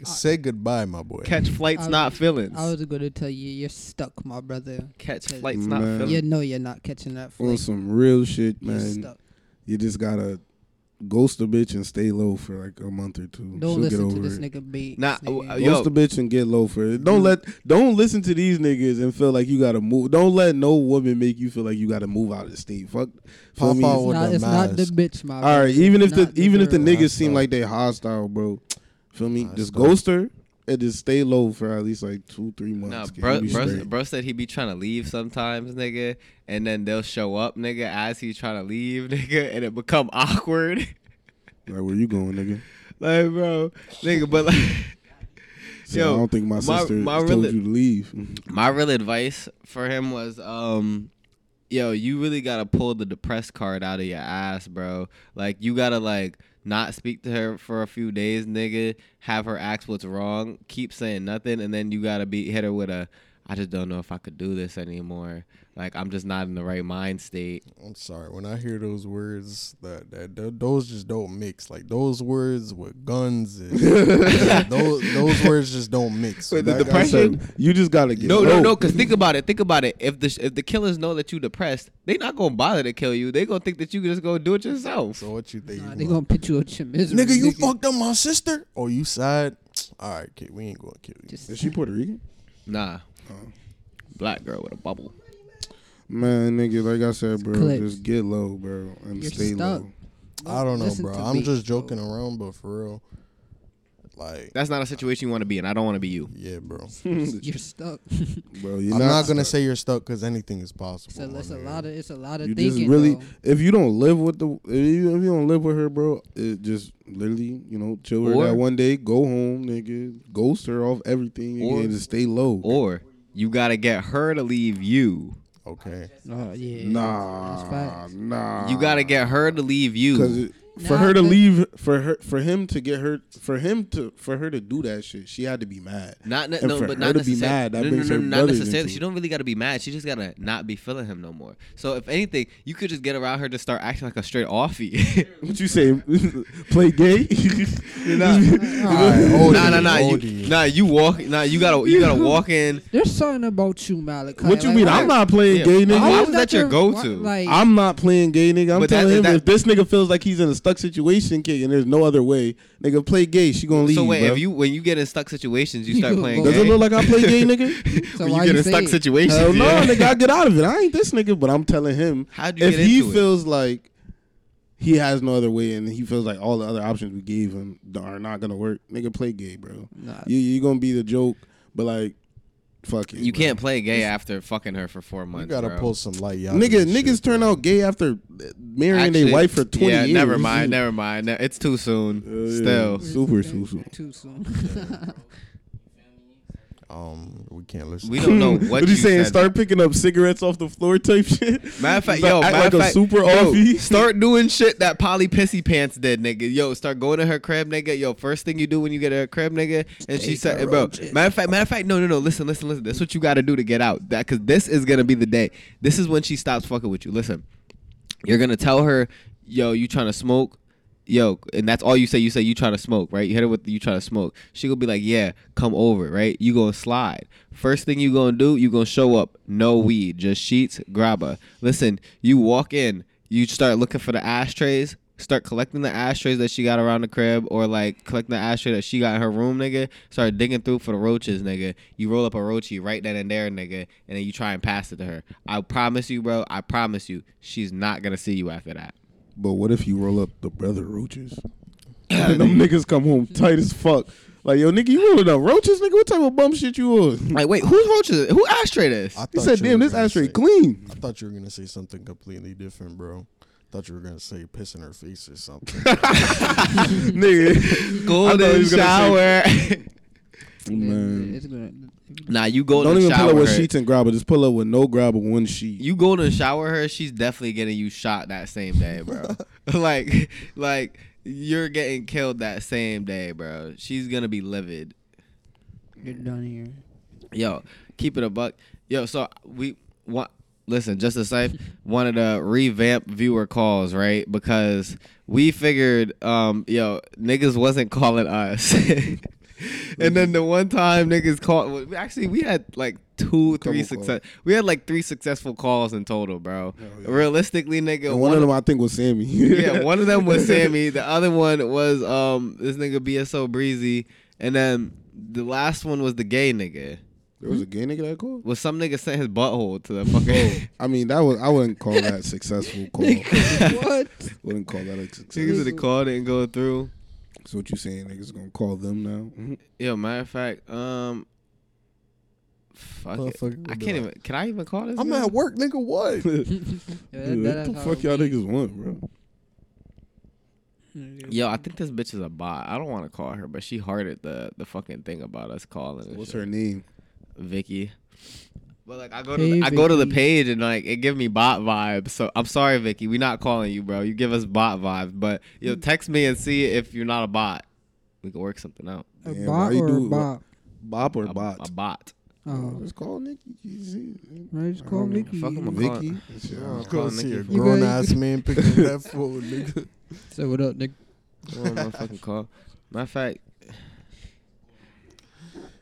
[SPEAKER 5] Say goodbye, my boy.
[SPEAKER 6] Catch flights,
[SPEAKER 2] I
[SPEAKER 6] not feelings.
[SPEAKER 2] I was gonna tell you you're stuck, my brother.
[SPEAKER 6] Catch
[SPEAKER 2] Man.
[SPEAKER 6] flights, not feelings.
[SPEAKER 2] You know you're not catching that
[SPEAKER 4] On
[SPEAKER 2] flight.
[SPEAKER 4] some real shit,
[SPEAKER 2] You're
[SPEAKER 4] man.
[SPEAKER 2] stuck.
[SPEAKER 4] You just gotta ghost the bitch and stay low for like a month or 2
[SPEAKER 2] Don't
[SPEAKER 4] She'll get
[SPEAKER 2] listen
[SPEAKER 4] over
[SPEAKER 2] to this
[SPEAKER 4] it.
[SPEAKER 2] nigga beat.
[SPEAKER 6] Nah, uh,
[SPEAKER 4] Ghost
[SPEAKER 6] Yo.
[SPEAKER 4] the bitch and get low for it. Don't let don't listen to these niggas and feel like you gotta move. Don't let no woman make you feel like you gotta move out of the state. Fuck. feel
[SPEAKER 5] Pop
[SPEAKER 4] me?
[SPEAKER 5] out
[SPEAKER 2] it's
[SPEAKER 5] with
[SPEAKER 2] not,
[SPEAKER 5] the
[SPEAKER 2] it's not the
[SPEAKER 5] mask.
[SPEAKER 2] bitch, my
[SPEAKER 4] All
[SPEAKER 2] brother.
[SPEAKER 4] right, even if the
[SPEAKER 2] Not
[SPEAKER 4] even if the
[SPEAKER 2] girl.
[SPEAKER 4] niggas seem like they hostile, bro. Feel me? Just ghost her and just stay low for at least like two three months.
[SPEAKER 6] Nah,
[SPEAKER 4] kid.
[SPEAKER 6] bro,
[SPEAKER 4] You be
[SPEAKER 6] bro,
[SPEAKER 4] straight.
[SPEAKER 6] bro said he be trying to leave sometimes, nigga, and then they'll show up, nigga, as he's trying to leave, (laughs) nigga, and it become awkward.
[SPEAKER 4] Like where you going, nigga?
[SPEAKER 6] like, bro, nigga,
[SPEAKER 4] (laughs)
[SPEAKER 6] but like,
[SPEAKER 4] So
[SPEAKER 6] Yo,
[SPEAKER 4] I don't think my
[SPEAKER 6] my-
[SPEAKER 4] sister
[SPEAKER 6] my
[SPEAKER 4] told
[SPEAKER 6] rela-
[SPEAKER 4] you to leave.
[SPEAKER 6] my real advice for him was, um, yo, you really gotta pull the depressed card out of your ass, bro. Like, you gotta like not speak to her for a few days, nigga. Have her ask what's wrong. Keep saying nothing, and then you gotta be hit her with a. I just don't know if I could do this anymore. Like I'm just not in the right mind state.
[SPEAKER 5] I'm sorry. When I hear those words, that, that, tho- those just don't mix. Like those words with guns, (laughs) and those those words just don't mix.
[SPEAKER 6] Wait, the
[SPEAKER 5] That guy
[SPEAKER 6] depression?
[SPEAKER 5] said, Oh,
[SPEAKER 4] You just gotta get
[SPEAKER 6] No,
[SPEAKER 4] low.
[SPEAKER 6] no, no. Because think about it. Think about it. If the if the killers know that you depressed, they not gonna bother to kill you. They gonna think that you just gonna do it yourself.
[SPEAKER 5] So what you think?
[SPEAKER 2] Nah,
[SPEAKER 5] you
[SPEAKER 2] they
[SPEAKER 5] gonna-
[SPEAKER 2] gonna put you out your misery.
[SPEAKER 5] nigga, you fucked up my sister. Oh, you sad? All right, kid. We ain't gonna kill you.
[SPEAKER 2] Just
[SPEAKER 4] Is she Puerto Rican?
[SPEAKER 6] Nah,
[SPEAKER 4] uh,
[SPEAKER 6] black girl with a bubble.
[SPEAKER 4] Man, nigga, like I said, bro,
[SPEAKER 2] clips.
[SPEAKER 4] just get low, bro, and
[SPEAKER 2] You're
[SPEAKER 4] stay
[SPEAKER 2] stuck.
[SPEAKER 4] low.
[SPEAKER 5] I don't know,
[SPEAKER 2] listen
[SPEAKER 5] bro.
[SPEAKER 2] to
[SPEAKER 5] I'm
[SPEAKER 2] me,
[SPEAKER 5] just joking around, but for real, like,
[SPEAKER 6] That's not a situation you want to be in. I don't want to be you.
[SPEAKER 5] yeah,
[SPEAKER 6] (laughs)
[SPEAKER 5] bro.
[SPEAKER 2] you're
[SPEAKER 4] (laughs)
[SPEAKER 2] stuck.
[SPEAKER 4] Bro, you're
[SPEAKER 5] I'm not,
[SPEAKER 4] stuck.
[SPEAKER 5] gonna say you're stuck because anything is possible.
[SPEAKER 2] so
[SPEAKER 5] my
[SPEAKER 2] it's a
[SPEAKER 5] nigga.
[SPEAKER 2] lot of it's a lot of
[SPEAKER 4] you
[SPEAKER 2] thinking.
[SPEAKER 4] just really
[SPEAKER 2] though.
[SPEAKER 4] if you don't live with the if you, if you don't live with her, bro, it just literally you know chill with her
[SPEAKER 6] Or-
[SPEAKER 4] that one day, go home, nigga, ghost her off everything, nigga,
[SPEAKER 6] Or-
[SPEAKER 4] and just stay low.
[SPEAKER 6] Or you gotta get her to leave you.
[SPEAKER 5] Okay.
[SPEAKER 2] Oh yeah. That's
[SPEAKER 4] nah,
[SPEAKER 2] facts.
[SPEAKER 4] nah,
[SPEAKER 6] You gotta get her to leave
[SPEAKER 4] because
[SPEAKER 6] you.
[SPEAKER 4] Ah. it, for
[SPEAKER 2] Nah,
[SPEAKER 4] her to
[SPEAKER 2] but-
[SPEAKER 4] leave, for her, for him to get her, for him to, for her to do that shit, she had to be mad.
[SPEAKER 6] Not ne-
[SPEAKER 4] And
[SPEAKER 6] no,
[SPEAKER 4] for
[SPEAKER 6] but
[SPEAKER 4] her
[SPEAKER 6] not
[SPEAKER 4] to be
[SPEAKER 6] necessar-
[SPEAKER 4] mad, that
[SPEAKER 6] no, no,
[SPEAKER 4] brings
[SPEAKER 6] no,
[SPEAKER 4] her
[SPEAKER 6] no, not
[SPEAKER 4] brothers
[SPEAKER 6] necessarily.
[SPEAKER 4] into
[SPEAKER 6] She
[SPEAKER 4] it.
[SPEAKER 6] don't really gotta be mad. She just gotta not be feeling him no more. So if anything, you could just get her out here to start acting like a straight offie. (laughs)
[SPEAKER 4] What you say? (laughs) Play gay? you're (laughs) not.
[SPEAKER 5] Alright,
[SPEAKER 6] Nah,
[SPEAKER 5] OD,
[SPEAKER 6] nah, nah.
[SPEAKER 5] OD.
[SPEAKER 6] You, nah, you walk. Nah, you gotta, you gotta walk in.
[SPEAKER 2] There's something about you, Malachi.
[SPEAKER 4] What you
[SPEAKER 2] Like,
[SPEAKER 4] mean?
[SPEAKER 2] why-
[SPEAKER 4] I'm not playing
[SPEAKER 6] Yeah.
[SPEAKER 4] gay,
[SPEAKER 6] Why
[SPEAKER 4] nigga.
[SPEAKER 2] why
[SPEAKER 6] was that your
[SPEAKER 2] why-
[SPEAKER 6] go-to?
[SPEAKER 2] Like,
[SPEAKER 4] I'm not playing gay, nigga. I'm
[SPEAKER 6] But that-
[SPEAKER 4] telling him
[SPEAKER 6] that-
[SPEAKER 4] if this nigga feels like he's in a stuck situation, kid, and there's no other way, nigga, play gay. She gonna leave.
[SPEAKER 6] So wait,
[SPEAKER 4] bruh.
[SPEAKER 6] if you when you get in stuck situations, you
[SPEAKER 2] You
[SPEAKER 6] start
[SPEAKER 2] go-
[SPEAKER 6] playing.
[SPEAKER 2] go-
[SPEAKER 4] does
[SPEAKER 6] gay?
[SPEAKER 4] it look like I play
[SPEAKER 6] (laughs)
[SPEAKER 4] gay, nigga?
[SPEAKER 2] so
[SPEAKER 6] when
[SPEAKER 2] why
[SPEAKER 6] you get in
[SPEAKER 2] say
[SPEAKER 6] stuck
[SPEAKER 2] it?
[SPEAKER 6] situations,
[SPEAKER 4] Hell no,
[SPEAKER 6] yeah.
[SPEAKER 4] nigga. I get out of it. I ain't this nigga, but I'm telling him
[SPEAKER 6] How do you
[SPEAKER 4] if
[SPEAKER 6] get
[SPEAKER 4] he
[SPEAKER 6] into it?
[SPEAKER 4] feels like he has no other way, and he feels like all the other options we gave him are not gonna work, nigga, play gay, bro.
[SPEAKER 2] Nah.
[SPEAKER 4] You you gonna be the joke, but like, fuck it.
[SPEAKER 6] You
[SPEAKER 4] bro.
[SPEAKER 6] can't play gay after fucking her for four months.
[SPEAKER 5] You gotta
[SPEAKER 6] bro.
[SPEAKER 5] pull some light, y'all.
[SPEAKER 4] Nigga, niggas turn out gay after marrying their
[SPEAKER 6] Actually,
[SPEAKER 4] wife for twenty
[SPEAKER 6] yeah,
[SPEAKER 4] years.
[SPEAKER 6] Never
[SPEAKER 4] (laughs)
[SPEAKER 6] mind, never mind. Ne- It's too soon.
[SPEAKER 4] Yeah, yeah.
[SPEAKER 6] Still.
[SPEAKER 4] super, super. super. (laughs)
[SPEAKER 2] Too soon.
[SPEAKER 5] Um, we can't listen.
[SPEAKER 4] (laughs)
[SPEAKER 6] We don't know what,
[SPEAKER 4] you, saying?
[SPEAKER 6] said.
[SPEAKER 4] Start picking up cigarettes off the floor type (laughs) shit.
[SPEAKER 6] Matter of
[SPEAKER 4] Like,
[SPEAKER 6] fact, yo,
[SPEAKER 4] act
[SPEAKER 6] matter
[SPEAKER 4] like
[SPEAKER 6] of
[SPEAKER 4] a
[SPEAKER 6] fact,
[SPEAKER 4] super
[SPEAKER 6] yo,
[SPEAKER 4] (laughs) offie.
[SPEAKER 6] Start doing shit that Polly Pissy Pants did, nigga. Yo, start going to her crib, nigga. Yo, first thing you do when you get her crib, nigga, and she
[SPEAKER 2] Take
[SPEAKER 6] said,
[SPEAKER 2] her
[SPEAKER 6] eh, bro.
[SPEAKER 2] roaches.
[SPEAKER 6] Matter of fact, matter of fact, no, no, no. Listen, listen, listen. That's what you got to do to get out. That because this is gonna be the day. This is when she stops fucking with you. Listen, you're gonna tell her, yo, you trying to smoke. Yo, and that's all you say. You say you trying to smoke, right? You hit her with you trying to smoke. She gonna be like, "Yeah, come over, right?" You gonna slide. First thing you gonna do, you gonna show up. No weed, just sheets, grabba. Listen, you walk in, you start looking for the ashtrays. Start collecting the ashtrays that she got around the crib, or like collecting the ashtray that she got in her room, nigga. Start digging through for the roaches, nigga. You roll up a roachie right then and there, nigga, and then you try and pass it to her. I promise you, bro. I promise you, she's not gonna see you after that.
[SPEAKER 4] But what if you roll up the brother roaches?
[SPEAKER 8] and them niggas come home tight as fuck. Like yo, nigga, you rolling up roaches, nigga? What type of bum shit you on?
[SPEAKER 6] Like, wait, whose roach is it? Who ashtray this?
[SPEAKER 5] I
[SPEAKER 8] He
[SPEAKER 5] thought
[SPEAKER 8] said,
[SPEAKER 5] you
[SPEAKER 8] "Damn,
[SPEAKER 5] were
[SPEAKER 8] this
[SPEAKER 5] gonna
[SPEAKER 8] ashtray
[SPEAKER 5] say-
[SPEAKER 8] clean."
[SPEAKER 5] I thought you were gonna say something completely different, bro. Thought you were gonna say piss in her face or something.
[SPEAKER 8] nigga,
[SPEAKER 6] Golden
[SPEAKER 8] was gonna
[SPEAKER 6] shower.
[SPEAKER 8] (laughs)
[SPEAKER 6] (laughs)
[SPEAKER 8] man.
[SPEAKER 2] (laughs) It's gonna.
[SPEAKER 6] nah, you golden
[SPEAKER 8] Don't even
[SPEAKER 6] shower.
[SPEAKER 8] pull up with
[SPEAKER 6] her.
[SPEAKER 8] sheets and grabber. Just pull up with no grabber, one sheet.
[SPEAKER 6] you golden shower her, she's definitely getting you shot that same day,
[SPEAKER 8] (laughs)
[SPEAKER 6] bro. (laughs) like, like you're getting killed that same day, bro. She's gonna be livid.
[SPEAKER 2] You're done here.
[SPEAKER 6] Yo, keep it a buck. Yo, so we want listen, just a safe wanted to revamp viewer calls, right? Because we figured um yo, niggas wasn't calling us. (laughs) and then the one time niggas called well, we- actually we had like two, three
[SPEAKER 8] Couple
[SPEAKER 6] success we had like three successful calls in total, bro. Realistically, nigga,
[SPEAKER 8] Oh, And (laughs) one of them, I think, was Sammy. (laughs)
[SPEAKER 6] yeah, one of them was Sammy. The other one was um this nigga BSO Breezy, and then the last one was the gay nigga.
[SPEAKER 8] There was a gay nigga that called.
[SPEAKER 6] Was some nigga sent his butthole to the (laughs) fucking
[SPEAKER 8] I mean, that was I wouldn't call that
[SPEAKER 6] (laughs)
[SPEAKER 8] successful call.
[SPEAKER 2] what?
[SPEAKER 8] wouldn't call that a success.
[SPEAKER 6] niggas that called it and go through.
[SPEAKER 8] So what you saying? Niggas gonna call them now?
[SPEAKER 6] Yo, matter of fact, um, fuck it.
[SPEAKER 5] Motherfucker would
[SPEAKER 6] I
[SPEAKER 5] be
[SPEAKER 6] can't even.
[SPEAKER 5] like,
[SPEAKER 6] Can I even call this?
[SPEAKER 5] I'm
[SPEAKER 6] nigga?
[SPEAKER 5] at work, nigga. What?
[SPEAKER 6] (laughs)
[SPEAKER 2] Yeah,
[SPEAKER 8] Dude, what the
[SPEAKER 2] that- that's how
[SPEAKER 8] fuck
[SPEAKER 2] it
[SPEAKER 8] y'all
[SPEAKER 2] be.
[SPEAKER 8] niggas want, bro?
[SPEAKER 6] Yo, I think this bitch is a bot. I don't want to call her, but she hearted the the fucking thing about us calling. and
[SPEAKER 8] What's
[SPEAKER 6] shit.
[SPEAKER 8] her name?
[SPEAKER 6] Vicky? But like I go to
[SPEAKER 2] Hey,
[SPEAKER 6] I go to the
[SPEAKER 2] Vicky.
[SPEAKER 6] page and like it give me bot vibes. So I'm sorry, Vicky. We not calling you, bro. You give us bot vibes, but you
[SPEAKER 2] Mm.
[SPEAKER 6] know, text me and see if you're not a bot. We can work something out.
[SPEAKER 2] A
[SPEAKER 8] Damn,
[SPEAKER 2] bot
[SPEAKER 8] why you
[SPEAKER 2] or
[SPEAKER 8] do
[SPEAKER 2] a
[SPEAKER 8] it?
[SPEAKER 2] bop?
[SPEAKER 8] Bop or
[SPEAKER 6] A
[SPEAKER 8] bot?
[SPEAKER 6] A bot.
[SPEAKER 2] Oh,
[SPEAKER 8] Just call Nikki.
[SPEAKER 2] right, just call Mickey.
[SPEAKER 6] Fuck him up.
[SPEAKER 8] Vicky.
[SPEAKER 5] Yeah,
[SPEAKER 6] Uh, calling
[SPEAKER 5] go see
[SPEAKER 6] Nikki.
[SPEAKER 5] a
[SPEAKER 2] You
[SPEAKER 5] grown
[SPEAKER 2] guys-
[SPEAKER 5] ass man
[SPEAKER 8] (laughs)
[SPEAKER 5] picking up that phone, nigga.
[SPEAKER 2] So what up, Nick?
[SPEAKER 6] I
[SPEAKER 8] (laughs)
[SPEAKER 6] don't know if I can call. Matter of fact,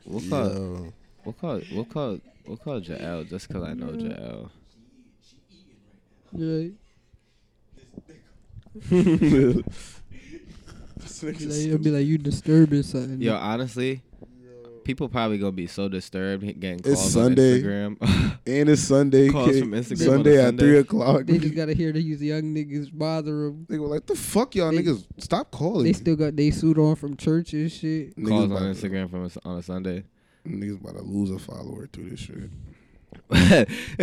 [SPEAKER 6] we'll call
[SPEAKER 5] Yo,
[SPEAKER 6] we'll call we'll call we'll call Jael just cause I know Jael.
[SPEAKER 2] Yeah,
[SPEAKER 8] (laughs)
[SPEAKER 2] be like, it'll be like you disturbing something.
[SPEAKER 6] Yo, honestly, people probably gonna be so disturbed getting calls
[SPEAKER 8] It's
[SPEAKER 6] on
[SPEAKER 8] Sunday.
[SPEAKER 6] Instagram. (laughs)
[SPEAKER 8] and it's Sunday.
[SPEAKER 6] Calls
[SPEAKER 8] kid.
[SPEAKER 6] from Instagram
[SPEAKER 8] Sunday
[SPEAKER 6] on a
[SPEAKER 8] at
[SPEAKER 6] Sunday.
[SPEAKER 8] three o'clock.
[SPEAKER 2] they just gotta hear that these young niggas bother them.
[SPEAKER 8] They were like, "The fuck, y'all
[SPEAKER 2] They-
[SPEAKER 8] niggas, stop calling."
[SPEAKER 2] They
[SPEAKER 8] me."
[SPEAKER 2] still got they suit on from church and shit.
[SPEAKER 8] Niggas
[SPEAKER 6] calls
[SPEAKER 8] about
[SPEAKER 6] on
[SPEAKER 8] to-
[SPEAKER 6] Instagram from a s on a Sunday. (laughs)
[SPEAKER 8] Niggas about to lose a follower through this shit.
[SPEAKER 6] Everybody, (laughs)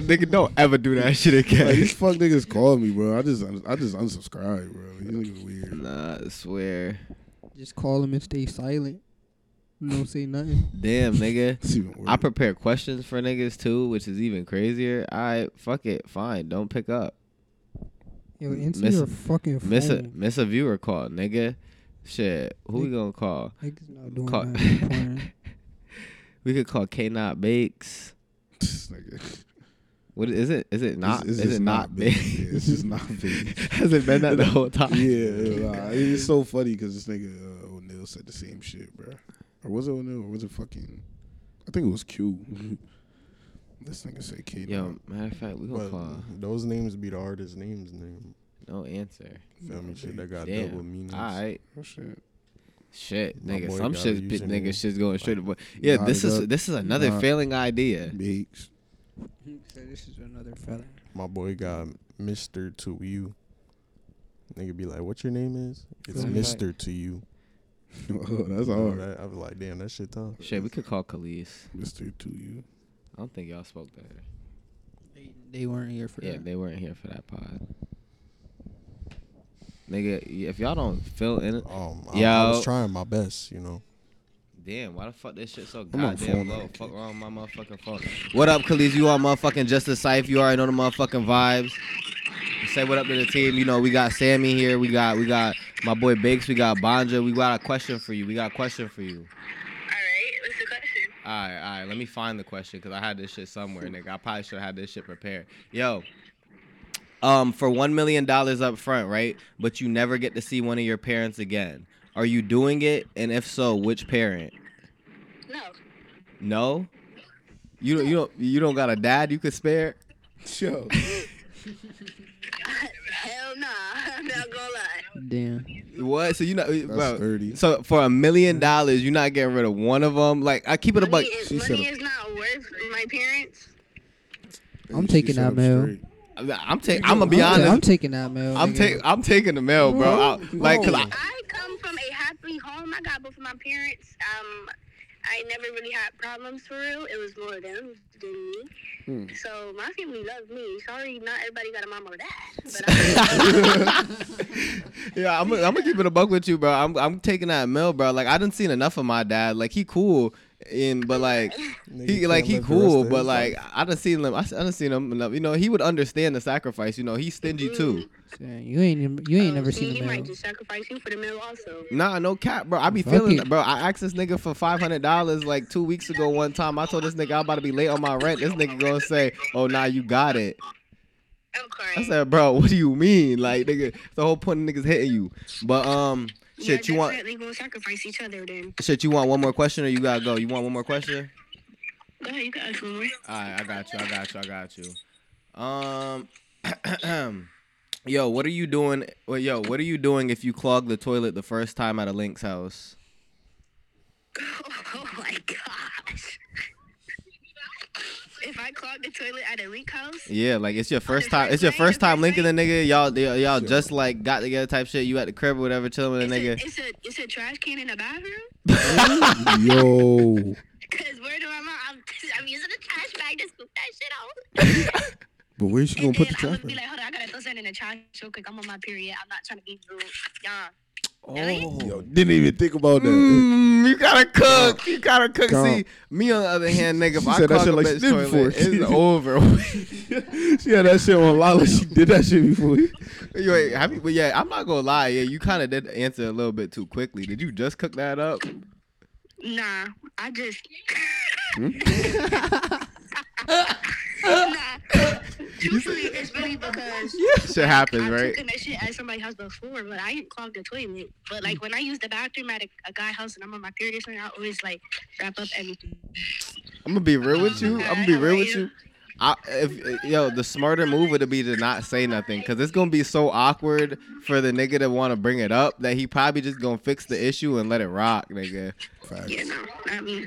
[SPEAKER 6] nigga, don't ever do that (laughs) shit
[SPEAKER 8] Like,
[SPEAKER 6] again.
[SPEAKER 8] these fuck niggas called me, bro. I just I just unsubscribed, bro. These niggas weird.
[SPEAKER 6] nah, I swear.
[SPEAKER 2] Just call them and stay silent. Don't say nothing.
[SPEAKER 6] Damn, nigga.
[SPEAKER 8] It's even worse.
[SPEAKER 6] I prepare questions for niggas too, which is even crazier. I fuck it, fine. Don't pick up.
[SPEAKER 2] (laughs) Yo, answer
[SPEAKER 6] Miss-
[SPEAKER 2] your fucking phone.
[SPEAKER 6] Miss a miss a viewer call, nigga. Shit, who we
[SPEAKER 2] Nigga.
[SPEAKER 6] gonna call?
[SPEAKER 2] Niggas not doing
[SPEAKER 6] Call- (laughs)
[SPEAKER 2] nothing. playing.
[SPEAKER 6] We could call K Not Bakes.
[SPEAKER 8] This nigga.
[SPEAKER 6] What is it? Is it not?
[SPEAKER 8] It's- it's
[SPEAKER 6] is
[SPEAKER 8] just
[SPEAKER 6] it not
[SPEAKER 8] big.
[SPEAKER 6] big?
[SPEAKER 8] Yeah, it's just
[SPEAKER 6] (laughs)
[SPEAKER 8] not big.
[SPEAKER 6] Has it been that the whole
[SPEAKER 8] (laughs)
[SPEAKER 6] time?
[SPEAKER 8] yeah, nah, it's so funny because this nigga uh, O'Neal said the same shit, bro. Or was it O'Neal? Or was it fucking? I think it was Q. (laughs) this nigga said K.
[SPEAKER 6] Yo, matter of fact, we gonna
[SPEAKER 5] but
[SPEAKER 2] uh,
[SPEAKER 6] call
[SPEAKER 5] those names be the artist names name.
[SPEAKER 6] no answer.
[SPEAKER 5] Feel me? Shit that got
[SPEAKER 6] Damn.
[SPEAKER 5] double meanings.
[SPEAKER 6] All right.
[SPEAKER 8] Oh, shit.
[SPEAKER 6] Shit,
[SPEAKER 5] My
[SPEAKER 6] nigga,
[SPEAKER 5] boy
[SPEAKER 6] some
[SPEAKER 5] got
[SPEAKER 6] shit,
[SPEAKER 5] a
[SPEAKER 6] bit,
[SPEAKER 5] username.
[SPEAKER 6] nigga, shit's going straight away. Yeah, this is
[SPEAKER 8] Nigga.
[SPEAKER 6] this is another
[SPEAKER 8] Nah.
[SPEAKER 6] failing idea.
[SPEAKER 8] Bakes.
[SPEAKER 2] so this is another fella.
[SPEAKER 5] My boy got Mister to you. Nigga be like, what your name is? It's
[SPEAKER 6] Right.
[SPEAKER 5] Mister to you.
[SPEAKER 8] (laughs) oh, that's
[SPEAKER 5] Oh,
[SPEAKER 8] hard.
[SPEAKER 5] that, I was like, damn, that shit tough.
[SPEAKER 6] Shit, we could call Khalees.
[SPEAKER 8] Mister to you.
[SPEAKER 6] I don't think y'all spoke to her.
[SPEAKER 2] They, they weren't here for
[SPEAKER 6] Yeah,
[SPEAKER 2] that.
[SPEAKER 6] they weren't here for that pod. Nigga, y- if y'all don't fill in, it,
[SPEAKER 5] Um, I, I
[SPEAKER 6] Yo.
[SPEAKER 5] was trying my best, you know.
[SPEAKER 6] damn, why the fuck this shit so
[SPEAKER 8] on phone
[SPEAKER 6] goddamn low?
[SPEAKER 8] now,
[SPEAKER 6] Fuck wrong with my motherfucking phone. What up, Khalees? You on motherfucking Just a Scythe? You already know the motherfucking vibes. Say what up to the team. You know we got Sammy here. We got we got my boy Bakes. We got Bonja. We got a question for you. We got a question for you.
[SPEAKER 7] right, what's the question?
[SPEAKER 6] All right, all right. Let me find the question because I had this shit somewhere, nigga. I probably should have had this shit prepared. Yo, um, for one million dollars up front, right? But you never get to see one of your parents again. Are you doing it? And if so, which parent?
[SPEAKER 7] No,
[SPEAKER 6] No. You don't. You don't. You don't got a dad you could spare.
[SPEAKER 8] Yo,
[SPEAKER 7] hell
[SPEAKER 10] (laughs)
[SPEAKER 7] nah, I'm not gonna lie.
[SPEAKER 2] Damn.
[SPEAKER 6] What? So you not, bro.
[SPEAKER 8] dirty.
[SPEAKER 6] So for a million dollars, you're not getting rid of one of them. Like I keep it a buck.
[SPEAKER 7] Money is,
[SPEAKER 8] she
[SPEAKER 7] money
[SPEAKER 8] said
[SPEAKER 7] is not worth my parents.
[SPEAKER 2] I'm
[SPEAKER 8] She
[SPEAKER 2] taking
[SPEAKER 8] shut
[SPEAKER 2] that
[SPEAKER 8] up
[SPEAKER 2] mail.
[SPEAKER 8] straight.
[SPEAKER 6] I'm taking. I'm gonna be
[SPEAKER 2] I'm, ta- I'm
[SPEAKER 6] honest.
[SPEAKER 2] taking that mail.
[SPEAKER 6] I'm
[SPEAKER 2] nigga.
[SPEAKER 6] taking. I'm taking the mail, bro. I, like, cause I,
[SPEAKER 7] I come from
[SPEAKER 10] got both of my parents. Um, I never really had problems for real. It was more them than me.
[SPEAKER 6] Hmm.
[SPEAKER 10] So my family loves me. Sorry, not everybody got a mom or dad. But
[SPEAKER 6] (laughs)
[SPEAKER 10] I
[SPEAKER 6] yeah, I'm gonna I'm gonna keep it a buck with you, bro. I'm I'm taking that mill, bro. Like I didn't seen enough of my dad. Like he cool, and
[SPEAKER 5] (laughs)
[SPEAKER 6] but like he
[SPEAKER 5] can't
[SPEAKER 6] like he
[SPEAKER 5] live the rest
[SPEAKER 6] cool,
[SPEAKER 5] of
[SPEAKER 6] but
[SPEAKER 5] his
[SPEAKER 6] like I done seen him. I, s- I done seen him enough. You know, he would understand the sacrifice. You know, he's stingy too.
[SPEAKER 2] Saying, You ain't even- you ain't
[SPEAKER 10] Oh,
[SPEAKER 2] never
[SPEAKER 10] see,
[SPEAKER 2] seen
[SPEAKER 10] He
[SPEAKER 2] a
[SPEAKER 10] might
[SPEAKER 2] man.
[SPEAKER 10] just sacrifice you for the meal also.
[SPEAKER 6] Nah, no cap, bro. I be
[SPEAKER 2] Fuck
[SPEAKER 6] feeling,
[SPEAKER 2] it.
[SPEAKER 6] that, bro. I asked this nigga for five hundred dollars like two weeks ago. One time, I told this nigga I'm about to be late on my rent. This nigga gonna say, "Oh, nah, you got it."
[SPEAKER 10] I'm
[SPEAKER 6] I
[SPEAKER 10] crying.
[SPEAKER 6] said, "Bro, what do you mean? Like, nigga, the whole point of niggas hitting you." But um,
[SPEAKER 10] Yeah,
[SPEAKER 6] shit, you want
[SPEAKER 10] definitely gonna sacrifice each other then.
[SPEAKER 6] shit, you want one more question or you gotta go? You want one more question?
[SPEAKER 10] Go ahead, you can ask one more.
[SPEAKER 6] All right, I got you. I got you. I got you. Um, (clears throat) yo, what are you doing? Well, yo, what are you doing if you clog the toilet the first time at a link's house?
[SPEAKER 10] (laughs) Oh my gosh. If I clogged the toilet at a leak house,
[SPEAKER 6] Yeah, like it's your first
[SPEAKER 10] the
[SPEAKER 6] time.
[SPEAKER 10] first
[SPEAKER 6] It's your
[SPEAKER 10] night,
[SPEAKER 6] first
[SPEAKER 10] the
[SPEAKER 6] time
[SPEAKER 10] first
[SPEAKER 6] linking the nigga. Y'all, y'all, y'all just like got together type shit. You at the crib or whatever, chilling with
[SPEAKER 10] it's
[SPEAKER 6] a
[SPEAKER 10] a,
[SPEAKER 6] nigga.
[SPEAKER 10] it's a it's a trash can in a bathroom.
[SPEAKER 8] Yo,
[SPEAKER 10] Cause where do I mom? (laughs) I'm, I'm using a trash bag to scoop that shit out.
[SPEAKER 8] but where's she gonna
[SPEAKER 10] And
[SPEAKER 8] put the
[SPEAKER 10] then I
[SPEAKER 8] trash?
[SPEAKER 10] would be
[SPEAKER 8] in?
[SPEAKER 10] like, hold on, I gotta throw something in the trash real quick. I'm on my period. I'm not trying to be rude. Y'all.
[SPEAKER 8] Yo, didn't even think about that.
[SPEAKER 6] Mm, you gotta cook. You gotta cook.
[SPEAKER 8] Calm.
[SPEAKER 6] See, me on
[SPEAKER 8] (laughs)
[SPEAKER 6] the other hand, nigga, if
[SPEAKER 8] She
[SPEAKER 6] I
[SPEAKER 8] said that
[SPEAKER 6] clog a
[SPEAKER 8] shit like she
[SPEAKER 6] bitch
[SPEAKER 8] did
[SPEAKER 6] toilet,
[SPEAKER 8] before. (laughs)
[SPEAKER 6] it's over. (laughs)
[SPEAKER 5] Mm.
[SPEAKER 8] she had that shit on Lala. She did that shit before.
[SPEAKER 6] You ain't- have you, but yeah, I'm not gonna lie. Yeah, you kind of did answer a little bit too quickly. Did you just cook that up?
[SPEAKER 10] Nah, I just.
[SPEAKER 8] Hmm?
[SPEAKER 10] (laughs) nah. Truthfully, it's really because
[SPEAKER 6] Shit happens,
[SPEAKER 10] I've
[SPEAKER 6] right?
[SPEAKER 10] taken that shit at somebody's house before, but I didn't clog the toilet. But like when I use the bathroom at a, a guy's house and I'm on my period or something, I always like wrap up everything.
[SPEAKER 6] I'm gonna be real with you. I'm gonna be real with you. I, if yo, the smarter move would be to not say nothing, cause it's gonna be so awkward for the nigga to want to bring it up that he probably just gonna fix the issue and let it rock, nigga. (laughs)
[SPEAKER 10] Yeah, no, not me.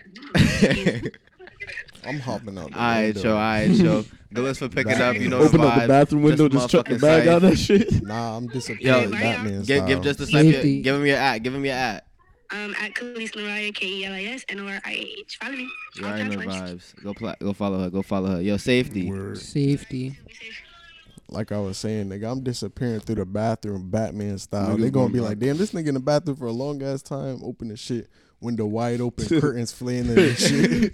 [SPEAKER 5] I'm hopping out. the
[SPEAKER 6] alright,
[SPEAKER 5] window.
[SPEAKER 6] yo, alright, yo.
[SPEAKER 8] (laughs)
[SPEAKER 6] Gillis for picking up. You know,
[SPEAKER 8] Open
[SPEAKER 6] the
[SPEAKER 8] up
[SPEAKER 6] vibes.
[SPEAKER 8] the bathroom window,
[SPEAKER 6] This
[SPEAKER 8] just chuck the
[SPEAKER 6] motherfucking
[SPEAKER 8] bag out
[SPEAKER 6] safe.
[SPEAKER 8] that shit.
[SPEAKER 5] Nah, I'm
[SPEAKER 6] Yo,
[SPEAKER 5] disappearing.
[SPEAKER 10] right
[SPEAKER 5] Batman
[SPEAKER 6] Give,
[SPEAKER 5] style.
[SPEAKER 6] give just a snipe. your-
[SPEAKER 2] Safety.
[SPEAKER 6] Give him your at. Give him your at.
[SPEAKER 10] Um, at Khalees Noraya, K E L I S N O R I A H. Follow me.
[SPEAKER 6] You
[SPEAKER 10] All
[SPEAKER 6] already know the
[SPEAKER 10] platforms.
[SPEAKER 6] vibes. Go pla- go follow her. Go follow her. Yo, safety.
[SPEAKER 5] Word.
[SPEAKER 2] Safety.
[SPEAKER 10] Be safe.
[SPEAKER 5] Like I was saying, nigga, I'm disappearing through the bathroom, Batman style.
[SPEAKER 8] Niggas
[SPEAKER 5] They gonna
[SPEAKER 8] gonna
[SPEAKER 5] be
[SPEAKER 8] be
[SPEAKER 5] like, damn, this nigga in the bathroom for a long ass time. Open the shit, window
[SPEAKER 8] (laughs)
[SPEAKER 5] wide open, curtains flailing and shit.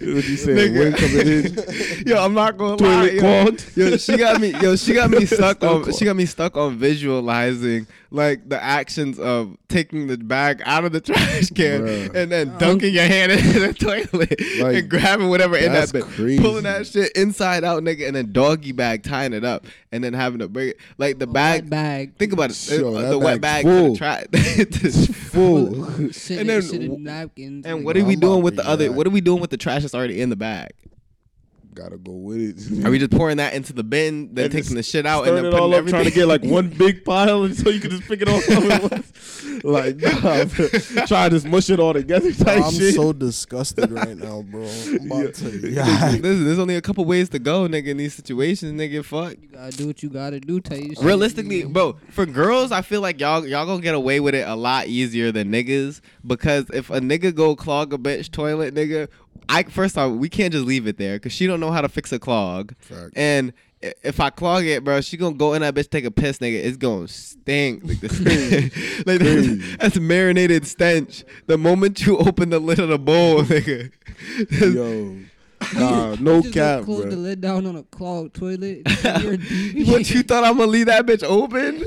[SPEAKER 8] what you
[SPEAKER 5] (laughs)
[SPEAKER 8] saying? Wind coming in.
[SPEAKER 6] (laughs) Yo, I'm not gonna lie.
[SPEAKER 8] Toilet
[SPEAKER 6] Yo,
[SPEAKER 8] clogged.
[SPEAKER 6] yo, she got me. Yo, she
[SPEAKER 8] (laughs)
[SPEAKER 6] got me stuck on.
[SPEAKER 8] Clogged.
[SPEAKER 6] She got me stuck on visualizing like the actions of taking the bag out of the (laughs) trash can
[SPEAKER 8] Bruh.
[SPEAKER 6] and then dunking your hand (laughs) into the toilet
[SPEAKER 8] Like,
[SPEAKER 6] and grabbing whatever in that
[SPEAKER 8] that's
[SPEAKER 6] bit,
[SPEAKER 8] crazy.
[SPEAKER 6] pulling that shit inside out, nigga, and then doggy bag tying it up and then having to bring it like the
[SPEAKER 2] Bag.
[SPEAKER 6] bag.
[SPEAKER 2] Bag.
[SPEAKER 6] Think about it.
[SPEAKER 8] Yo,
[SPEAKER 6] uh,
[SPEAKER 8] that
[SPEAKER 6] the wet
[SPEAKER 8] bag's
[SPEAKER 6] bag to the
[SPEAKER 8] full.
[SPEAKER 6] trash. (laughs)
[SPEAKER 8] Full.
[SPEAKER 2] (laughs) Sit
[SPEAKER 6] and
[SPEAKER 2] and
[SPEAKER 6] then w-
[SPEAKER 2] napkins.
[SPEAKER 6] And
[SPEAKER 2] like,
[SPEAKER 6] what are we
[SPEAKER 5] I'm about
[SPEAKER 6] doing
[SPEAKER 5] to
[SPEAKER 6] with the
[SPEAKER 5] eat
[SPEAKER 6] other?
[SPEAKER 5] that.
[SPEAKER 6] What are we doing with the trash that's already in the bag?
[SPEAKER 8] Gotta go with (laughs) it.
[SPEAKER 6] Are we just pouring that into the bin, then
[SPEAKER 8] And
[SPEAKER 6] taking
[SPEAKER 8] just
[SPEAKER 6] the shit out, and
[SPEAKER 8] Turn
[SPEAKER 6] then
[SPEAKER 8] it
[SPEAKER 6] putting
[SPEAKER 8] all up,
[SPEAKER 6] everything?
[SPEAKER 8] trying to get like
[SPEAKER 4] (laughs)
[SPEAKER 8] one big pile, and so you can just pick it all up at once. Like, nah, (laughs) bro. try to just mush it all together
[SPEAKER 5] Bro,
[SPEAKER 8] type
[SPEAKER 5] I'm
[SPEAKER 8] shit.
[SPEAKER 5] so disgusted right now, bro. I'm about to.
[SPEAKER 8] (laughs)
[SPEAKER 6] (laughs)
[SPEAKER 5] Yeah.
[SPEAKER 6] Listen, there's only a couple ways to go, nigga. In these situations, nigga, fuck.
[SPEAKER 2] You gotta do what you gotta do. Tell you shit.
[SPEAKER 6] Realistically, bro, for girls, I feel like y'all y'all gonna get away with it a lot easier than niggas because if a nigga go clog a bitch toilet, nigga, I first off we can't just leave it there because she don't know how to fix a clog,
[SPEAKER 8] Facts.
[SPEAKER 6] and. i- If I clog it, bro, she gonna go in that bitch take a piss, nigga. It's gonna stink, like, the stink. (laughs) like that's, that's marinated stench. The moment you (laughs) open the lid of the bowl, nigga, (laughs)
[SPEAKER 8] Yo, nah, no
[SPEAKER 2] You
[SPEAKER 5] (laughs)
[SPEAKER 2] just gonna
[SPEAKER 8] cap,
[SPEAKER 2] Close the
[SPEAKER 8] bro.
[SPEAKER 2] lid down on a clogged toilet. You're deep.
[SPEAKER 6] what you thought I'm gonna leave that bitch open?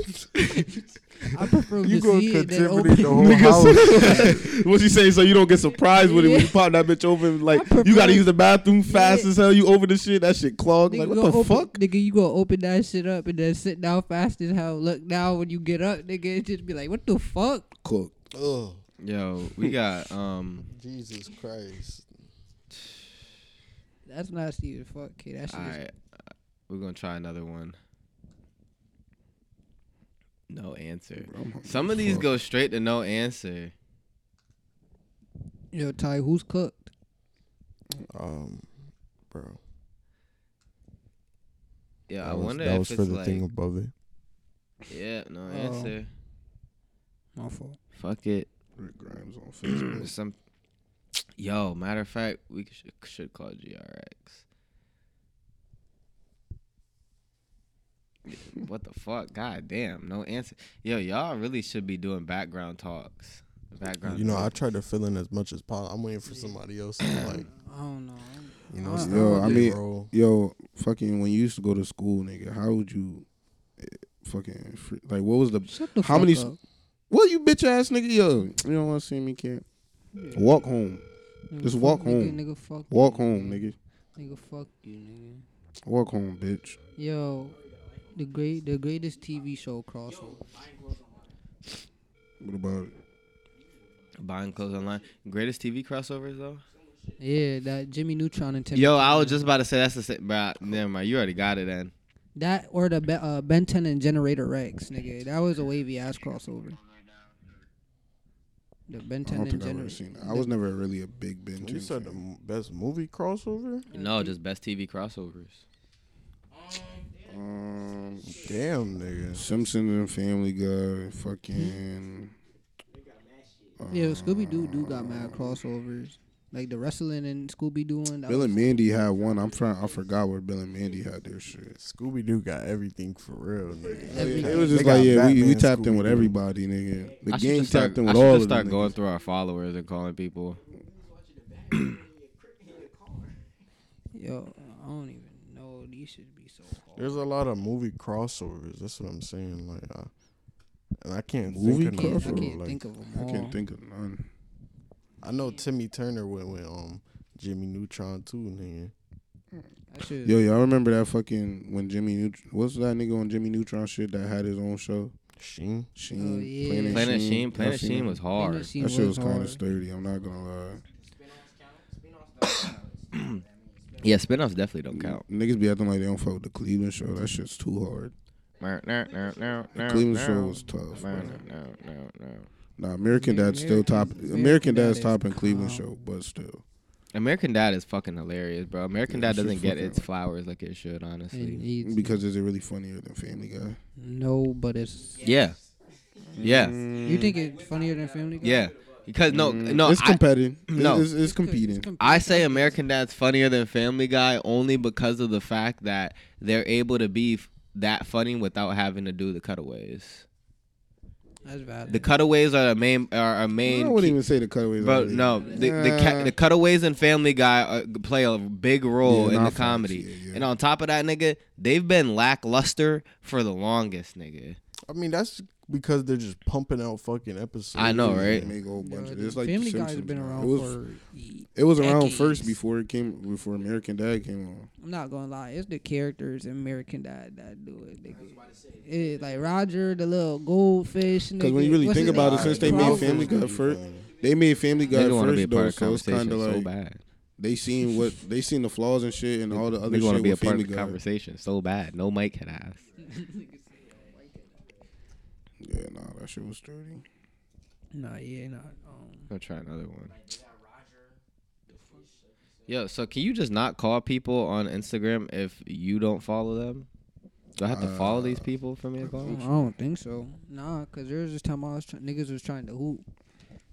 [SPEAKER 2] I prefer
[SPEAKER 5] You
[SPEAKER 2] to
[SPEAKER 5] gonna
[SPEAKER 2] see it than
[SPEAKER 5] contaminate
[SPEAKER 2] open.
[SPEAKER 5] (laughs) the whole house.
[SPEAKER 8] what you saying? So you don't get surprised with it when you pop that bitch open? Like you gotta use the bathroom fast
[SPEAKER 2] Yeah.
[SPEAKER 8] as hell. You open the shit, that shit clogged.
[SPEAKER 2] Nigga,
[SPEAKER 8] Like
[SPEAKER 2] you
[SPEAKER 8] what
[SPEAKER 2] gonna
[SPEAKER 8] the
[SPEAKER 2] open,
[SPEAKER 8] fuck?
[SPEAKER 2] Nigga, you gonna open that shit up and then sit down fast as hell. Look now when you get up, nigga, it just be like, what the fuck?
[SPEAKER 8] Cook.
[SPEAKER 5] Ugh,
[SPEAKER 6] Yo, we got um.
[SPEAKER 5] Oh, Jesus Christ.
[SPEAKER 2] That's not Steven. Fuck, kid. That shit
[SPEAKER 6] All
[SPEAKER 2] is
[SPEAKER 6] right, we're gonna try another one. No answer. Some of these go straight to no answer.
[SPEAKER 2] Yo, Ty, who's cooked?
[SPEAKER 5] Um, bro.
[SPEAKER 6] Yeah,
[SPEAKER 5] that
[SPEAKER 6] I
[SPEAKER 5] was-
[SPEAKER 6] wonder
[SPEAKER 5] that
[SPEAKER 6] if
[SPEAKER 5] was
[SPEAKER 6] it's
[SPEAKER 5] for the
[SPEAKER 6] like
[SPEAKER 5] thing above it.
[SPEAKER 6] yeah, no
[SPEAKER 2] Oh.
[SPEAKER 6] answer.
[SPEAKER 2] My fault.
[SPEAKER 6] Fuck it.
[SPEAKER 4] Rick Grimes on
[SPEAKER 6] (clears throat)
[SPEAKER 4] Facebook.
[SPEAKER 6] Some, yo, matter of fact, we should, should call GRX. what the fuck? God damn, no answer. Yo, y'all really should be doing background talks. Background.
[SPEAKER 5] You know, I
[SPEAKER 6] talk.
[SPEAKER 5] tried to fill in as much as possible. I'm waiting for somebody else to (clears throat) like,
[SPEAKER 2] I don't know.
[SPEAKER 5] you know,
[SPEAKER 2] Uh,
[SPEAKER 5] step
[SPEAKER 4] Yo,
[SPEAKER 5] up
[SPEAKER 4] I
[SPEAKER 5] and
[SPEAKER 4] mean,
[SPEAKER 5] roll.
[SPEAKER 4] Yo, fucking when you used to go to school, nigga, how would you eh, fucking free, like what was the
[SPEAKER 2] Shut the
[SPEAKER 4] how
[SPEAKER 2] fuck
[SPEAKER 4] many s-
[SPEAKER 2] up.
[SPEAKER 4] what you bitch ass nigga yo you don't want to see me camp walk home
[SPEAKER 2] Nigga,
[SPEAKER 4] just
[SPEAKER 2] fuck-
[SPEAKER 4] walk
[SPEAKER 2] nigga,
[SPEAKER 4] home.
[SPEAKER 2] Nigga, fuck you,
[SPEAKER 4] walk home nigga
[SPEAKER 2] Nigga, fuck you, nigga.
[SPEAKER 4] walk home bitch
[SPEAKER 2] Yo, the great, the greatest TV show crossover.
[SPEAKER 4] what about it
[SPEAKER 6] Buying clothes online. Greatest TV crossovers though.
[SPEAKER 2] Yeah, that Jimmy Neutron and Tim.
[SPEAKER 6] Yo, I was just about to say that's the same, bro. Never mind. You already got it then.
[SPEAKER 2] that or the Be- uh, Ben 10 and Generator Rex, nigga. That was a wavy ass crossover. The Ben
[SPEAKER 4] I
[SPEAKER 2] 10
[SPEAKER 4] don't think
[SPEAKER 2] and
[SPEAKER 4] I've ever seen
[SPEAKER 2] Generator.
[SPEAKER 4] that I was never really a big Ben
[SPEAKER 5] You
[SPEAKER 4] 10
[SPEAKER 5] said the
[SPEAKER 4] fan.
[SPEAKER 5] m- best movie crossover?
[SPEAKER 6] No, just best TV crossovers.
[SPEAKER 4] um
[SPEAKER 5] Damn, nigga.
[SPEAKER 4] Simpsons and Family Guy fucking
[SPEAKER 2] Yo, Scooby Doo do got mad crossovers. Like the wrestling and Scooby Doo one. that
[SPEAKER 4] Bill
[SPEAKER 2] was-
[SPEAKER 4] and Mandy had one I'm trying I forgot where Bill and Mandy had their shit
[SPEAKER 5] Scooby Doo got everything for real, nigga.
[SPEAKER 4] it was just
[SPEAKER 5] They
[SPEAKER 4] like
[SPEAKER 5] got
[SPEAKER 4] yeah we, we
[SPEAKER 5] Batman,
[SPEAKER 4] tapped in with
[SPEAKER 5] Scooby-Doo.
[SPEAKER 4] everybody nigga the
[SPEAKER 6] I should
[SPEAKER 4] gang
[SPEAKER 6] just start,
[SPEAKER 4] tapped in with
[SPEAKER 6] I should
[SPEAKER 4] all
[SPEAKER 6] just
[SPEAKER 4] of
[SPEAKER 6] start
[SPEAKER 4] them
[SPEAKER 6] going
[SPEAKER 4] niggas.
[SPEAKER 6] through our followers and calling people.
[SPEAKER 2] Yo, I don't even know. These should be so hard.
[SPEAKER 5] There's a lot of movie crossovers. That's what I'm saying. Like, I, and I can't
[SPEAKER 4] Movie
[SPEAKER 5] think
[SPEAKER 2] I can't,
[SPEAKER 5] of
[SPEAKER 2] I
[SPEAKER 5] none.
[SPEAKER 2] can't
[SPEAKER 5] like,
[SPEAKER 2] think of them
[SPEAKER 4] I
[SPEAKER 2] all.
[SPEAKER 4] can't think of none
[SPEAKER 5] I know Timmy Turner went with um Jimmy Neutron too, nigga.
[SPEAKER 2] I should.
[SPEAKER 4] Yo, y'all remember that fucking when Jimmy Neutron? What's that nigga on Jimmy Neutron shit that had his own show?
[SPEAKER 5] She
[SPEAKER 4] Sheen,
[SPEAKER 2] Oh, yeah.
[SPEAKER 6] Planet Sheen, Planet
[SPEAKER 4] Y'all seen
[SPEAKER 6] Sheen
[SPEAKER 4] that?
[SPEAKER 6] was hard.
[SPEAKER 2] That
[SPEAKER 4] That shit was kind of sturdy. I'm not gonna lie.
[SPEAKER 6] Yeah, spinoffs definitely don't count.
[SPEAKER 4] Niggas be acting like they don't fuck with the Cleveland show. That shit's too hard.
[SPEAKER 6] The
[SPEAKER 4] The Cleveland show was tough. bro.
[SPEAKER 6] No, no, no, no.
[SPEAKER 4] Nah, American
[SPEAKER 2] Yeah,
[SPEAKER 4] Dad's still top.
[SPEAKER 2] American-
[SPEAKER 4] American
[SPEAKER 2] Dad
[SPEAKER 4] Dad's
[SPEAKER 2] is
[SPEAKER 4] top in Cleveland
[SPEAKER 2] calm.
[SPEAKER 4] show, but still.
[SPEAKER 6] American Dad is fucking hilarious, bro. American
[SPEAKER 4] Yeah,
[SPEAKER 6] Dad doesn't
[SPEAKER 4] shit's
[SPEAKER 6] get
[SPEAKER 4] fucking
[SPEAKER 6] its flowers like it should,
[SPEAKER 2] Mm.
[SPEAKER 6] honestly.
[SPEAKER 4] Because is it really funnier than Family Guy?
[SPEAKER 2] no, but it's.
[SPEAKER 6] Yeah. Yeah.
[SPEAKER 2] You think it's funnier than Family Guy?
[SPEAKER 6] Yeah. Because no, no,
[SPEAKER 4] Mm. it's
[SPEAKER 6] I,
[SPEAKER 4] competitive.
[SPEAKER 6] no.
[SPEAKER 4] it's, it's, it's competing.
[SPEAKER 6] I say American Dad's funnier than Family Guy only because of the fact that they're able to be f- that funny without having to do the cutaways.
[SPEAKER 2] That's valid.
[SPEAKER 6] The cutaways are a main are a
[SPEAKER 4] I
[SPEAKER 6] main.
[SPEAKER 4] wouldn't
[SPEAKER 6] key-
[SPEAKER 4] even say the cutaways.
[SPEAKER 6] Bro,
[SPEAKER 4] are-
[SPEAKER 6] no, the the, ca-
[SPEAKER 4] Nah.
[SPEAKER 6] the cutaways and Family Guy are, play a big role
[SPEAKER 4] Yeah,
[SPEAKER 6] in
[SPEAKER 4] nah,
[SPEAKER 6] the
[SPEAKER 4] facts,
[SPEAKER 6] comedy,
[SPEAKER 4] yeah, yeah.
[SPEAKER 6] and on top of that, nigga, they've been lackluster for the longest, nigga.
[SPEAKER 5] I mean, that's because they're just pumping out fucking episodes.
[SPEAKER 6] I know, right?
[SPEAKER 4] Make a whole
[SPEAKER 2] Yo,
[SPEAKER 4] bunch of
[SPEAKER 2] the
[SPEAKER 4] it's like The
[SPEAKER 2] Family Guy has
[SPEAKER 4] Simpsons,
[SPEAKER 2] been
[SPEAKER 4] man.
[SPEAKER 2] around
[SPEAKER 4] It was
[SPEAKER 2] for.
[SPEAKER 4] It was around
[SPEAKER 2] decades.
[SPEAKER 4] first before it came before American Dad came on.
[SPEAKER 2] I'm not gonna lie, it's the characters in American Dad that do it. Nigga. It, like Roger, the little goldfish.
[SPEAKER 4] Because when you really think about it, since they made
[SPEAKER 2] Crawford.
[SPEAKER 4] Family Guy first, they made Family Guy
[SPEAKER 6] Nigga want to be a
[SPEAKER 4] first
[SPEAKER 6] part
[SPEAKER 4] though,
[SPEAKER 6] of the
[SPEAKER 4] so it's
[SPEAKER 6] conversation
[SPEAKER 4] kind of
[SPEAKER 6] so
[SPEAKER 4] like
[SPEAKER 6] bad.
[SPEAKER 4] they
[SPEAKER 6] (laughs)
[SPEAKER 4] seen what they seen the flaws and shit and all the other
[SPEAKER 6] Nigga
[SPEAKER 4] shit
[SPEAKER 6] want to be a
[SPEAKER 4] with
[SPEAKER 6] part
[SPEAKER 4] Family
[SPEAKER 6] of the
[SPEAKER 4] Guy.
[SPEAKER 6] conversation so bad. No mic had asked.
[SPEAKER 4] Yeah, nah, that shit was dirty.
[SPEAKER 2] Nah, yeah, nah. Um,
[SPEAKER 6] I'll try another one. Yo, so can you just not call people on Instagram if you don't follow them? Do I have to follow these people for me to call?
[SPEAKER 2] I don't think so. Nah, cause there was this time I was try- niggas was trying to hoop,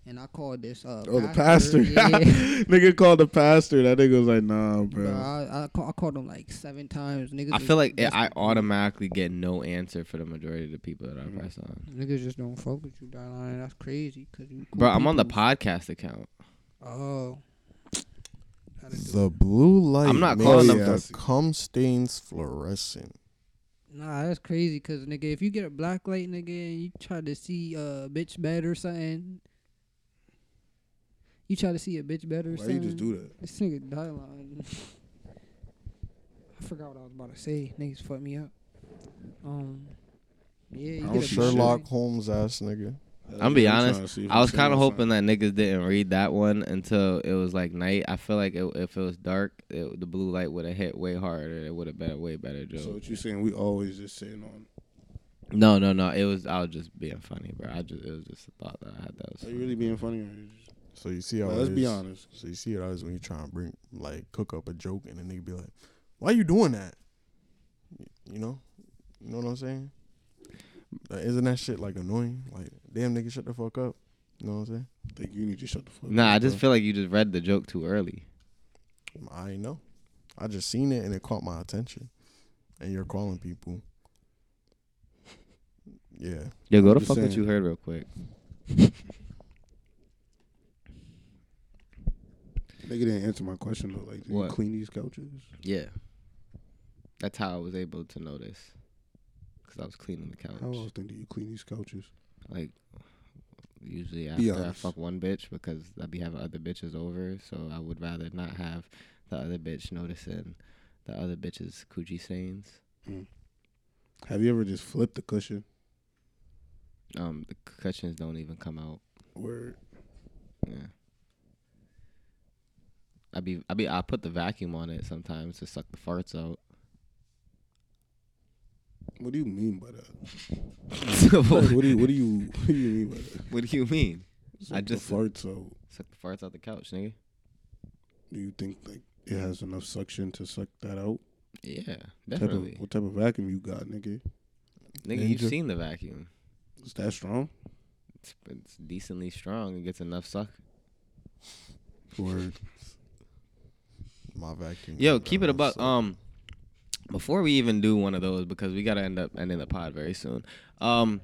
[SPEAKER 2] and I called this. Uh,
[SPEAKER 4] Oh, the pastor,
[SPEAKER 2] yeah.
[SPEAKER 4] (laughs) (laughs) nigga called the pastor. That nigga was like, nah,
[SPEAKER 2] Bro,
[SPEAKER 4] bro.
[SPEAKER 2] I, I, call, I called him like seven times. Niggas
[SPEAKER 6] I
[SPEAKER 2] is-
[SPEAKER 6] feel like it,
[SPEAKER 2] just-
[SPEAKER 6] I automatically get no answer for the majority of the people that I press on.
[SPEAKER 2] niggas just don't fuck with you, Dylan. That's crazy. Cause you cool
[SPEAKER 6] Bro, I'm on the
[SPEAKER 2] people.
[SPEAKER 6] podcast account.
[SPEAKER 2] Oh. Gotta do
[SPEAKER 5] The blue light.
[SPEAKER 6] I'm not
[SPEAKER 5] makes
[SPEAKER 6] calling
[SPEAKER 4] them
[SPEAKER 5] the
[SPEAKER 4] fussy.
[SPEAKER 5] cum stains fluorescent.
[SPEAKER 2] Nah, that's crazy because nigga, if you get a black light, nigga, and you try to see a bitch bed or something, you try to see a bitch bed or
[SPEAKER 4] Why
[SPEAKER 2] something.
[SPEAKER 4] you just do that?
[SPEAKER 2] This nigga dialogue. (laughs) I forgot what I was about to say. Niggas fucked me up. Um, yeah, you
[SPEAKER 4] I
[SPEAKER 2] get
[SPEAKER 4] don't
[SPEAKER 2] a black
[SPEAKER 5] Sherlock
[SPEAKER 2] light.
[SPEAKER 5] Holmes ass nigga.
[SPEAKER 4] I'm
[SPEAKER 6] gonna be honest, I was kind of hoping that niggas didn't read that one until it was like night. I feel like it, if it was dark, it, the blue light would have hit way harder. It would have been a way better joke.
[SPEAKER 4] So what you saying? We always just sitting on.
[SPEAKER 6] No, no, no. It was I was just being funny, bro. I just it was just a thought that I had that was.
[SPEAKER 4] Are
[SPEAKER 6] Funny.
[SPEAKER 4] you really being funny? Or you just,
[SPEAKER 5] So you see how
[SPEAKER 4] Well,
[SPEAKER 5] it
[SPEAKER 4] let's be
[SPEAKER 5] is-
[SPEAKER 4] honest.
[SPEAKER 5] So you see how it is when you try and bring like cook up a joke and then nigga be like, "Why you doing that?" Y- You know, you know what I'm saying? Like, isn't that shit like annoying? Like, damn nigga, shut the fuck up. You know what I'm saying?
[SPEAKER 8] Like you need to shut the fuck up.
[SPEAKER 6] Nah, I just
[SPEAKER 8] bro.
[SPEAKER 6] feel like you just read the joke too early.
[SPEAKER 5] I ain't know. I just seen it and it caught my attention. And you're calling people. (laughs) Yeah.
[SPEAKER 6] Yo, go
[SPEAKER 8] I'm
[SPEAKER 6] to
[SPEAKER 8] just
[SPEAKER 6] fuck what
[SPEAKER 8] saying.
[SPEAKER 6] you heard real quick.
[SPEAKER 8] Nigga didn't answer my question though. Like, do you
[SPEAKER 6] What?
[SPEAKER 8] clean these couches?
[SPEAKER 6] Yeah. That's how I was able to notice. Because I was cleaning the couch.
[SPEAKER 8] How often do you clean these couches?
[SPEAKER 6] Like, usually
[SPEAKER 8] Be
[SPEAKER 6] after I
[SPEAKER 8] honest.
[SPEAKER 6] fuck one bitch because I'd be having other bitches over. So I would rather not have the other bitch noticing the other bitch's coochie stains.
[SPEAKER 8] Have you ever just flipped the cushion?
[SPEAKER 6] Um, The cushions don't even come out.
[SPEAKER 8] Word.
[SPEAKER 6] Yeah. I be I be I put the vacuum on it sometimes to suck the farts out. (laughs)
[SPEAKER 8] What do you mean by
[SPEAKER 6] (laughs)
[SPEAKER 8] that? Like,
[SPEAKER 6] what
[SPEAKER 8] what do you What do you (laughs) What do you mean by that?
[SPEAKER 6] do you mean? I
[SPEAKER 8] Like, the
[SPEAKER 6] just-
[SPEAKER 8] farts out.
[SPEAKER 6] Suck the farts out the couch, nigga.
[SPEAKER 8] Do you think like it has enough suction to suck that out?
[SPEAKER 6] Yeah,
[SPEAKER 8] Type of-
[SPEAKER 6] definitely.
[SPEAKER 8] what type of vacuum you got, nigga?
[SPEAKER 6] Nigga, you've
[SPEAKER 8] Ninja.
[SPEAKER 6] seen the vacuum.
[SPEAKER 8] Is that strong?
[SPEAKER 6] It's, it's decently strong. It gets enough suck.
[SPEAKER 8] Or
[SPEAKER 5] My vacuum.
[SPEAKER 6] Yo,
[SPEAKER 5] cleaner
[SPEAKER 6] keep it a buck.
[SPEAKER 5] also.
[SPEAKER 6] Um, before we even do one of those, because we gotta end up ending the pod very soon. Um,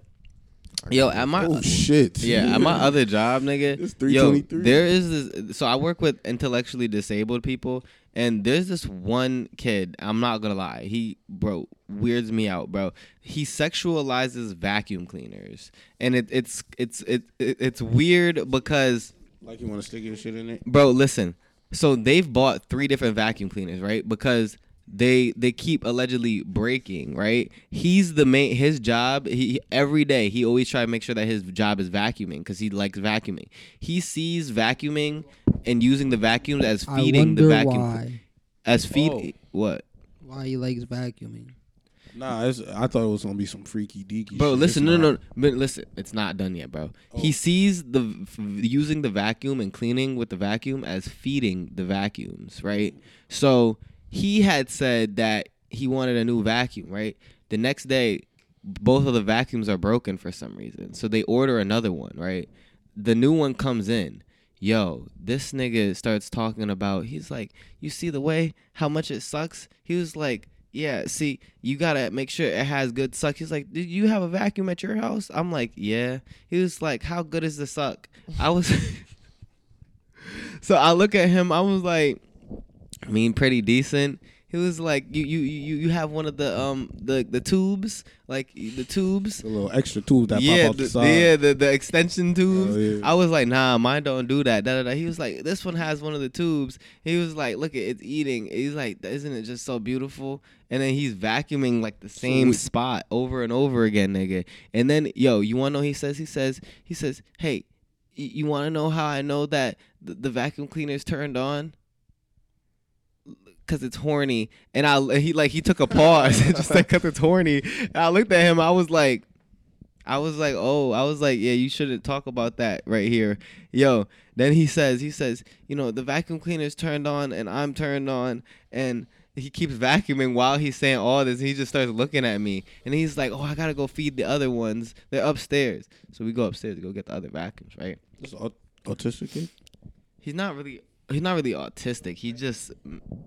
[SPEAKER 6] yo, at my
[SPEAKER 8] oh shit.
[SPEAKER 5] (laughs)
[SPEAKER 6] Yeah, at my other job, nigga.
[SPEAKER 8] It's
[SPEAKER 6] yo,
[SPEAKER 8] 323.
[SPEAKER 6] there is this. So I work with intellectually disabled people, and there's this one kid. I'm not gonna lie, he bro weirds me out, bro. He sexualizes vacuum cleaners, and it, it's it's it, it it's weird because
[SPEAKER 8] Like you want to stick your shit in it?
[SPEAKER 6] bro listen so they've bought three different vacuum cleaners right because they they keep allegedly breaking right he's the main his job he every day he always try to make sure that his job is vacuuming because he likes vacuuming he sees vacuuming and using the vacuums as
[SPEAKER 2] I
[SPEAKER 6] feeding the
[SPEAKER 2] wonder
[SPEAKER 6] vacuum
[SPEAKER 2] why.
[SPEAKER 6] as feed
[SPEAKER 8] Oh.
[SPEAKER 6] what
[SPEAKER 2] Why he likes vacuuming?
[SPEAKER 8] Nah, it's, I thought it was gonna be some freaky deaky.
[SPEAKER 6] bro
[SPEAKER 8] shit.
[SPEAKER 6] listen
[SPEAKER 8] It's
[SPEAKER 6] no no
[SPEAKER 8] not. Oh.
[SPEAKER 6] no, but listen it's not done yet bro he sees the v- f- using the vacuum and cleaning with the vacuum as feeding the vacuums right so he had said that he wanted a new vacuum right the next day both of the vacuums are broken for some reason so they order another one right the new one comes in yo this nigga starts talking about he's like you see the way how much it sucks he was like yeah see you gotta make sure it has good suck he's like did you have a vacuum at your house i'm like yeah he was like how good is the suck i was (laughs) so i look at him i was like i mean pretty decent he was like you you you you have one of the um the the tubes like the tubes
[SPEAKER 8] The little extra tools that
[SPEAKER 6] yeah,
[SPEAKER 8] pop out the,
[SPEAKER 6] the-
[SPEAKER 8] side. Oh,
[SPEAKER 6] Yeah, the, the extension tubes.
[SPEAKER 8] yeah.
[SPEAKER 6] I was like, nah, mine don't do that. Da, da, da. He was like, this one has one of the tubes. He was like, look, it, it's eating. He's like, isn't it just so beautiful? And then he's vacuuming like the same spot over and over again, nigga. And then, yo, you want to know? He says, he says, he says, hey, y- you want to know how I know that the, the vacuum cleaner's turned on? Cause it's horny, and I and he like he took a pause, (laughs) just like cause it's horny. And I looked at him, I was like, I was like, oh, I was like, yeah, you shouldn't talk about that right here. Yo, then he says, he says, you know, the vacuum cleaner's turned on and I'm turned on and he keeps vacuuming while he's saying all this. He just starts looking at me and he's like, oh, I gotta go feed the other ones. They're upstairs. So we go upstairs to go get the other vacuums, right?
[SPEAKER 8] It's aut- autistic kid?
[SPEAKER 6] He's not really, he's not really autistic. He just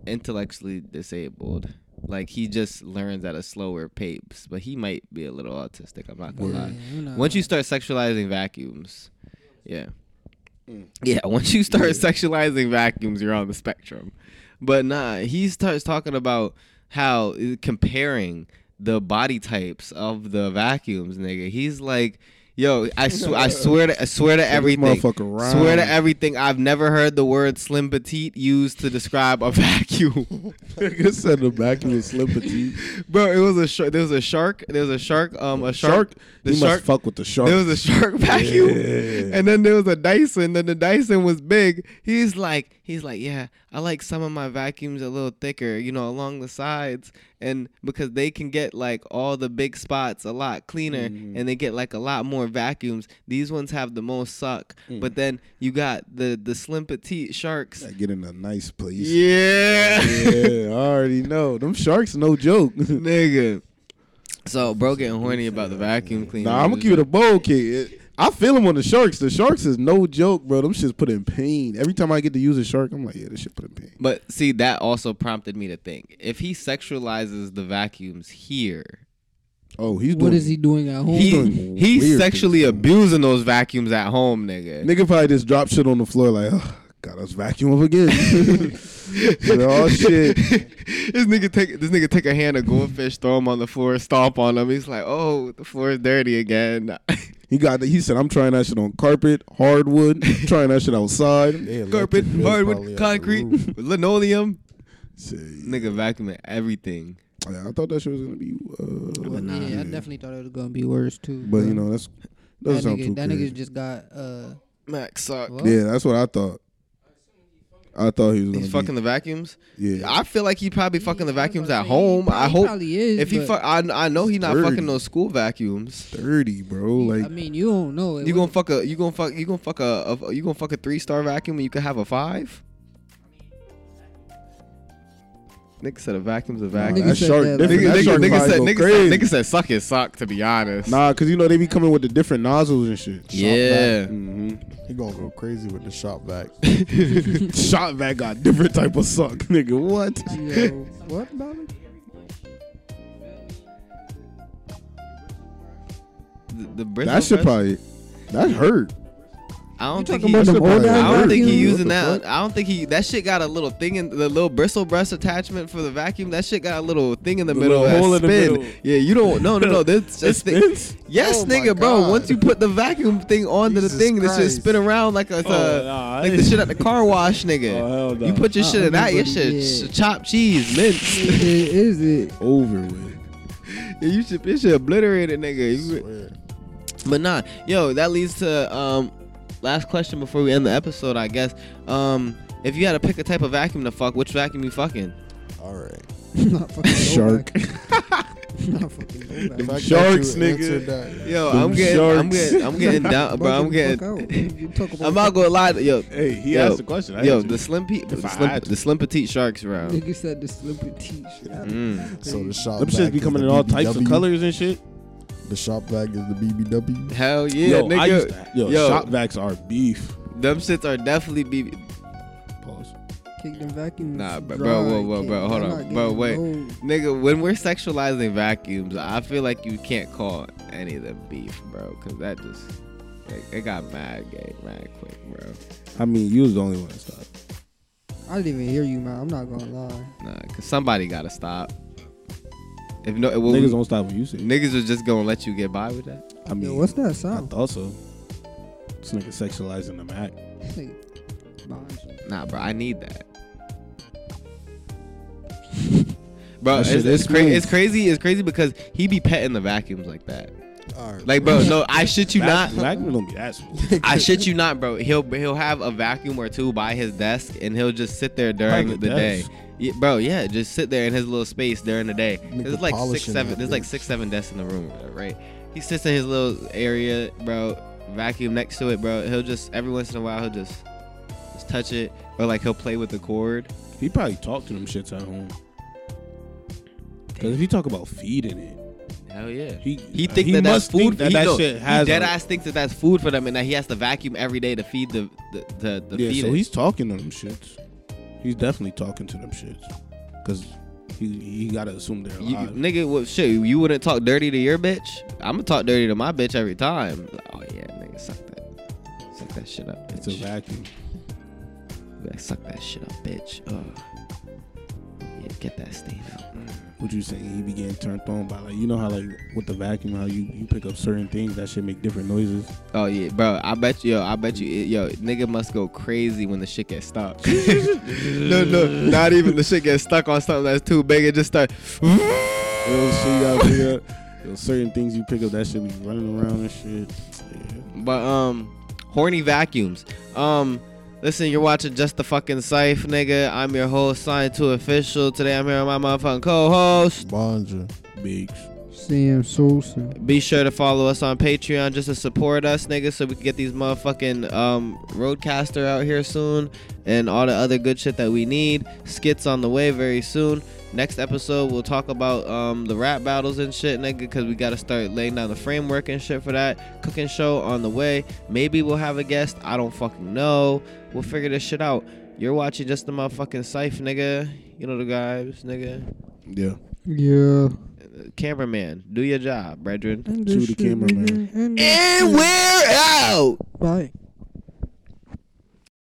[SPEAKER 6] intellectually disabled. Like he just learns at a slower pace, but he might be a little autistic. I'm not gonna lie.
[SPEAKER 2] Yeah, I'm not-
[SPEAKER 6] Once you start sexualizing vacuums, yeah. Yeah, (laughs) once you start sexualizing vacuums, you're on the spectrum. But nah, he starts talking about how uh, comparing the body types of the vacuums, nigga. He's like, yo, I, sw- I swear to I swear to everything.
[SPEAKER 8] motherfucker
[SPEAKER 6] Swear
[SPEAKER 8] rhymes.
[SPEAKER 6] to everything, I've never heard the word slim petite used to describe a (laughs) vacuum.
[SPEAKER 8] Nigga said the vacuum is slim petite.
[SPEAKER 6] Bro, it was a shark. There was a shark. There was a shark. Um, a shark.
[SPEAKER 8] Shark?
[SPEAKER 6] The
[SPEAKER 8] you
[SPEAKER 6] shark.
[SPEAKER 8] must fuck with the shark.
[SPEAKER 6] There was a shark (laughs) vacuum, and then there was a Dyson. Then the Dyson was big. He's like, he's like, yeah, I like some of my vacuums a little thicker, you know, along the sides, and because they can get like all the big spots a lot cleaner,
[SPEAKER 8] Mm-hmm.
[SPEAKER 6] and they get like a lot more vacuums. These ones have the most suck,
[SPEAKER 8] Mm.
[SPEAKER 6] but then you got the the slim petite sharks.
[SPEAKER 8] I get in a nice place.
[SPEAKER 6] Yeah, (laughs)
[SPEAKER 8] yeah, I already know. Them sharks, no joke. (laughs)
[SPEAKER 6] nigga. So bro, getting horny about the vacuum cleaner.
[SPEAKER 8] Nah, I'm gonna keep it a bold kid. I feel him on the sharks. The sharks is no joke, bro. Them shits put in pain. Every time I get to use a shark, I'm like, yeah, this shit put in pain.
[SPEAKER 6] But see, that also prompted me to think: if he sexualizes the vacuums here,
[SPEAKER 8] Oh, he's doing
[SPEAKER 2] What is he doing at home?
[SPEAKER 6] he
[SPEAKER 8] doing
[SPEAKER 6] he's
[SPEAKER 8] weird
[SPEAKER 6] sexually
[SPEAKER 8] things.
[SPEAKER 6] abusing those vacuums at home, nigga.
[SPEAKER 8] Nigga probably just drop shit on the floor like, oh, God, let's vacuum up again. (laughs) But, oh shit.
[SPEAKER 6] (laughs) this nigga take this nigga take a hand of goldfish, throw him on the floor, stomp on him. He's like, oh, the floor is dirty again. (laughs)
[SPEAKER 8] He got. The, he said, "I'm trying that shit on carpet, hardwood. I'm trying that shit outside."
[SPEAKER 5] They electric
[SPEAKER 6] Carpet,
[SPEAKER 5] bill probably
[SPEAKER 6] hardwood,
[SPEAKER 5] out the
[SPEAKER 6] concrete,
[SPEAKER 5] roof.
[SPEAKER 6] linoleum.
[SPEAKER 8] Say,
[SPEAKER 6] Nigga vacuuming everything.
[SPEAKER 8] yeah, I thought that shit was gonna be. Uh, like,
[SPEAKER 2] yeah, I definitely thought it was gonna be worse too.
[SPEAKER 8] But you know, that's
[SPEAKER 2] that
[SPEAKER 8] doesn't sound
[SPEAKER 2] nigga,
[SPEAKER 8] too
[SPEAKER 2] that
[SPEAKER 8] crazy.
[SPEAKER 2] nigga just got uh.
[SPEAKER 6] Max suck.
[SPEAKER 2] Well,
[SPEAKER 8] Yeah, that's what I thought. I thought he was gonna
[SPEAKER 6] He's
[SPEAKER 8] be,
[SPEAKER 6] fucking the vacuums.
[SPEAKER 8] Yeah,
[SPEAKER 6] I feel like he probably fucking the
[SPEAKER 2] I was
[SPEAKER 6] vacuums
[SPEAKER 2] about
[SPEAKER 6] at
[SPEAKER 2] to say, he
[SPEAKER 6] home. I
[SPEAKER 2] probably-
[SPEAKER 6] hope
[SPEAKER 2] probably is,
[SPEAKER 6] if he
[SPEAKER 2] but-
[SPEAKER 6] fuck, I, I know he not
[SPEAKER 8] Dirty.
[SPEAKER 6] fucking those school vacuums.
[SPEAKER 8] dirty, bro.
[SPEAKER 2] I
[SPEAKER 8] Like
[SPEAKER 2] mean, you don't know. It
[SPEAKER 6] You gonna
[SPEAKER 2] wasn't-
[SPEAKER 6] fuck a you gonna fuck you gonna fuck a, a you gonna fuck a three star vacuum and you can have a five. Nigga said a vacuum's a vacuum.
[SPEAKER 2] Nigga
[SPEAKER 8] that
[SPEAKER 2] said
[SPEAKER 8] shark,
[SPEAKER 2] that,
[SPEAKER 8] different.
[SPEAKER 2] like-
[SPEAKER 6] Nigga,
[SPEAKER 8] that
[SPEAKER 6] nigga,
[SPEAKER 8] shark
[SPEAKER 6] nigga
[SPEAKER 8] probably
[SPEAKER 6] said,
[SPEAKER 8] go
[SPEAKER 6] nigga,
[SPEAKER 8] crazy.
[SPEAKER 6] said, nigga said suck his sock. To be honest,
[SPEAKER 8] Nah, cause you know they be coming with the different nozzles and shit. (laughs)
[SPEAKER 6] yeah, (laughs) Mm-hmm.
[SPEAKER 8] hmm
[SPEAKER 5] He gonna go crazy with the shop vac.
[SPEAKER 8] Shot back got different type of suck, nigga. What?
[SPEAKER 2] Yo, what about it?
[SPEAKER 6] the, the bristle
[SPEAKER 8] That shit
[SPEAKER 6] vest-
[SPEAKER 8] probably that hurt.
[SPEAKER 6] I don't think
[SPEAKER 2] talking
[SPEAKER 6] he.
[SPEAKER 2] about
[SPEAKER 8] That shit
[SPEAKER 2] them
[SPEAKER 8] probably
[SPEAKER 2] old ass
[SPEAKER 6] I don't
[SPEAKER 8] hurt.
[SPEAKER 6] think he
[SPEAKER 2] vacuums?
[SPEAKER 8] What the
[SPEAKER 6] using that.
[SPEAKER 8] fuck?
[SPEAKER 6] I don't think he. That shit got a little thing in the little bristle breast attachment for the vacuum. That shit got a little thing in the,
[SPEAKER 8] The
[SPEAKER 6] middle.
[SPEAKER 8] little
[SPEAKER 6] that
[SPEAKER 8] hole in the
[SPEAKER 6] spin.
[SPEAKER 8] middle.
[SPEAKER 6] Yeah, you don't. No, no, no. This, this thing,
[SPEAKER 8] spins?
[SPEAKER 6] Yes,
[SPEAKER 5] Oh my
[SPEAKER 6] nigga, bro.
[SPEAKER 5] God.
[SPEAKER 6] Once you put the vacuum thing onto the
[SPEAKER 5] Jesus
[SPEAKER 6] thing, this
[SPEAKER 5] Christ.
[SPEAKER 6] shit spin around like a, it's a-
[SPEAKER 4] Oh, nah,
[SPEAKER 6] like
[SPEAKER 4] I-
[SPEAKER 6] the shit at the car wash, nigga.
[SPEAKER 4] Oh, hell nah.
[SPEAKER 6] You put your
[SPEAKER 2] I
[SPEAKER 6] shit in that, your
[SPEAKER 2] remember,
[SPEAKER 6] shit
[SPEAKER 2] yeah.
[SPEAKER 6] sh- chopped cheese,
[SPEAKER 2] (laughs)
[SPEAKER 6] mince.
[SPEAKER 2] Is it- (laughs) Is it?
[SPEAKER 8] Over
[SPEAKER 6] (laughs)
[SPEAKER 8] with.
[SPEAKER 6] you should, you should obliterate it, nigga. You-
[SPEAKER 5] Swear.
[SPEAKER 6] but nah, yo, that leads to um, last question before we end the episode, I guess. Um, if you had to pick a type of vacuum to fuck, which vacuum you fucking?
[SPEAKER 5] All right.
[SPEAKER 2] Not fucking
[SPEAKER 6] Oh
[SPEAKER 8] Shark.
[SPEAKER 2] Novak. Not fucking Novak.
[SPEAKER 5] The fact
[SPEAKER 8] sharks,
[SPEAKER 5] that you
[SPEAKER 8] nigga.
[SPEAKER 5] answered That,
[SPEAKER 6] Yo,
[SPEAKER 8] Them
[SPEAKER 6] I'm getting, I'm
[SPEAKER 8] sharks.
[SPEAKER 6] getting, I'm
[SPEAKER 4] (laughs)
[SPEAKER 6] getting down, bro. I'm
[SPEAKER 2] Fucking fuck
[SPEAKER 6] getting.
[SPEAKER 2] out. You talk about
[SPEAKER 6] (laughs) I'm not gonna lie, to, yo.
[SPEAKER 4] Hey, he
[SPEAKER 6] Yo,
[SPEAKER 4] asked the question. I
[SPEAKER 6] Yo,
[SPEAKER 4] answered
[SPEAKER 6] the
[SPEAKER 4] it.
[SPEAKER 6] slim, pe- the,
[SPEAKER 4] I
[SPEAKER 6] slim,
[SPEAKER 4] had to.
[SPEAKER 6] the slim petite sharks
[SPEAKER 2] (laughs)
[SPEAKER 6] round.
[SPEAKER 2] Nigga said the slippery t shirt.
[SPEAKER 6] Mm.
[SPEAKER 5] Mm-hmm. so the shop
[SPEAKER 4] Them
[SPEAKER 5] vac
[SPEAKER 4] shits be
[SPEAKER 5] is
[SPEAKER 4] coming
[SPEAKER 5] the
[SPEAKER 4] in all types of
[SPEAKER 5] BBW.
[SPEAKER 4] colors and shit.
[SPEAKER 5] The shop vac is the BBW.
[SPEAKER 6] Hell yeah,
[SPEAKER 4] yo, I used
[SPEAKER 6] nigga.
[SPEAKER 4] to, yo,
[SPEAKER 6] Yo.
[SPEAKER 4] shop vacs are beef.
[SPEAKER 6] Them shits are definitely be.
[SPEAKER 8] Pause.
[SPEAKER 2] Kick them vacuums.
[SPEAKER 6] Nah, bro,
[SPEAKER 2] dry,
[SPEAKER 6] bro, whoa, whoa,
[SPEAKER 2] kick-
[SPEAKER 6] bro, hold
[SPEAKER 2] they're
[SPEAKER 6] on.
[SPEAKER 2] not
[SPEAKER 6] Bro,
[SPEAKER 2] getting
[SPEAKER 6] wait.
[SPEAKER 2] no-
[SPEAKER 6] Nigga, when we're sexualizing vacuums, I feel like you can't call any of them beef, bro, because that just. It, it got mad gay, mad quick, bro.
[SPEAKER 8] I mean, you was the only one that stopped.
[SPEAKER 2] I didn't even hear you, man. I'm not gonna lie.
[SPEAKER 6] Nah, because somebody got to stop. If no, well,
[SPEAKER 8] Niggas
[SPEAKER 6] niggas,
[SPEAKER 8] don't stop when you say.
[SPEAKER 6] niggas are just going to let you get by with that.
[SPEAKER 8] I mean,
[SPEAKER 2] Yo, what's that
[SPEAKER 8] I
[SPEAKER 2] sound?
[SPEAKER 8] thought so. This nigga sexualizing the Mac.
[SPEAKER 2] Nigga, behind you.
[SPEAKER 6] Nah, bro, I need that. (laughs) Bro,
[SPEAKER 8] That
[SPEAKER 6] it's,
[SPEAKER 8] shit is
[SPEAKER 6] it's, cra-
[SPEAKER 8] smooth.
[SPEAKER 6] it's crazy. It's crazy because he be petting the vacuums like that.
[SPEAKER 5] All right.
[SPEAKER 6] Like, bro, no, I shit you not.
[SPEAKER 8] Vac- Vacuum don't be that smooth.
[SPEAKER 6] I shit you not, bro. He'll he'll have a vacuum or two by his desk, and he'll just sit there during the,
[SPEAKER 8] By the
[SPEAKER 6] day.
[SPEAKER 8] desk?
[SPEAKER 6] Yeah, bro, yeah, just sit there in his little space during the day. There's like six,
[SPEAKER 5] polishing
[SPEAKER 6] seven.
[SPEAKER 5] that
[SPEAKER 6] There's like
[SPEAKER 5] bitch.
[SPEAKER 6] six, seven desks in the room, right? He sits in his little area, bro. Vacuum next to it, bro. He'll just every once in a while he'll just just touch it, or like he'll play with the cord.
[SPEAKER 8] he probably talked to them shits at home. Cause if you talk about feeding it,
[SPEAKER 6] Hell yeah.
[SPEAKER 8] he
[SPEAKER 6] He think that that's
[SPEAKER 8] must
[SPEAKER 6] food.
[SPEAKER 8] think that
[SPEAKER 6] he
[SPEAKER 8] that
[SPEAKER 6] know-
[SPEAKER 8] shit
[SPEAKER 6] he
[SPEAKER 8] has.
[SPEAKER 6] dead
[SPEAKER 8] a-
[SPEAKER 6] ass thinks that that's food for them, and that he has to vacuum every day to feed the the the, the
[SPEAKER 8] yeah,
[SPEAKER 6] fetus.
[SPEAKER 8] so he's talking to them shits. He's definitely talking to them shits. Cause he he gotta assume they're
[SPEAKER 6] You,
[SPEAKER 8] alive.
[SPEAKER 6] nigga, what shit? You wouldn't talk dirty to your bitch? I'm gonna talk dirty to my bitch every time. Oh yeah, nigga, suck that, suck that shit up. Bitch.
[SPEAKER 8] it's a vacuum.
[SPEAKER 6] Yeah, suck that shit up, bitch. Ugh. Yeah, get that stain out. Mm.
[SPEAKER 8] What you saying? He be getting turned on by like you know how like with the vacuum how you you pick up certain things that should make different noises.
[SPEAKER 6] Oh yeah, bro. I bet you, yo, I bet you, yo, nigga must go crazy when the shit gets stuck. (laughs) no, no, not even the shit gets stuck on something that's too big. It just start.
[SPEAKER 8] Yo, shit, you
[SPEAKER 6] (laughs)
[SPEAKER 8] gotta pick up. Yo, certain things you pick up that should be running around and shit. Yeah.
[SPEAKER 6] But um, horny vacuums. Um, listen, you're watching just the fucking Sife, nigga. I'm your host, signed to official. Today I'm here with my motherfucking co-host.
[SPEAKER 5] Bonja.
[SPEAKER 8] Bigs.
[SPEAKER 2] Sam Sosa.
[SPEAKER 6] Be sure to follow us on Patreon just to support us, niggas, so we can get these motherfucking um, Roadcaster out here soon and all the other good shit that we need. Skits on the way very soon. Next episode, we'll talk about um, the rap battles and shit, nigga, because we got to start laying down the framework and shit for that. Cooking show on the way. Maybe we'll have a guest. I don't fucking know. We'll figure this shit out. You're watching just the motherfucking Scythe, nigga. You know the guys, nigga.
[SPEAKER 8] Yeah.
[SPEAKER 2] Yeah.
[SPEAKER 6] Cameraman, do your job, brethren.
[SPEAKER 2] And
[SPEAKER 8] Cue the cameraman.
[SPEAKER 2] And
[SPEAKER 6] And we're out!
[SPEAKER 2] Bye.